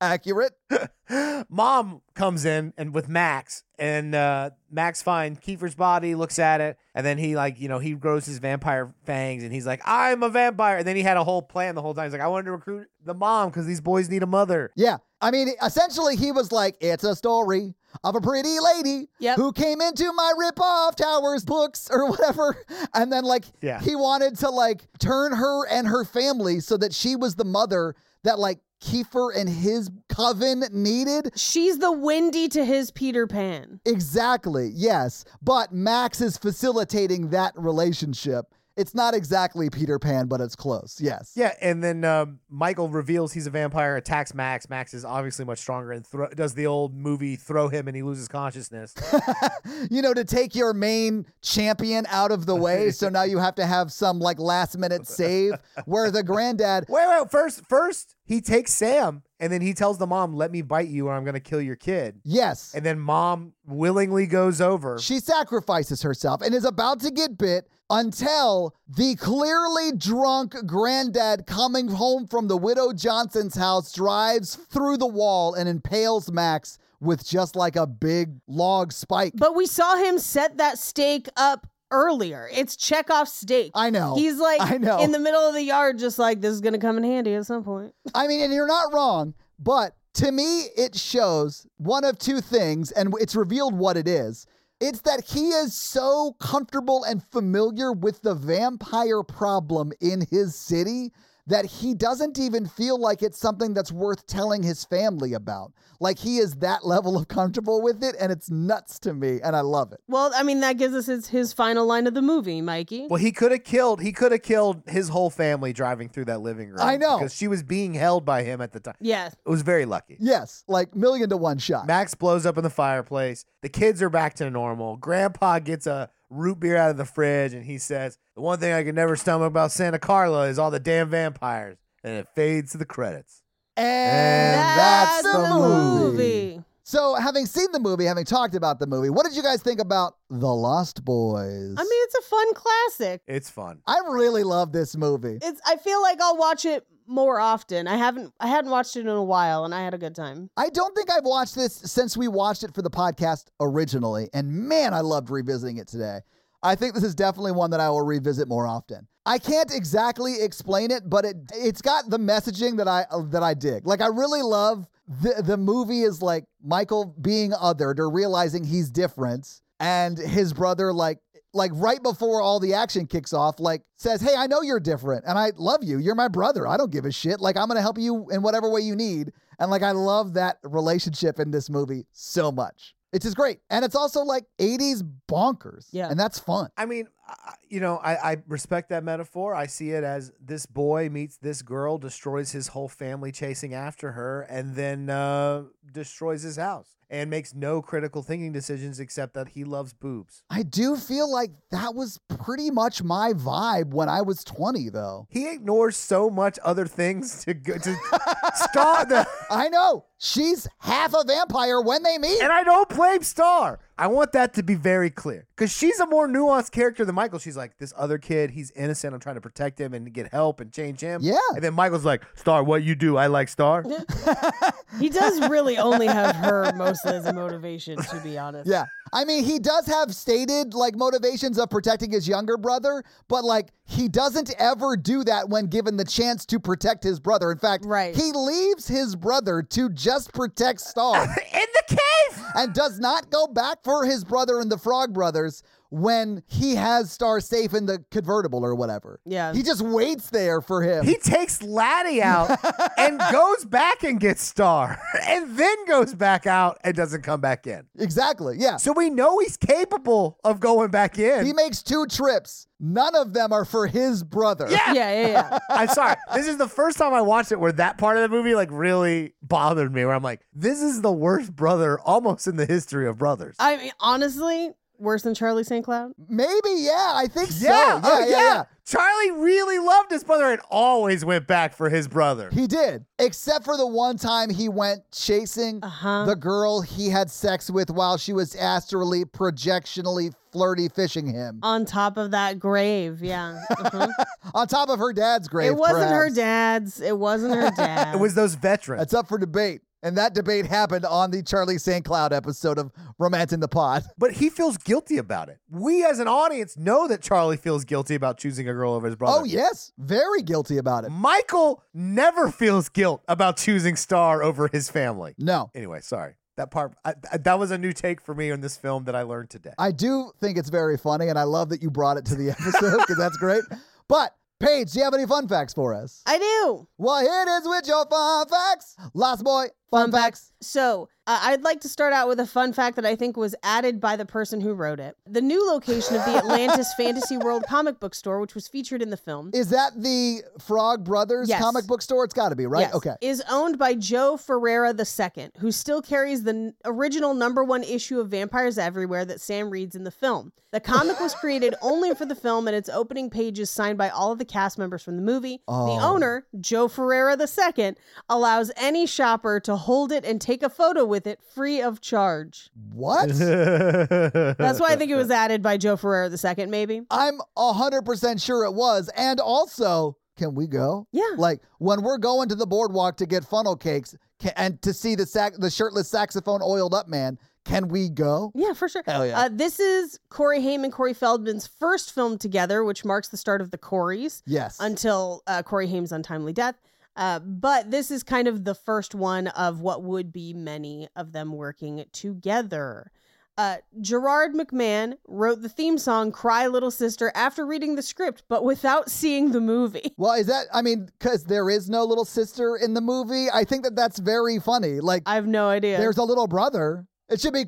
Accurate. Mom comes in and with Max, and uh, Max finds Kiefer's body, looks at it, and then he like you know he grows his vampire fangs, and he's like, "I'm a vampire." And then he had a whole plan the whole time. He's like, "I wanted to recruit the mom because these boys need a mother." Yeah. I mean, essentially, he was like, it's a story of a pretty lady Yep. who came into my rip-off towers books or whatever. And then, like, Yeah. he wanted to, like, turn her and her family so that she was the mother that, like, Kiefer and his coven needed. She's the Wendy to his Peter Pan. Exactly, yes. But Max is facilitating that relationship. It's not exactly Peter Pan, but it's close, yes. Yeah, and then um, Michael reveals he's a vampire, attacks Max. Max is obviously much stronger and thro- does the old movie throw him and he loses consciousness. you know, to take your main champion out of the way. So now you have to have some like last minute save where the granddad, wait, wait, first, first he takes Sam and then he tells the mom, "Let me bite you, or I'm gonna kill your kid." yes, And then mom willingly goes over. she sacrifices herself and is about to get bit until the clearly drunk granddad coming home from the widow Johnson's house drives through the wall and impales Max with just like a big log spike. But we saw him set that stake up earlier. It's Chekhov's stake. I know. He's like I know. in the middle of the yard, just like this is gonna come in handy at some point. I mean, and you're not wrong, but to me, it shows one of two things, and it's revealed what it is. It's that he is so comfortable and familiar with the vampire problem in his city that he doesn't even feel like it's something that's worth telling his family about. Like he is that level of comfortable with it, and it's nuts to me, and I love it. Well, I mean that gives us his, his final line of the movie, Mikey. Well, he could have killed. He could have killed his whole family driving through that living room. I know. because she was being held by him at the time. Yeah. It was very lucky. Yes, like million to one shot. Max blows up in the fireplace. The kids are back to normal. Grandpa gets a root beer out of the fridge and he says, The one thing I can never stomach about Santa Carla is all the damn vampires. And it fades to the credits. and that's the movie. So, having seen the movie, having talked about the movie, what did you guys think about The Lost Boys? I mean, it's a fun classic. It's fun. I really love this movie. It's I feel like I'll watch it more often. I haven't I hadn't watched it in a while and I had a good time. I don't think I've watched this since we watched it for the podcast originally, and man, I loved revisiting it today. I think this is definitely one that I will revisit more often. I can't exactly explain it, but it it's got the messaging that I that I dig. Like I really love the the movie is like Michael being othered or realizing he's different, and his brother like like right before all the action kicks off, like says, Hey, I know you're different and I love you. You're my brother. I don't give a shit. Like, I'm going to help you in whatever way you need. And like, I love that relationship in this movie so much. It's just great. And it's also like 80s bonkers. Yeah. And that's fun. I mean, I- you know, I, I respect that metaphor. I see it as this boy meets this girl, destroys his whole family chasing after her, and then uh, destroys his house and makes no critical thinking decisions except that he loves boobs. I do feel like that was pretty much my vibe when I was 20, though. He ignores so much other things to go to Star. The, I know. She's half a vampire when they meet. and I don't blame Star. I want that to be very clear because she's a more nuanced character than Michael. She's like this other kid. He's innocent. I'm trying to protect him and get help and change him. Yeah. And then Michael's like, Star, what you do? I like Star. He does really only have her mostly as a motivation, to be honest. Yeah. I mean, he does have stated like motivations of protecting his younger brother, but like he doesn't ever do that when given the chance to protect his brother. In fact, Right. he leaves his brother to just protect Star In the cave. and does not go back for his brother and the Frog Brothers when he has Star safe in the convertible or whatever. Yeah. He just waits there for him. He takes Laddie out and goes back and gets Star, and then goes back out and doesn't come back in. exactly. Yeah. So we know he's capable of going back in. he makes two trips. None of them are for his brother. Yeah. Yeah, yeah, yeah. I'm sorry. This is the first time I watched it where that part of the movie like really bothered me. Where I'm like, this is the worst brother almost in the history of brothers. I mean, honestly, worse than Charlie St. Cloud. Maybe, yeah, I think yeah, so. oh, yeah, Charlie really loved his brother and always went back for his brother. He did, except for the one time he went chasing Uh-huh. the girl he had sex with while she was astrally, projectionally flirty fishing him On top of that grave, yeah. Uh-huh. on top of her dad's grave. it wasn't her perhaps. dad's. It wasn't her dad. It was those veterans. That's up for debate. And that debate happened on the Charlie St. Cloud episode of Romancing the Pod. But he feels guilty about it. We as an audience know that Charlie feels guilty about choosing a girl over his brother. Oh, yes. Very guilty about it. Michael never feels guilt about choosing Star over his family. No. Anyway, sorry. That part I, I- that was a new take for me on this film that I learned today. I do think it's very funny, and I love that you brought it to the episode because that's great. But, Paige, do you have any fun facts for us? I do. Well, here it is with your fun facts. Lost Boy, fun, facts. So uh, I'd like to start out with a fun fact that I think was added by the person who wrote it. The new location of the Atlantis Fantasy World comic book store, which was featured in the film, Is that the Frog Brothers Yes. comic book store? It's got to be, right? Yes. Okay. Is owned by Joe Ferreira II, who still carries the n- original number one issue of Vampires Everywhere that Sam reads in the film. The comic was created only for the film, and its opening page is signed by all of the cast members from the movie. The Oh. owner, Joe Ferreira II, allows any shopper to hold it and take a photo with it free of charge. What? That's why I think it was added by Joe Ferreira II, maybe. I'm 100% sure it was. And also, can we go? Yeah. Like when we're going to the boardwalk to get funnel cakes ca and to see the sac- the shirtless saxophone oiled up man, can we go? Yeah, for sure. Hell yeah. Uh, this is Corey Haim and Corey Feldman's first film together, which marks the start of the Coreys. Yes. until uh, Corey Haim's untimely death. Uh, but this is kind of the first one of what would be many of them working together. Uh, Gerard McMahon wrote the theme song Cry Little Sister after reading the script, but without seeing the movie. well, is that, I mean, because there is no little sister in the movie. I think that that's very funny. Like, I have no idea. there's a little brother. It should be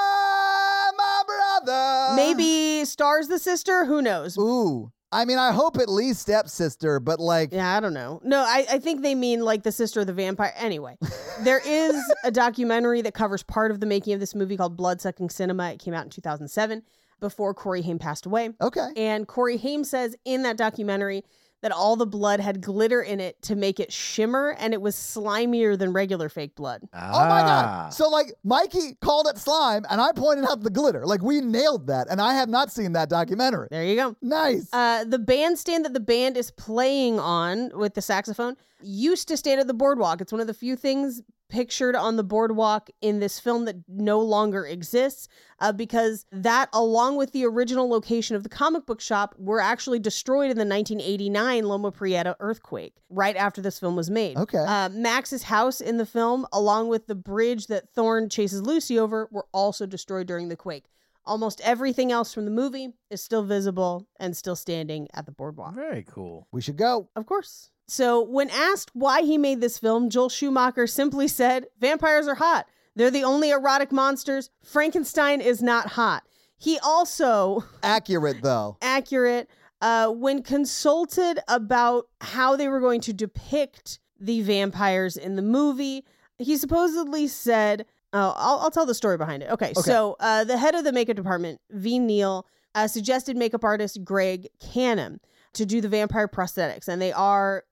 cry, my brother. Maybe Star's the sister? Who knows? Ooh. I mean, I hope at least stepsister, but like, Yeah, I don't know. No, I, I think they mean like the sister of the vampire. Anyway, there is a documentary that covers part of the making of this movie called Bloodsucking Cinema. It came out in 2007 before Corey Haim passed away. Oh. okay. And Corey Haim says in that documentary that all the blood had glitter in it to make it shimmer and it was slimier than regular fake blood. Ah. Oh my god! So like Mikey called it slime, and I pointed out the glitter. Like we nailed that, and I have not seen that documentary. There you go. Nice. Uh, the bandstand that the band is playing on with the saxophone used to stand at the boardwalk. It's one of the few things pictured on the boardwalk in this film that no longer exists uh, because that, along with the original location of the comic book shop, were actually destroyed in the 1989 Loma Prieta earthquake right after this film was made. Okay. Uh, Max's house in the film, along with the bridge that Thorne chases Lucy over, were also destroyed during the quake. Almost everything else from the movie is still visible and still standing at the boardwalk. Very cool. we should go. Of course. So, when asked why he made this film, Joel Schumacher simply said, Vampires are hot. They're the only erotic monsters. Frankenstein is not hot. He also, Accurate though. accurate, uh, when consulted about how they were going to depict the vampires in the movie, he supposedly said, Oh, I'll, I'll tell the story behind it. Okay, so uh, the head of the makeup department, V. Neal, uh, suggested makeup artist Greg Cannon to do the vampire prosthetics, and they are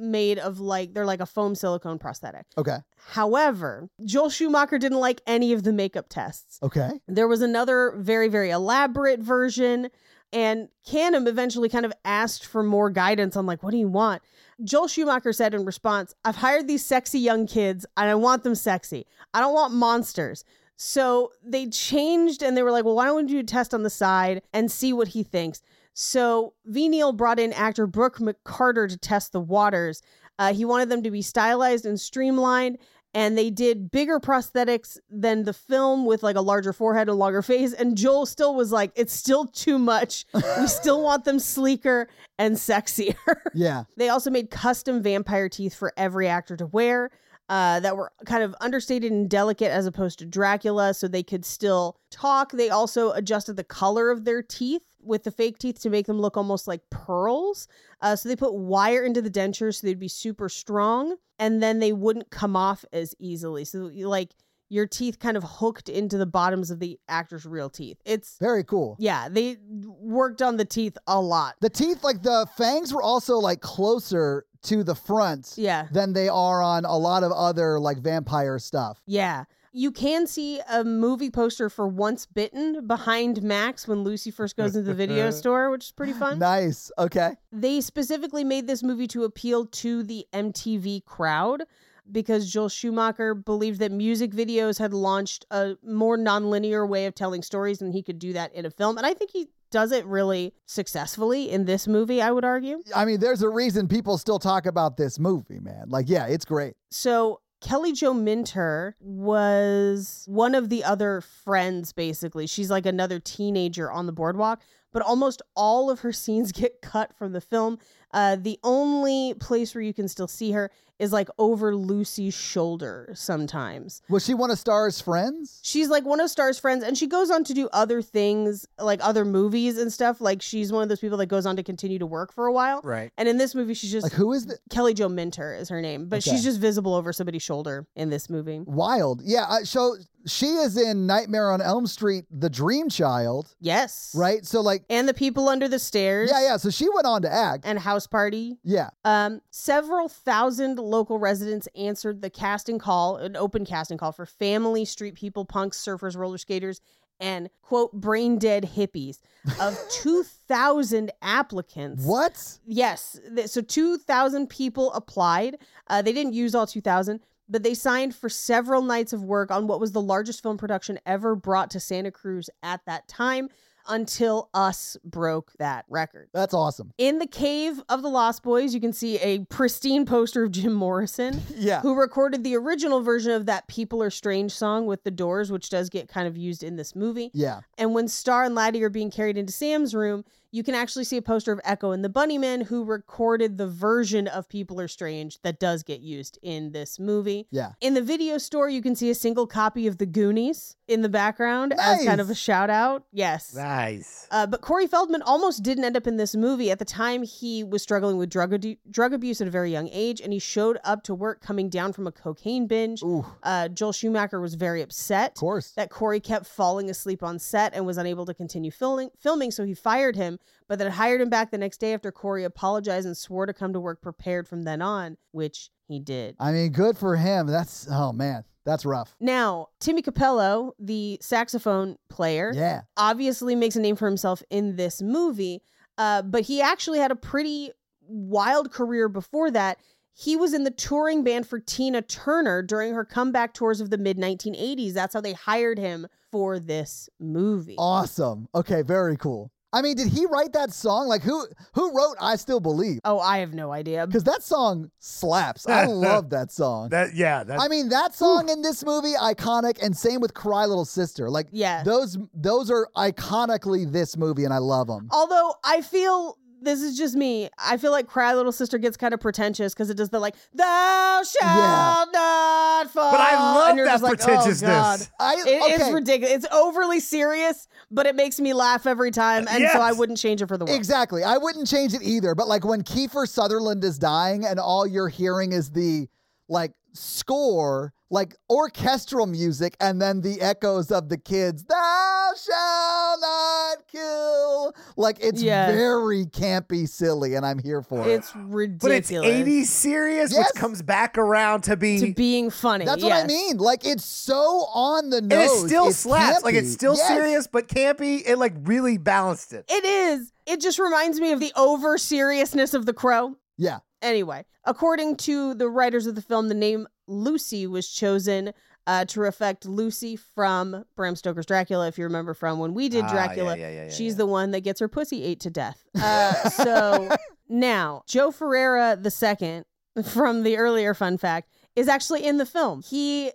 made of like they're like a foam silicone prosthetic. Okay. However, Joel Schumacher didn't like any of the makeup tests. Okay. There was another very, very elaborate version, and Canham eventually kind of asked for more guidance on like, what do you want? Joel Schumacher said in response, I've hired these sexy young kids and I want them sexy. I don't want monsters. So they changed and they were like, well, why don't we do a test on the side and see what he thinks? So V. Neal brought in actor Brooke McCarter to test the waters. Uh, he wanted them to be stylized and streamlined, and they did bigger prosthetics than the film with like a larger forehead and longer face. And Joel still was like, it's still too much. we still want them sleeker and sexier. Yeah. They also made custom vampire teeth for every actor to wear uh, that were kind of understated and delicate as opposed to Dracula, so they could still talk. They also adjusted the color of their teeth with the fake teeth to make them look almost like pearls. Uh, so they put wire into the dentures so they'd be super strong and then they wouldn't come off as easily. So, you- like, your teeth kind of hooked into the bottoms of the actor's real teeth. It's, Very cool. yeah, they worked on the teeth a lot. The teeth, like the fangs, were also like closer to the front Yeah. than they are on a lot of other like vampire stuff. Yeah. You can see a movie poster for Once Bitten behind Max when Lucy first goes into the video store, which is pretty fun. Nice. Okay. They specifically made this movie to appeal to the MTV crowd. because Joel Schumacher believed that music videos had launched a more nonlinear way of telling stories and he could do that in a film. And I think he does it really successfully in this movie, I would argue. I mean, there's a reason people still talk about this movie, man. Like, yeah, it's great. So Kelly Jo Minter was one of the other friends, basically. She's like another teenager on the boardwalk, but almost all of her scenes get cut from the film. Uh, the only place where you can still see her is like over Lucy's shoulder sometimes. Was she one of Star's friends? She's like one of Star's friends, and she goes on to do other things, like other movies and stuff. Like she's one of those people that goes on to continue to work for a while. Right. And in this movie, she's just Like, who is the Kelly Jo Minter is her name, but Okay. she's just visible over somebody's shoulder in this movie. wild? Yeah. I, so she is in Nightmare on Elm Street, The Dream Child, Yes. right? So, like, And the people under the stairs. yeah, yeah. So she went on to act. And house party. yeah. Um, several thousand local residents answered the casting call, an open casting call for family, street people, punks, surfers, roller skaters, and quote brain dead hippies of two thousand applicants. What? Yes. Th- So 2,000 people applied. Uh, they didn't use all 2,000, but they signed for several nights of work on what was the largest film production ever brought to Santa Cruz at that time until Us broke that record. That's awesome. In the cave of the Lost Boys, you can see a pristine poster of Jim Morrison, Yeah. who recorded the original version of that People Are Strange song with the Doors, which does get kind of used in this movie. Yeah. And when Star and Laddie are being carried into Sam's room, you can actually see a poster of Echo and the Bunnymen, who recorded the version of People Are Strange that does get used in this movie. Yeah. In the video store, you can see a single copy of The Goonies in the background as kind of Nice. a shout out. Yes. Nice. Uh, but Corey Feldman almost didn't end up in this movie. At the time, he was struggling with drug, adu- drug abuse at a very young age, and he showed up to work coming down from a cocaine binge. Ooh, of Uh, Joel Schumacher was very upset course. that Corey kept falling asleep on set and was unable to continue filming, filming, so he fired him, but then hired him back the next day after Corey apologized and swore to come to work prepared from then on, which he did. I mean, good for him. That's, oh, man. That's rough. Now, Timmy Capello, the saxophone player, Yeah. obviously makes a name for himself in this movie, uh, but he actually had a pretty wild career before that. He was in the touring band for Tina Turner during her comeback tours of the mid 1980s. That's how they hired him for this movie. Awesome. Okay. Very cool. I mean, did he write that song? Like, who who wrote "I Still Believe"? Oh, I have no idea. Because that song slaps. I love that song. That yeah. That I mean, that song in this movie iconic, and same with "Cry Little Sister." Like, Yeah. those those are iconically this movie, and I love them. Although I feel this is just me. I feel like Cry Little Sister gets kind of pretentious because it does the like "Thou shalt not fall," but I love and you're that just like, "Oh, pretentiousness. God." I It- okay, It's ridiculous. It's overly serious, but it makes me laugh every time, and Yes. so I wouldn't change it for the world. exactly. I wouldn't change it either. But like when Kiefer Sutherland is dying, and all you're hearing is the like score, like orchestral music, and then the echoes of the kids. Thou shall not kill. Like it's Yes. very campy, silly, and I'm here for it. It's but ridiculous. it's 80s serious, Yes. which comes back around to be. to being funny. That's what I yes. mean. Like it's so on the and nose. it still It's slaps. Like it's campy. still Yes. serious, but campy. It like really balanced it. It is. It just reminds me of the over seriousness of the crow. Yeah. Anyway, according to the writers of the film, the name Lucy was chosen uh, to reflect Lucy from Bram Stoker's Dracula. If you remember from when we did Ah, Dracula, yeah, yeah, yeah, yeah, she's yeah. the one that gets her pussy ate to death. Uh, so now, Joe Ferreira II, from the earlier fun fact, is actually in the film. He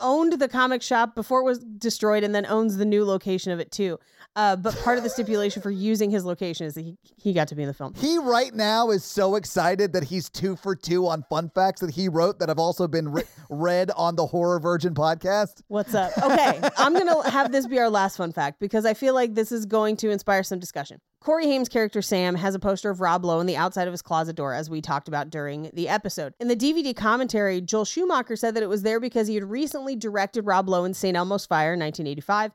owned the comic shop before it was destroyed and then owns the new location of it too. Uh, but part of the stipulation for using his location is that he, he got to be in the film. He right now is so excited that he's two for two on fun facts that he wrote that have also been re- read on the Horror Virgin podcast. What's up? Okay, I'm going to have this be our last fun fact because I feel like this is going to inspire some discussion. Corey Haim's character Sam has a poster of Rob Lowe on the outside of his closet door, as we talked about during the episode. In the DVD commentary, Joel Schumacher said that it was there because he had recently directed Rob Lowe in St. Elmo's Fire in 1985.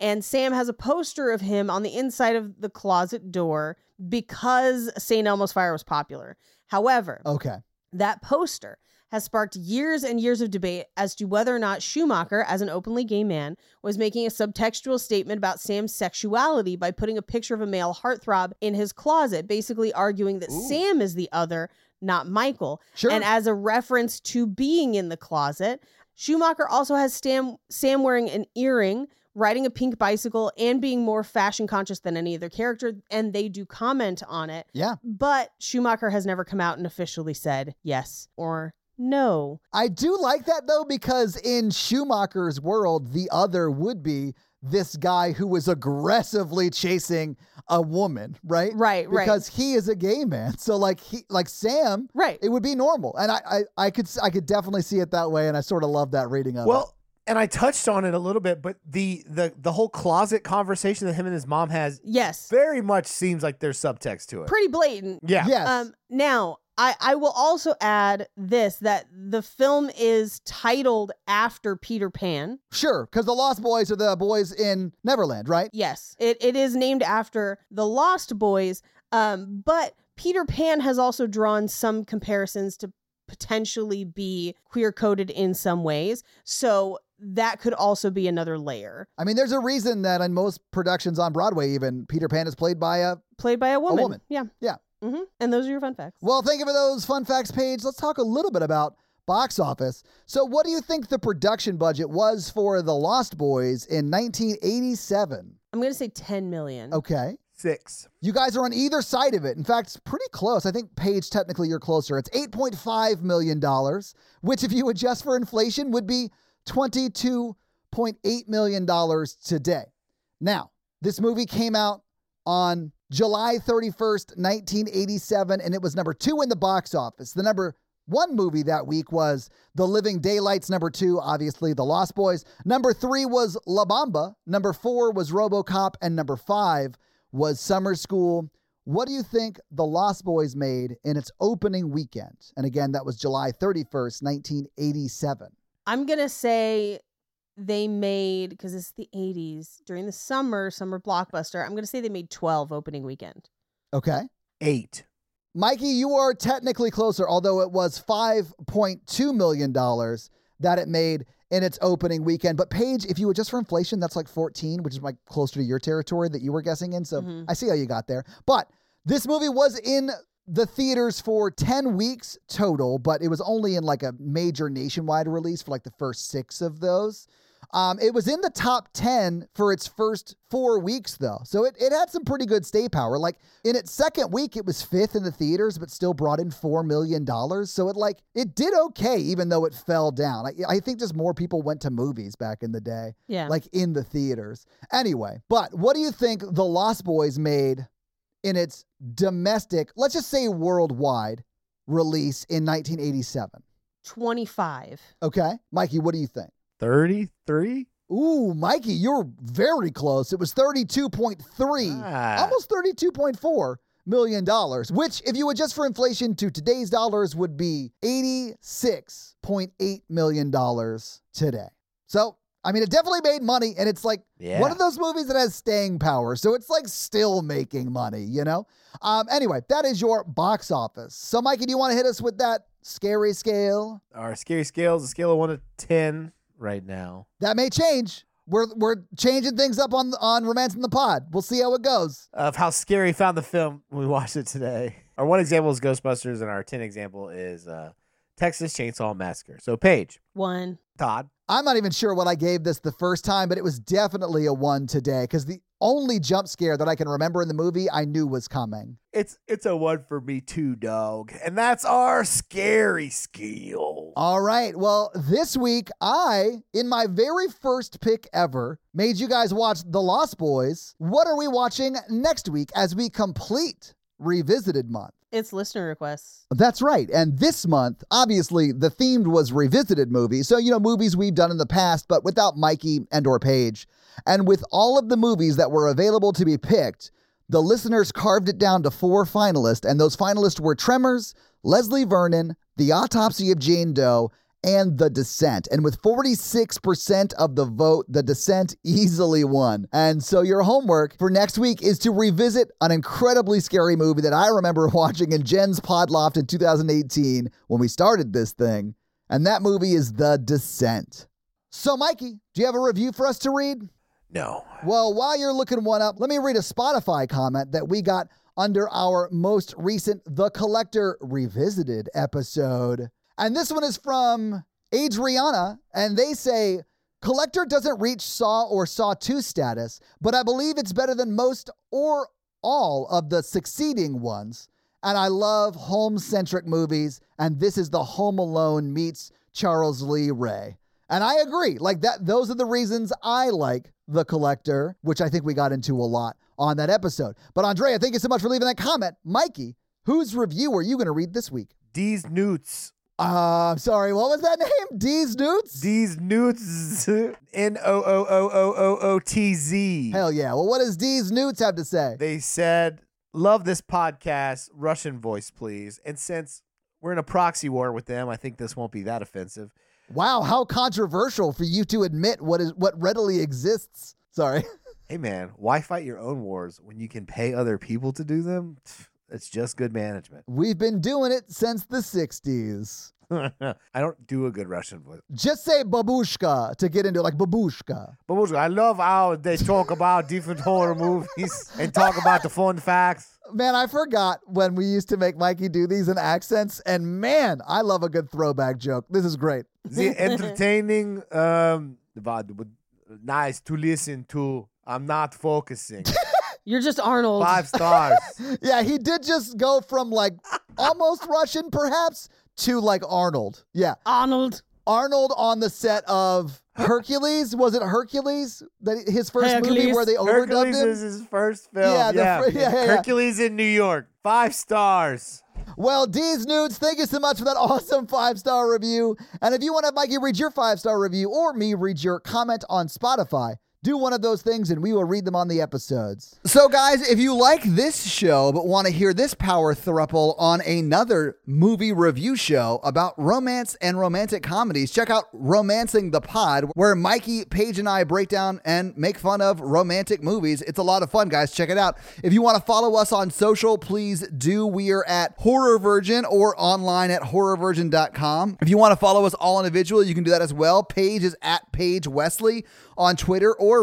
And Sam has a poster of him on the inside of the closet door because St. Elmo's Fire was popular. However, Okay. that poster has sparked years and years of debate as to whether or not Schumacher, as an openly gay man, was making a subtextual statement about Sam's sexuality by putting a picture of a male heartthrob in his closet, basically arguing that Sam is the other, not Michael. Sure. And as a reference to being in the closet, Schumacher also has Sam, Sam wearing an earring, riding a pink bicycle, and being more fashion conscious than any other character. And they do comment on it. Yeah. But Schumacher has never come out and officially said yes or no. I do like that though, because in Schumacher's world, the other would be this guy who was aggressively chasing a woman, right? Right, right. Because he is a gay man. So like he like Sam, Right. it would be normal. And I I, I could s- I could definitely see it that way. And I sort of love that reading of it. Well, and I touched on it a little bit, but the the the whole closet conversation that him and his mom has yes. very much seems like there's subtext to it. Pretty blatant. yeah. Yes. Um, now, I, I will also add this that the film is titled after Peter Pan. sure. Because the Lost Boys are the boys in Neverland, right? Yes, it, it is named after the Lost Boys, um, but Peter Pan has also drawn some comparisons to potentially be queer coded in some ways. So that could also be another layer I mean, there's a reason that in most productions on Broadway, even Peter Pan is played by a played by a woman. woman. Yeah. Yeah. hmm And those are your fun facts. Well, thank you for those fun facts, Paige. Let's talk a little bit about box office. So, what do you think the production budget was for The Lost Boys in 1987? I'm going to say 10 million. Okay. Six. You guys are on either side of it. In fact, it's pretty close. I think, Paige, technically you're closer. It's $8.5 million, which, if you adjust for inflation, would be $22.8 million today. Now, this movie came out on July 31st, 1987, and it was number two in the box office. The number one movie that week was The Living Daylights, number two, obviously, The Lost Boys. Number three was La Bamba. Number four was Robocop. And number five was Summer School. What do you think The Lost Boys made in its opening weekend? And again, that was July 31st, 1987. I'm going to say they made, because it's the 80s, during the summer, summer blockbuster, I'm going to say they made 12 opening weekend. Okay. Eight. Mikey, you are technically closer, although it was $5.2 million that it made in its opening weekend. But Paige, if you adjust for inflation, that's like 14, which is like closer to your territory that you were guessing in. So I see how you got there. But this movie was in the theaters for 10 weeks total, but it was only in like a major nationwide release for like the first six of those. Um, it was in the top 10 for its first four weeks, though. So it, it had some pretty good stay power. Like in its second week, it was fifth in the theaters, but still brought in $4 million. So it like, it did okay, even though it fell down. I, I think just more people went to movies back in the day, Yeah. like in the theaters. Anyway, but what do you think The Lost Boys made in its domestic, let's just say worldwide release in 1987? 25. Okay. Mikey, what do you think? Thirty-three? Ooh, Mikey, you're very close. It was 32.3, Ah. almost 32.4 million dollars, which if you adjust for inflation to today's dollars would be 86.8 million dollars today. So, I mean, it definitely made money and it's like Yeah. one of those movies that has staying power. So it's like still making money, you know? Um, anyway, that is your box office. So, Mikey, do you want to hit us with that scary scale? Our scary scale is a scale of one to ten right now. That may change. We're we're changing things up on on Romance in the Pod. We'll see how it goes. Of how scary found the film when we watched it today. Our one example is Ghostbusters, and our ten example is uh, Texas Chainsaw Massacre. So Paige, One. Todd, I'm not even sure what I gave this the first time, but it was definitely a one today because the only jump scare that I can remember in the movie I knew was coming. it's it's a one for me too, dog. And that's our scary scale. All right. Well, this week I, in my very first pick ever, made you guys watch The Lost Boys. What are we watching next week as we complete Revisited Month? It's listener requests. That's right. And this month, obviously, the themed was revisited movies. So, you know, movies we've done in the past, but without Mikey and or Paige. And with all of the movies that were available to be picked, the listeners carved it down to four finalists, and those finalists were Tremors, Leslie Vernon, The Autopsy of Jane Doe, and The Descent. And with 46% of the vote, The Descent easily won. And so your homework for next week is to revisit an incredibly scary movie that I remember watching in Jen's Podloft in 2018 when we started this thing. And that movie is The Descent. So, Mikey, do you have a review for us to read? No. Well, while you're looking one up, let me read a Spotify comment that we got under our most recent The Collector Revisited episode. And this one is from Adriana, and they say, Collector doesn't reach Saw or Saw 2 status, but I believe it's better than most or all of the succeeding ones. And I love home centric movies, and this is the Home Alone meets Charles Lee Ray. And I agree. Like that those are the reasons I like The Collector, which I think we got into a lot on that episode. But Andrea, thank you so much for leaving that comment. Mikey, whose review are you going to read this week? These newts. Uh, I'm sorry. What was that name? D's Newts? These newts. N O O O O O O T Z. Hell yeah. Well, what does D's Newts have to say? They said, Love this podcast, Russian voice, please. And since we're in a proxy war with them, I think this won't be that offensive. Wow, how controversial for you to admit what is what readily exists. Sorry. Hey, man, why fight your own wars when you can pay other people to do them? It's just good management. We've been doing it since the 60s. I don't do a good Russian voice. Just say babushka to get into it, like babushka. But also, I love how they talk about different horror movies and talk about the fun facts. Man, I forgot when we used to make Mikey do these in accents, and man, I love a good throwback joke. This is great. The entertaining, um, but nice to listen to. I'm not focusing. You're just Arnold. Five stars. Yeah, he did just go from like almost Russian, perhaps, to like Arnold. Yeah. Arnold. Arnold on the set of Hercules. Was it Hercules? That his first movie Hercules. where they overdubbed Hercules him? is his first film. Yeah, the Yeah, fir- yeah, yeah, yeah. Hercules in New York. Five stars. Well, D's Nudes, thank you so much for that awesome five star review. And if you want to have Mikey read your five star review or me read your comment on Spotify, do one of those things and we will read them on the episodes. So, guys, if you like this show but want to hear this power thruple on another movie review show about romance and romantic comedies, check out Romancing the Pod, where Mikey, Paige, and I break down and make fun of romantic movies. It's a lot of fun, guys. Check it out. If you want to follow us on social, please do. We are at Horror Virgin or online at horrorvirgin.com. If you want to follow us all individually, you can do that as well. Paige is at Paige Wesley on Twitter or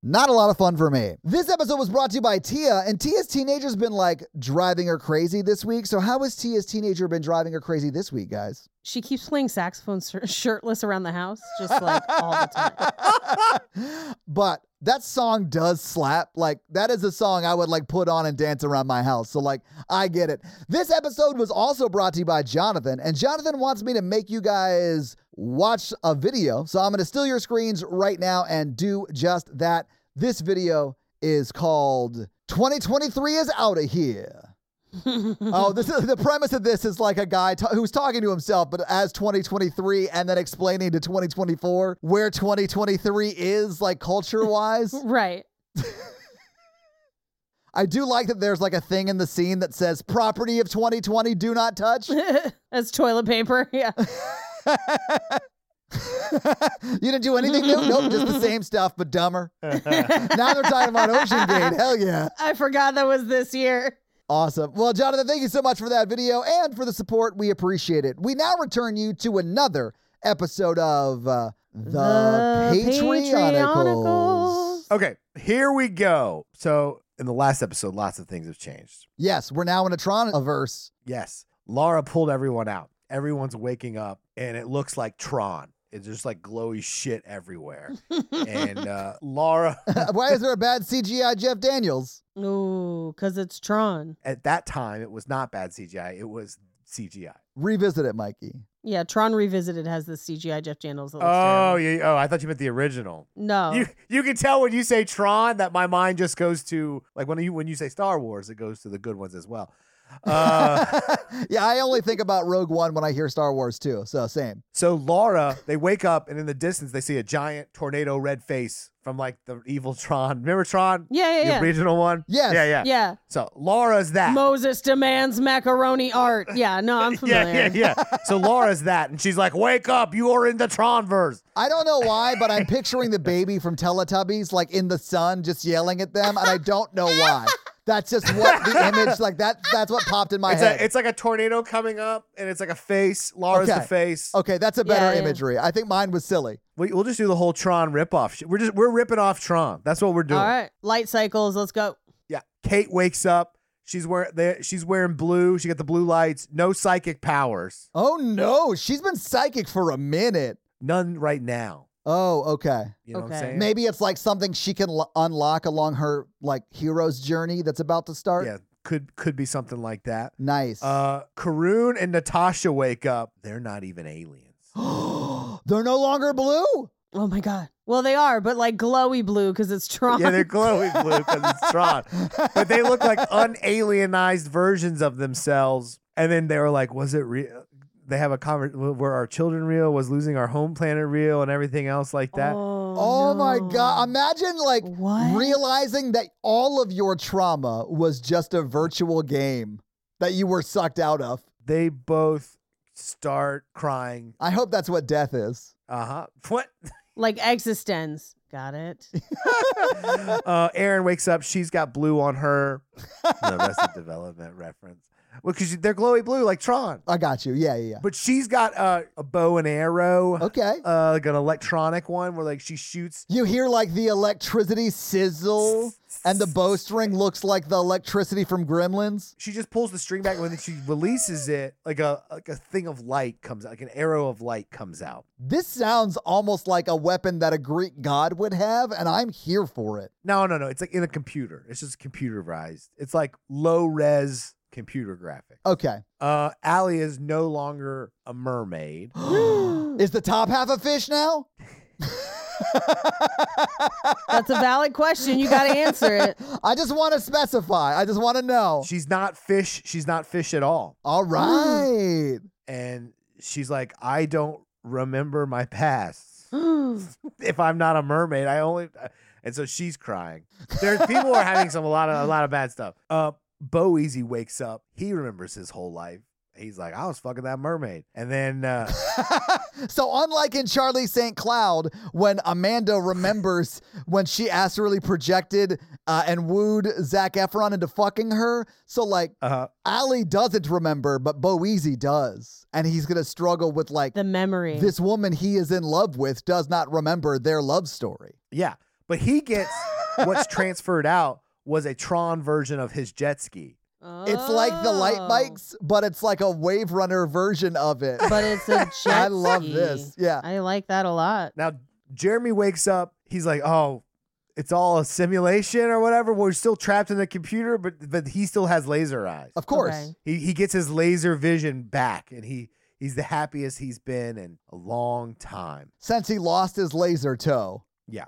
Not a lot of fun for me. This episode was brought to you by Tia, and Tia's teenager's been like driving her crazy this week. So, how has Tia's teenager been driving her crazy this week, guys? She keeps playing saxophone shir- shirtless around the house, just like all the time. but that song does slap. Like that is a song I would like put on and dance around my house. So like I get it. This episode was also brought to you by Jonathan, and Jonathan wants me to make you guys watch a video. So I'm gonna steal your screens right now and do just that. This video is called 2023 is out of here. oh, this is, the premise of this is like a guy ta- who's talking to himself, but as 2023 and then explaining to 2024 where 2023 is, like culture wise. Right. I do like that there's like a thing in the scene that says property of 2020, do not touch. That's toilet paper. Yeah. you didn't do anything new? Nope, just the same stuff, but dumber. now they're talking about Ocean Gate. Hell yeah. I forgot that was this year. Awesome. Well, Jonathan, thank you so much for that video and for the support. We appreciate it. We now return you to another episode of uh, The, Patreonicals. Okay, here we go. So in the last episode, lots of things have changed. Yes, we're now in a Troniverse. Yes, Laura pulled everyone out. Everyone's waking up, and it looks like Tron. It's just like glowy shit everywhere. and uh, Laura, Why is there a bad CGI Jeff Daniels? Ooh, because it's Tron. at that time, it was not bad CGI. It was CGI. Revisit it, Mikey. Yeah, Tron Revisited has the CGI Jeff Daniels. That looks Oh terrible. Oh. yeah. Oh, I thought you meant the original. No. You you can tell when you say Tron that my mind just goes to like when you when you say Star Wars, it goes to the good ones as well. Uh, yeah, I only think about Rogue One when I hear Star Wars too. So same. So Laura, they wake up and in the distance they see a giant tornado red face from like the evil Tron. Remember Tron? Yeah, yeah, the yeah. original one. Yes. Yeah, yeah, yeah. So Laura's that. Moses demands macaroni art. Yeah, no, I'm familiar. yeah, yeah, yeah. so Laura's that, and she's like, "Wake up! You are in the Tronverse." I don't know why, but I'm picturing the baby from Teletubbies like in the sun just yelling at them, and I don't know why. That's just what the image like that that's what popped in my It's, head. a, it's like a tornado coming up, and it's like a face. Laura's Okay. Oh. the face. okay, that's a better Yeah, yeah. imagery. I think mine was silly. We, we'll just do the whole Tron ripoff. shit. We're just we're ripping off Tron. That's what we're doing. All right. Light cycles, let's go. Yeah. Kate wakes up. She's wearing the, she's wearing blue. She got the blue lights. No psychic powers. Oh no, she's been psychic for a minute. None right now. Oh, okay. You know what I'm Okay. saying? Maybe it's like something she can l- unlock along her like hero's journey that's about to start. Yeah, could could be something like that. Nice. Uh Karun and Natasha wake up. They're not even aliens. They're no longer blue. Oh my god. Well, they are, but like glowy blue because it's Tron. yeah, they're glowing blue because it's Tron. But they look like unalienized versions of themselves. And then they were like, was it real? They have a conversation. Were our children real? Was losing our home planet real? And everything else like that. Oh, my no. god. Imagine like What? realizing that all of your trauma was just a virtual game that you were sucked out of. They both start crying. I hope that's what death is. Uh huh. What? Like existence. Got it. uh, Aaron wakes up. She's got blue on her. The Arrested Development reference. Well, because they're glowy blue like Tron. I got you. Yeah, yeah, But she's got uh, a bow and arrow, yeah. Okay. uh, like an electronic one where like she shoots. You hear like the electricity sizzle and the bowstring looks like the electricity from Gremlins. She just pulls the string back and then she releases it like a like a thing of light comes out, like an arrow of light comes out. This sounds almost like a weapon that a Greek god would have, and I'm here for it. No, no, no. It's like in a computer. It's just computerized. It's like low res computer graphic. Okay. Uh, Allie is no longer a mermaid. Is the top half a fish now? That's a valid question. You got to answer it. I just want to specify. I just want to know. She's not fish. She's not fish at all. All right. and she's like, I don't remember my past. if I'm not a mermaid, I only. uh," And so she's crying. There's people are having some a lot of a lot of bad stuff. Uh, Bo Easy wakes up. He remembers his whole life. He's like, I was fucking that mermaid, and then uh, so unlike in Charlie St. Cloud, when Amanda remembers when she astrally projected uh, and wooed Zach Efron into fucking her, so like uh, Ali doesn't remember, but Boezy does, and he's gonna struggle with like The memory. this woman he is in love with does not remember their love story. yeah. But he gets what's transferred out was a Tron version of his jet ski. It's like the light Oh. bikes, but it's like a Wave Runner version of it. But it's a jet I love ski. this. Yeah. I like that a lot. Now Jeremy wakes up. He's like, "Oh, it's all a simulation or whatever. We're still trapped in the computer, but but he still has laser eyes. Of course. Okay. He he gets his laser vision back, and he he's the happiest he's been in a long time. Since he lost his laser toe. Yeah,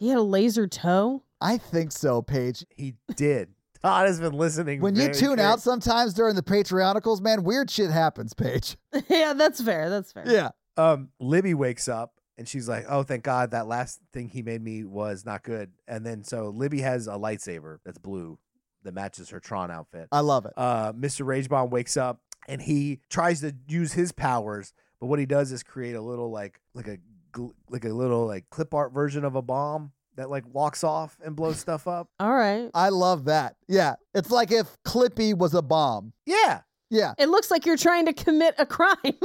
He had a laser toe. I think so, Paige. he did. Todd has been listening. When you very tune care- out sometimes during the Patreonicals, man, weird shit happens, Paige. yeah, that's fair. That's fair. Yeah. um, Libby wakes up and she's like, "Oh, thank God that last thing he made me was not good." And then so Libby has a lightsaber that's blue that matches her Tron outfit. I love it. Uh, Mr. Ragebomb wakes up and he tries to use his powers, but what he does is create a little like like a gl- like a little like clip art version of a bomb that like walks off and blows stuff up. All right. I love that. Yeah. It's like if Clippy was a bomb. Yeah, Yeah. It looks like you're trying to commit a crime.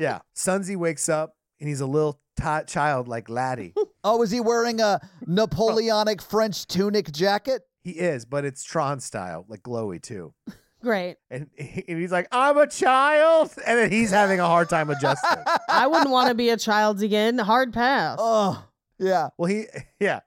yeah. Sunzi wakes up and he's a little ti child like laddie. Oh, is he wearing a Napoleonic French tunic jacket? he is, but it's Tron style, like glowy too. Great. and, he- and he's like, "I'm a child," and then he's having a hard time adjusting. I wouldn't want to be a child again. Hard pass. Oh, yeah. well, he yeah.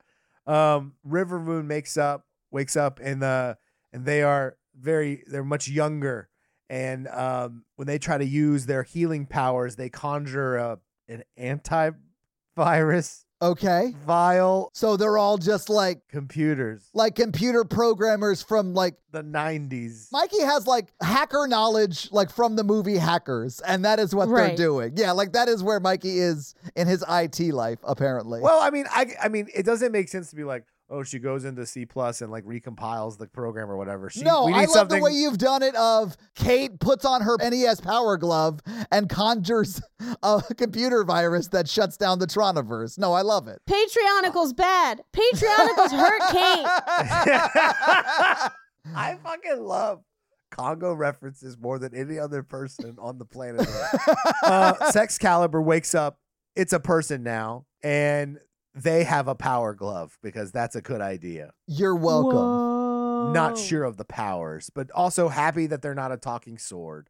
Um, River Moon makes up, wakes up, and the and they are very they're much younger, and um, when they try to use their healing powers, they conjure a an antivirus Okay. vial So they're all just like computers. like computer programmers from like The '90s. Mikey has like hacker knowledge like from the movie Hackers, and that is what they're Right. doing. Yeah, like that is where Mikey is in his IT life, apparently. Well, I mean, I I mean, it doesn't make sense to be like. Oh, she goes into C plus and like recompiles the program or whatever. She, no, we need I love something... the way you've done it. Of Kate puts on her NES Power Glove and conjures a computer virus that shuts down the Troniverse. No, I love it. Patreonicals bad. Patreonicals hurt Kate. I fucking love Congo references more than any other person on the planet. Earth. uh, Sex Caliber wakes up. It's a person now, and they have a power glove because that's a good idea. You're welcome. Whoa. Not sure of the powers, but also happy that they're not a talking sword.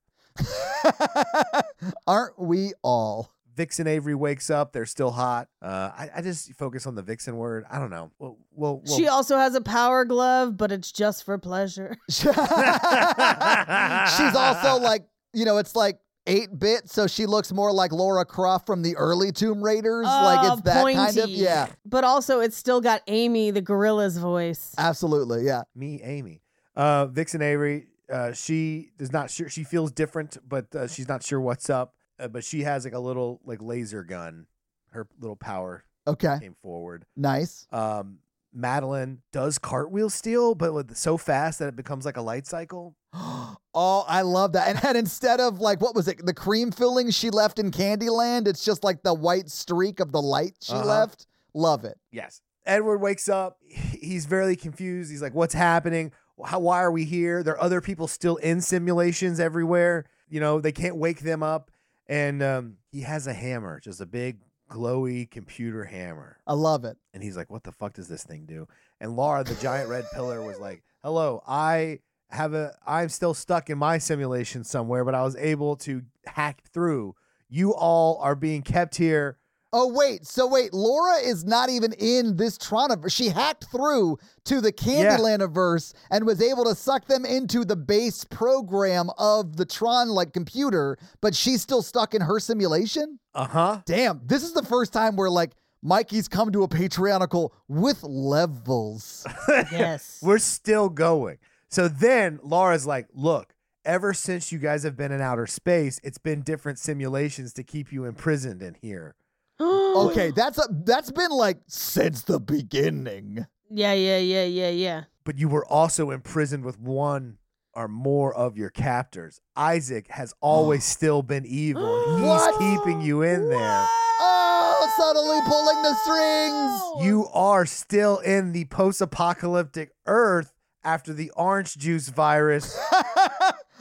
Aren't we all? Vixen Avery wakes up. They're still hot. Uh, I, I just focus on the Vixen word. I don't know. Well, well, well She also has a power glove, but it's just for pleasure. She's also like, you know, it's like 8 bit, so she looks more like Laura Croft from the early Tomb Raiders. like, it's Oh, that kind of. pointy. Yeah, But also, it's still got Amy, the gorilla's voice. absolutely. Yeah. me amy uh vixen avery uh she does not sure she feels different but uh, she's not sure what's up uh, but she has like a little like laser gun her little power Okay. came forward Nice. um madeline does cartwheel steal but with so fast that it becomes like a light cycle Oh, I love that. And, and instead of like, what was it? The cream filling she left in Candyland, it's just like the white streak of the light she Uh-huh. left. Love it. Yes. Edward wakes up. He's very confused. He's like, "What's happening? How, why are we here? There are other people still in simulations everywhere. You know, they can't wake them up." And um, he has a hammer, just a big glowy computer hammer. I love it. And he's like, "What the fuck does this thing do?" And Laura, the giant red pillar, was like, "Hello, I have a. I'm still stuck in my simulation somewhere, but I was able to hack through. You all are being kept here." Oh wait, so wait, Laura is not even in this Troniverse. She hacked through to the Yeah. Candylandiverse and was able to suck them into the base program of the Tron like computer, but she's still stuck in her simulation? Uh huh. Damn, this is the first time where like Mikey's come to a Patreonical with levels. Yes. We're still going. So then Laura's like, look, ever since you guys have been in outer space, it's been different simulations to keep you imprisoned in here. Okay, that's a that's been like since the beginning. Yeah, yeah, yeah, yeah, yeah. But you were also imprisoned with one or more of your captors. Isaac has always still been evil. and He's What? keeping you in there. Oh, subtly pulling the strings. You are still in the post apocalyptic Earth after the orange juice virus,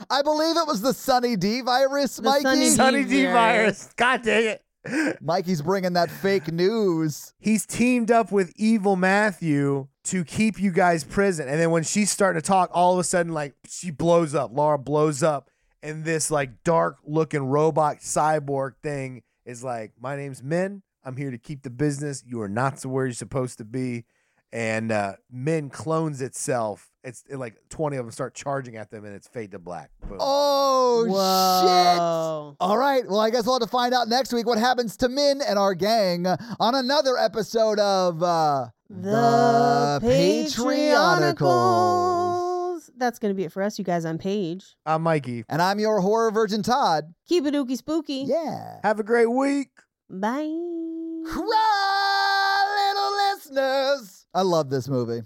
I believe it was the Sunny D virus, The Mikey. Sunny D Sunny D Yes. virus. God dang it. Mikey's bringing that fake news. he's teamed up with evil Matthew to keep you guys prison. And then when she's starting to talk, all of a sudden, like she blows up. Laura blows up, and this like dark looking robot cyborg thing is like, "My name's Min. I'm here to keep the business. You are not to where you're supposed to be." And uh, Min clones itself. It's it, like twenty of them start charging at them, and it's fade to black. Boom. Oh shit! Whoa. All right, well, I guess we'll have to find out next week what happens to Min and our gang on another episode of uh, The Patreonicals. Patreonicals. that's going to be it for us, you guys. I'm Paige. I'm Mikey. And I'm your horror virgin, Todd. Keep it ooky spooky. Yeah. Have a great week. Bye. Cry, little listeners. I love this movie.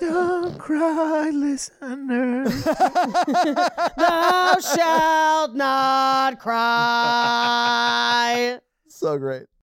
Don't cry, listener. Thou shalt not cry. So great.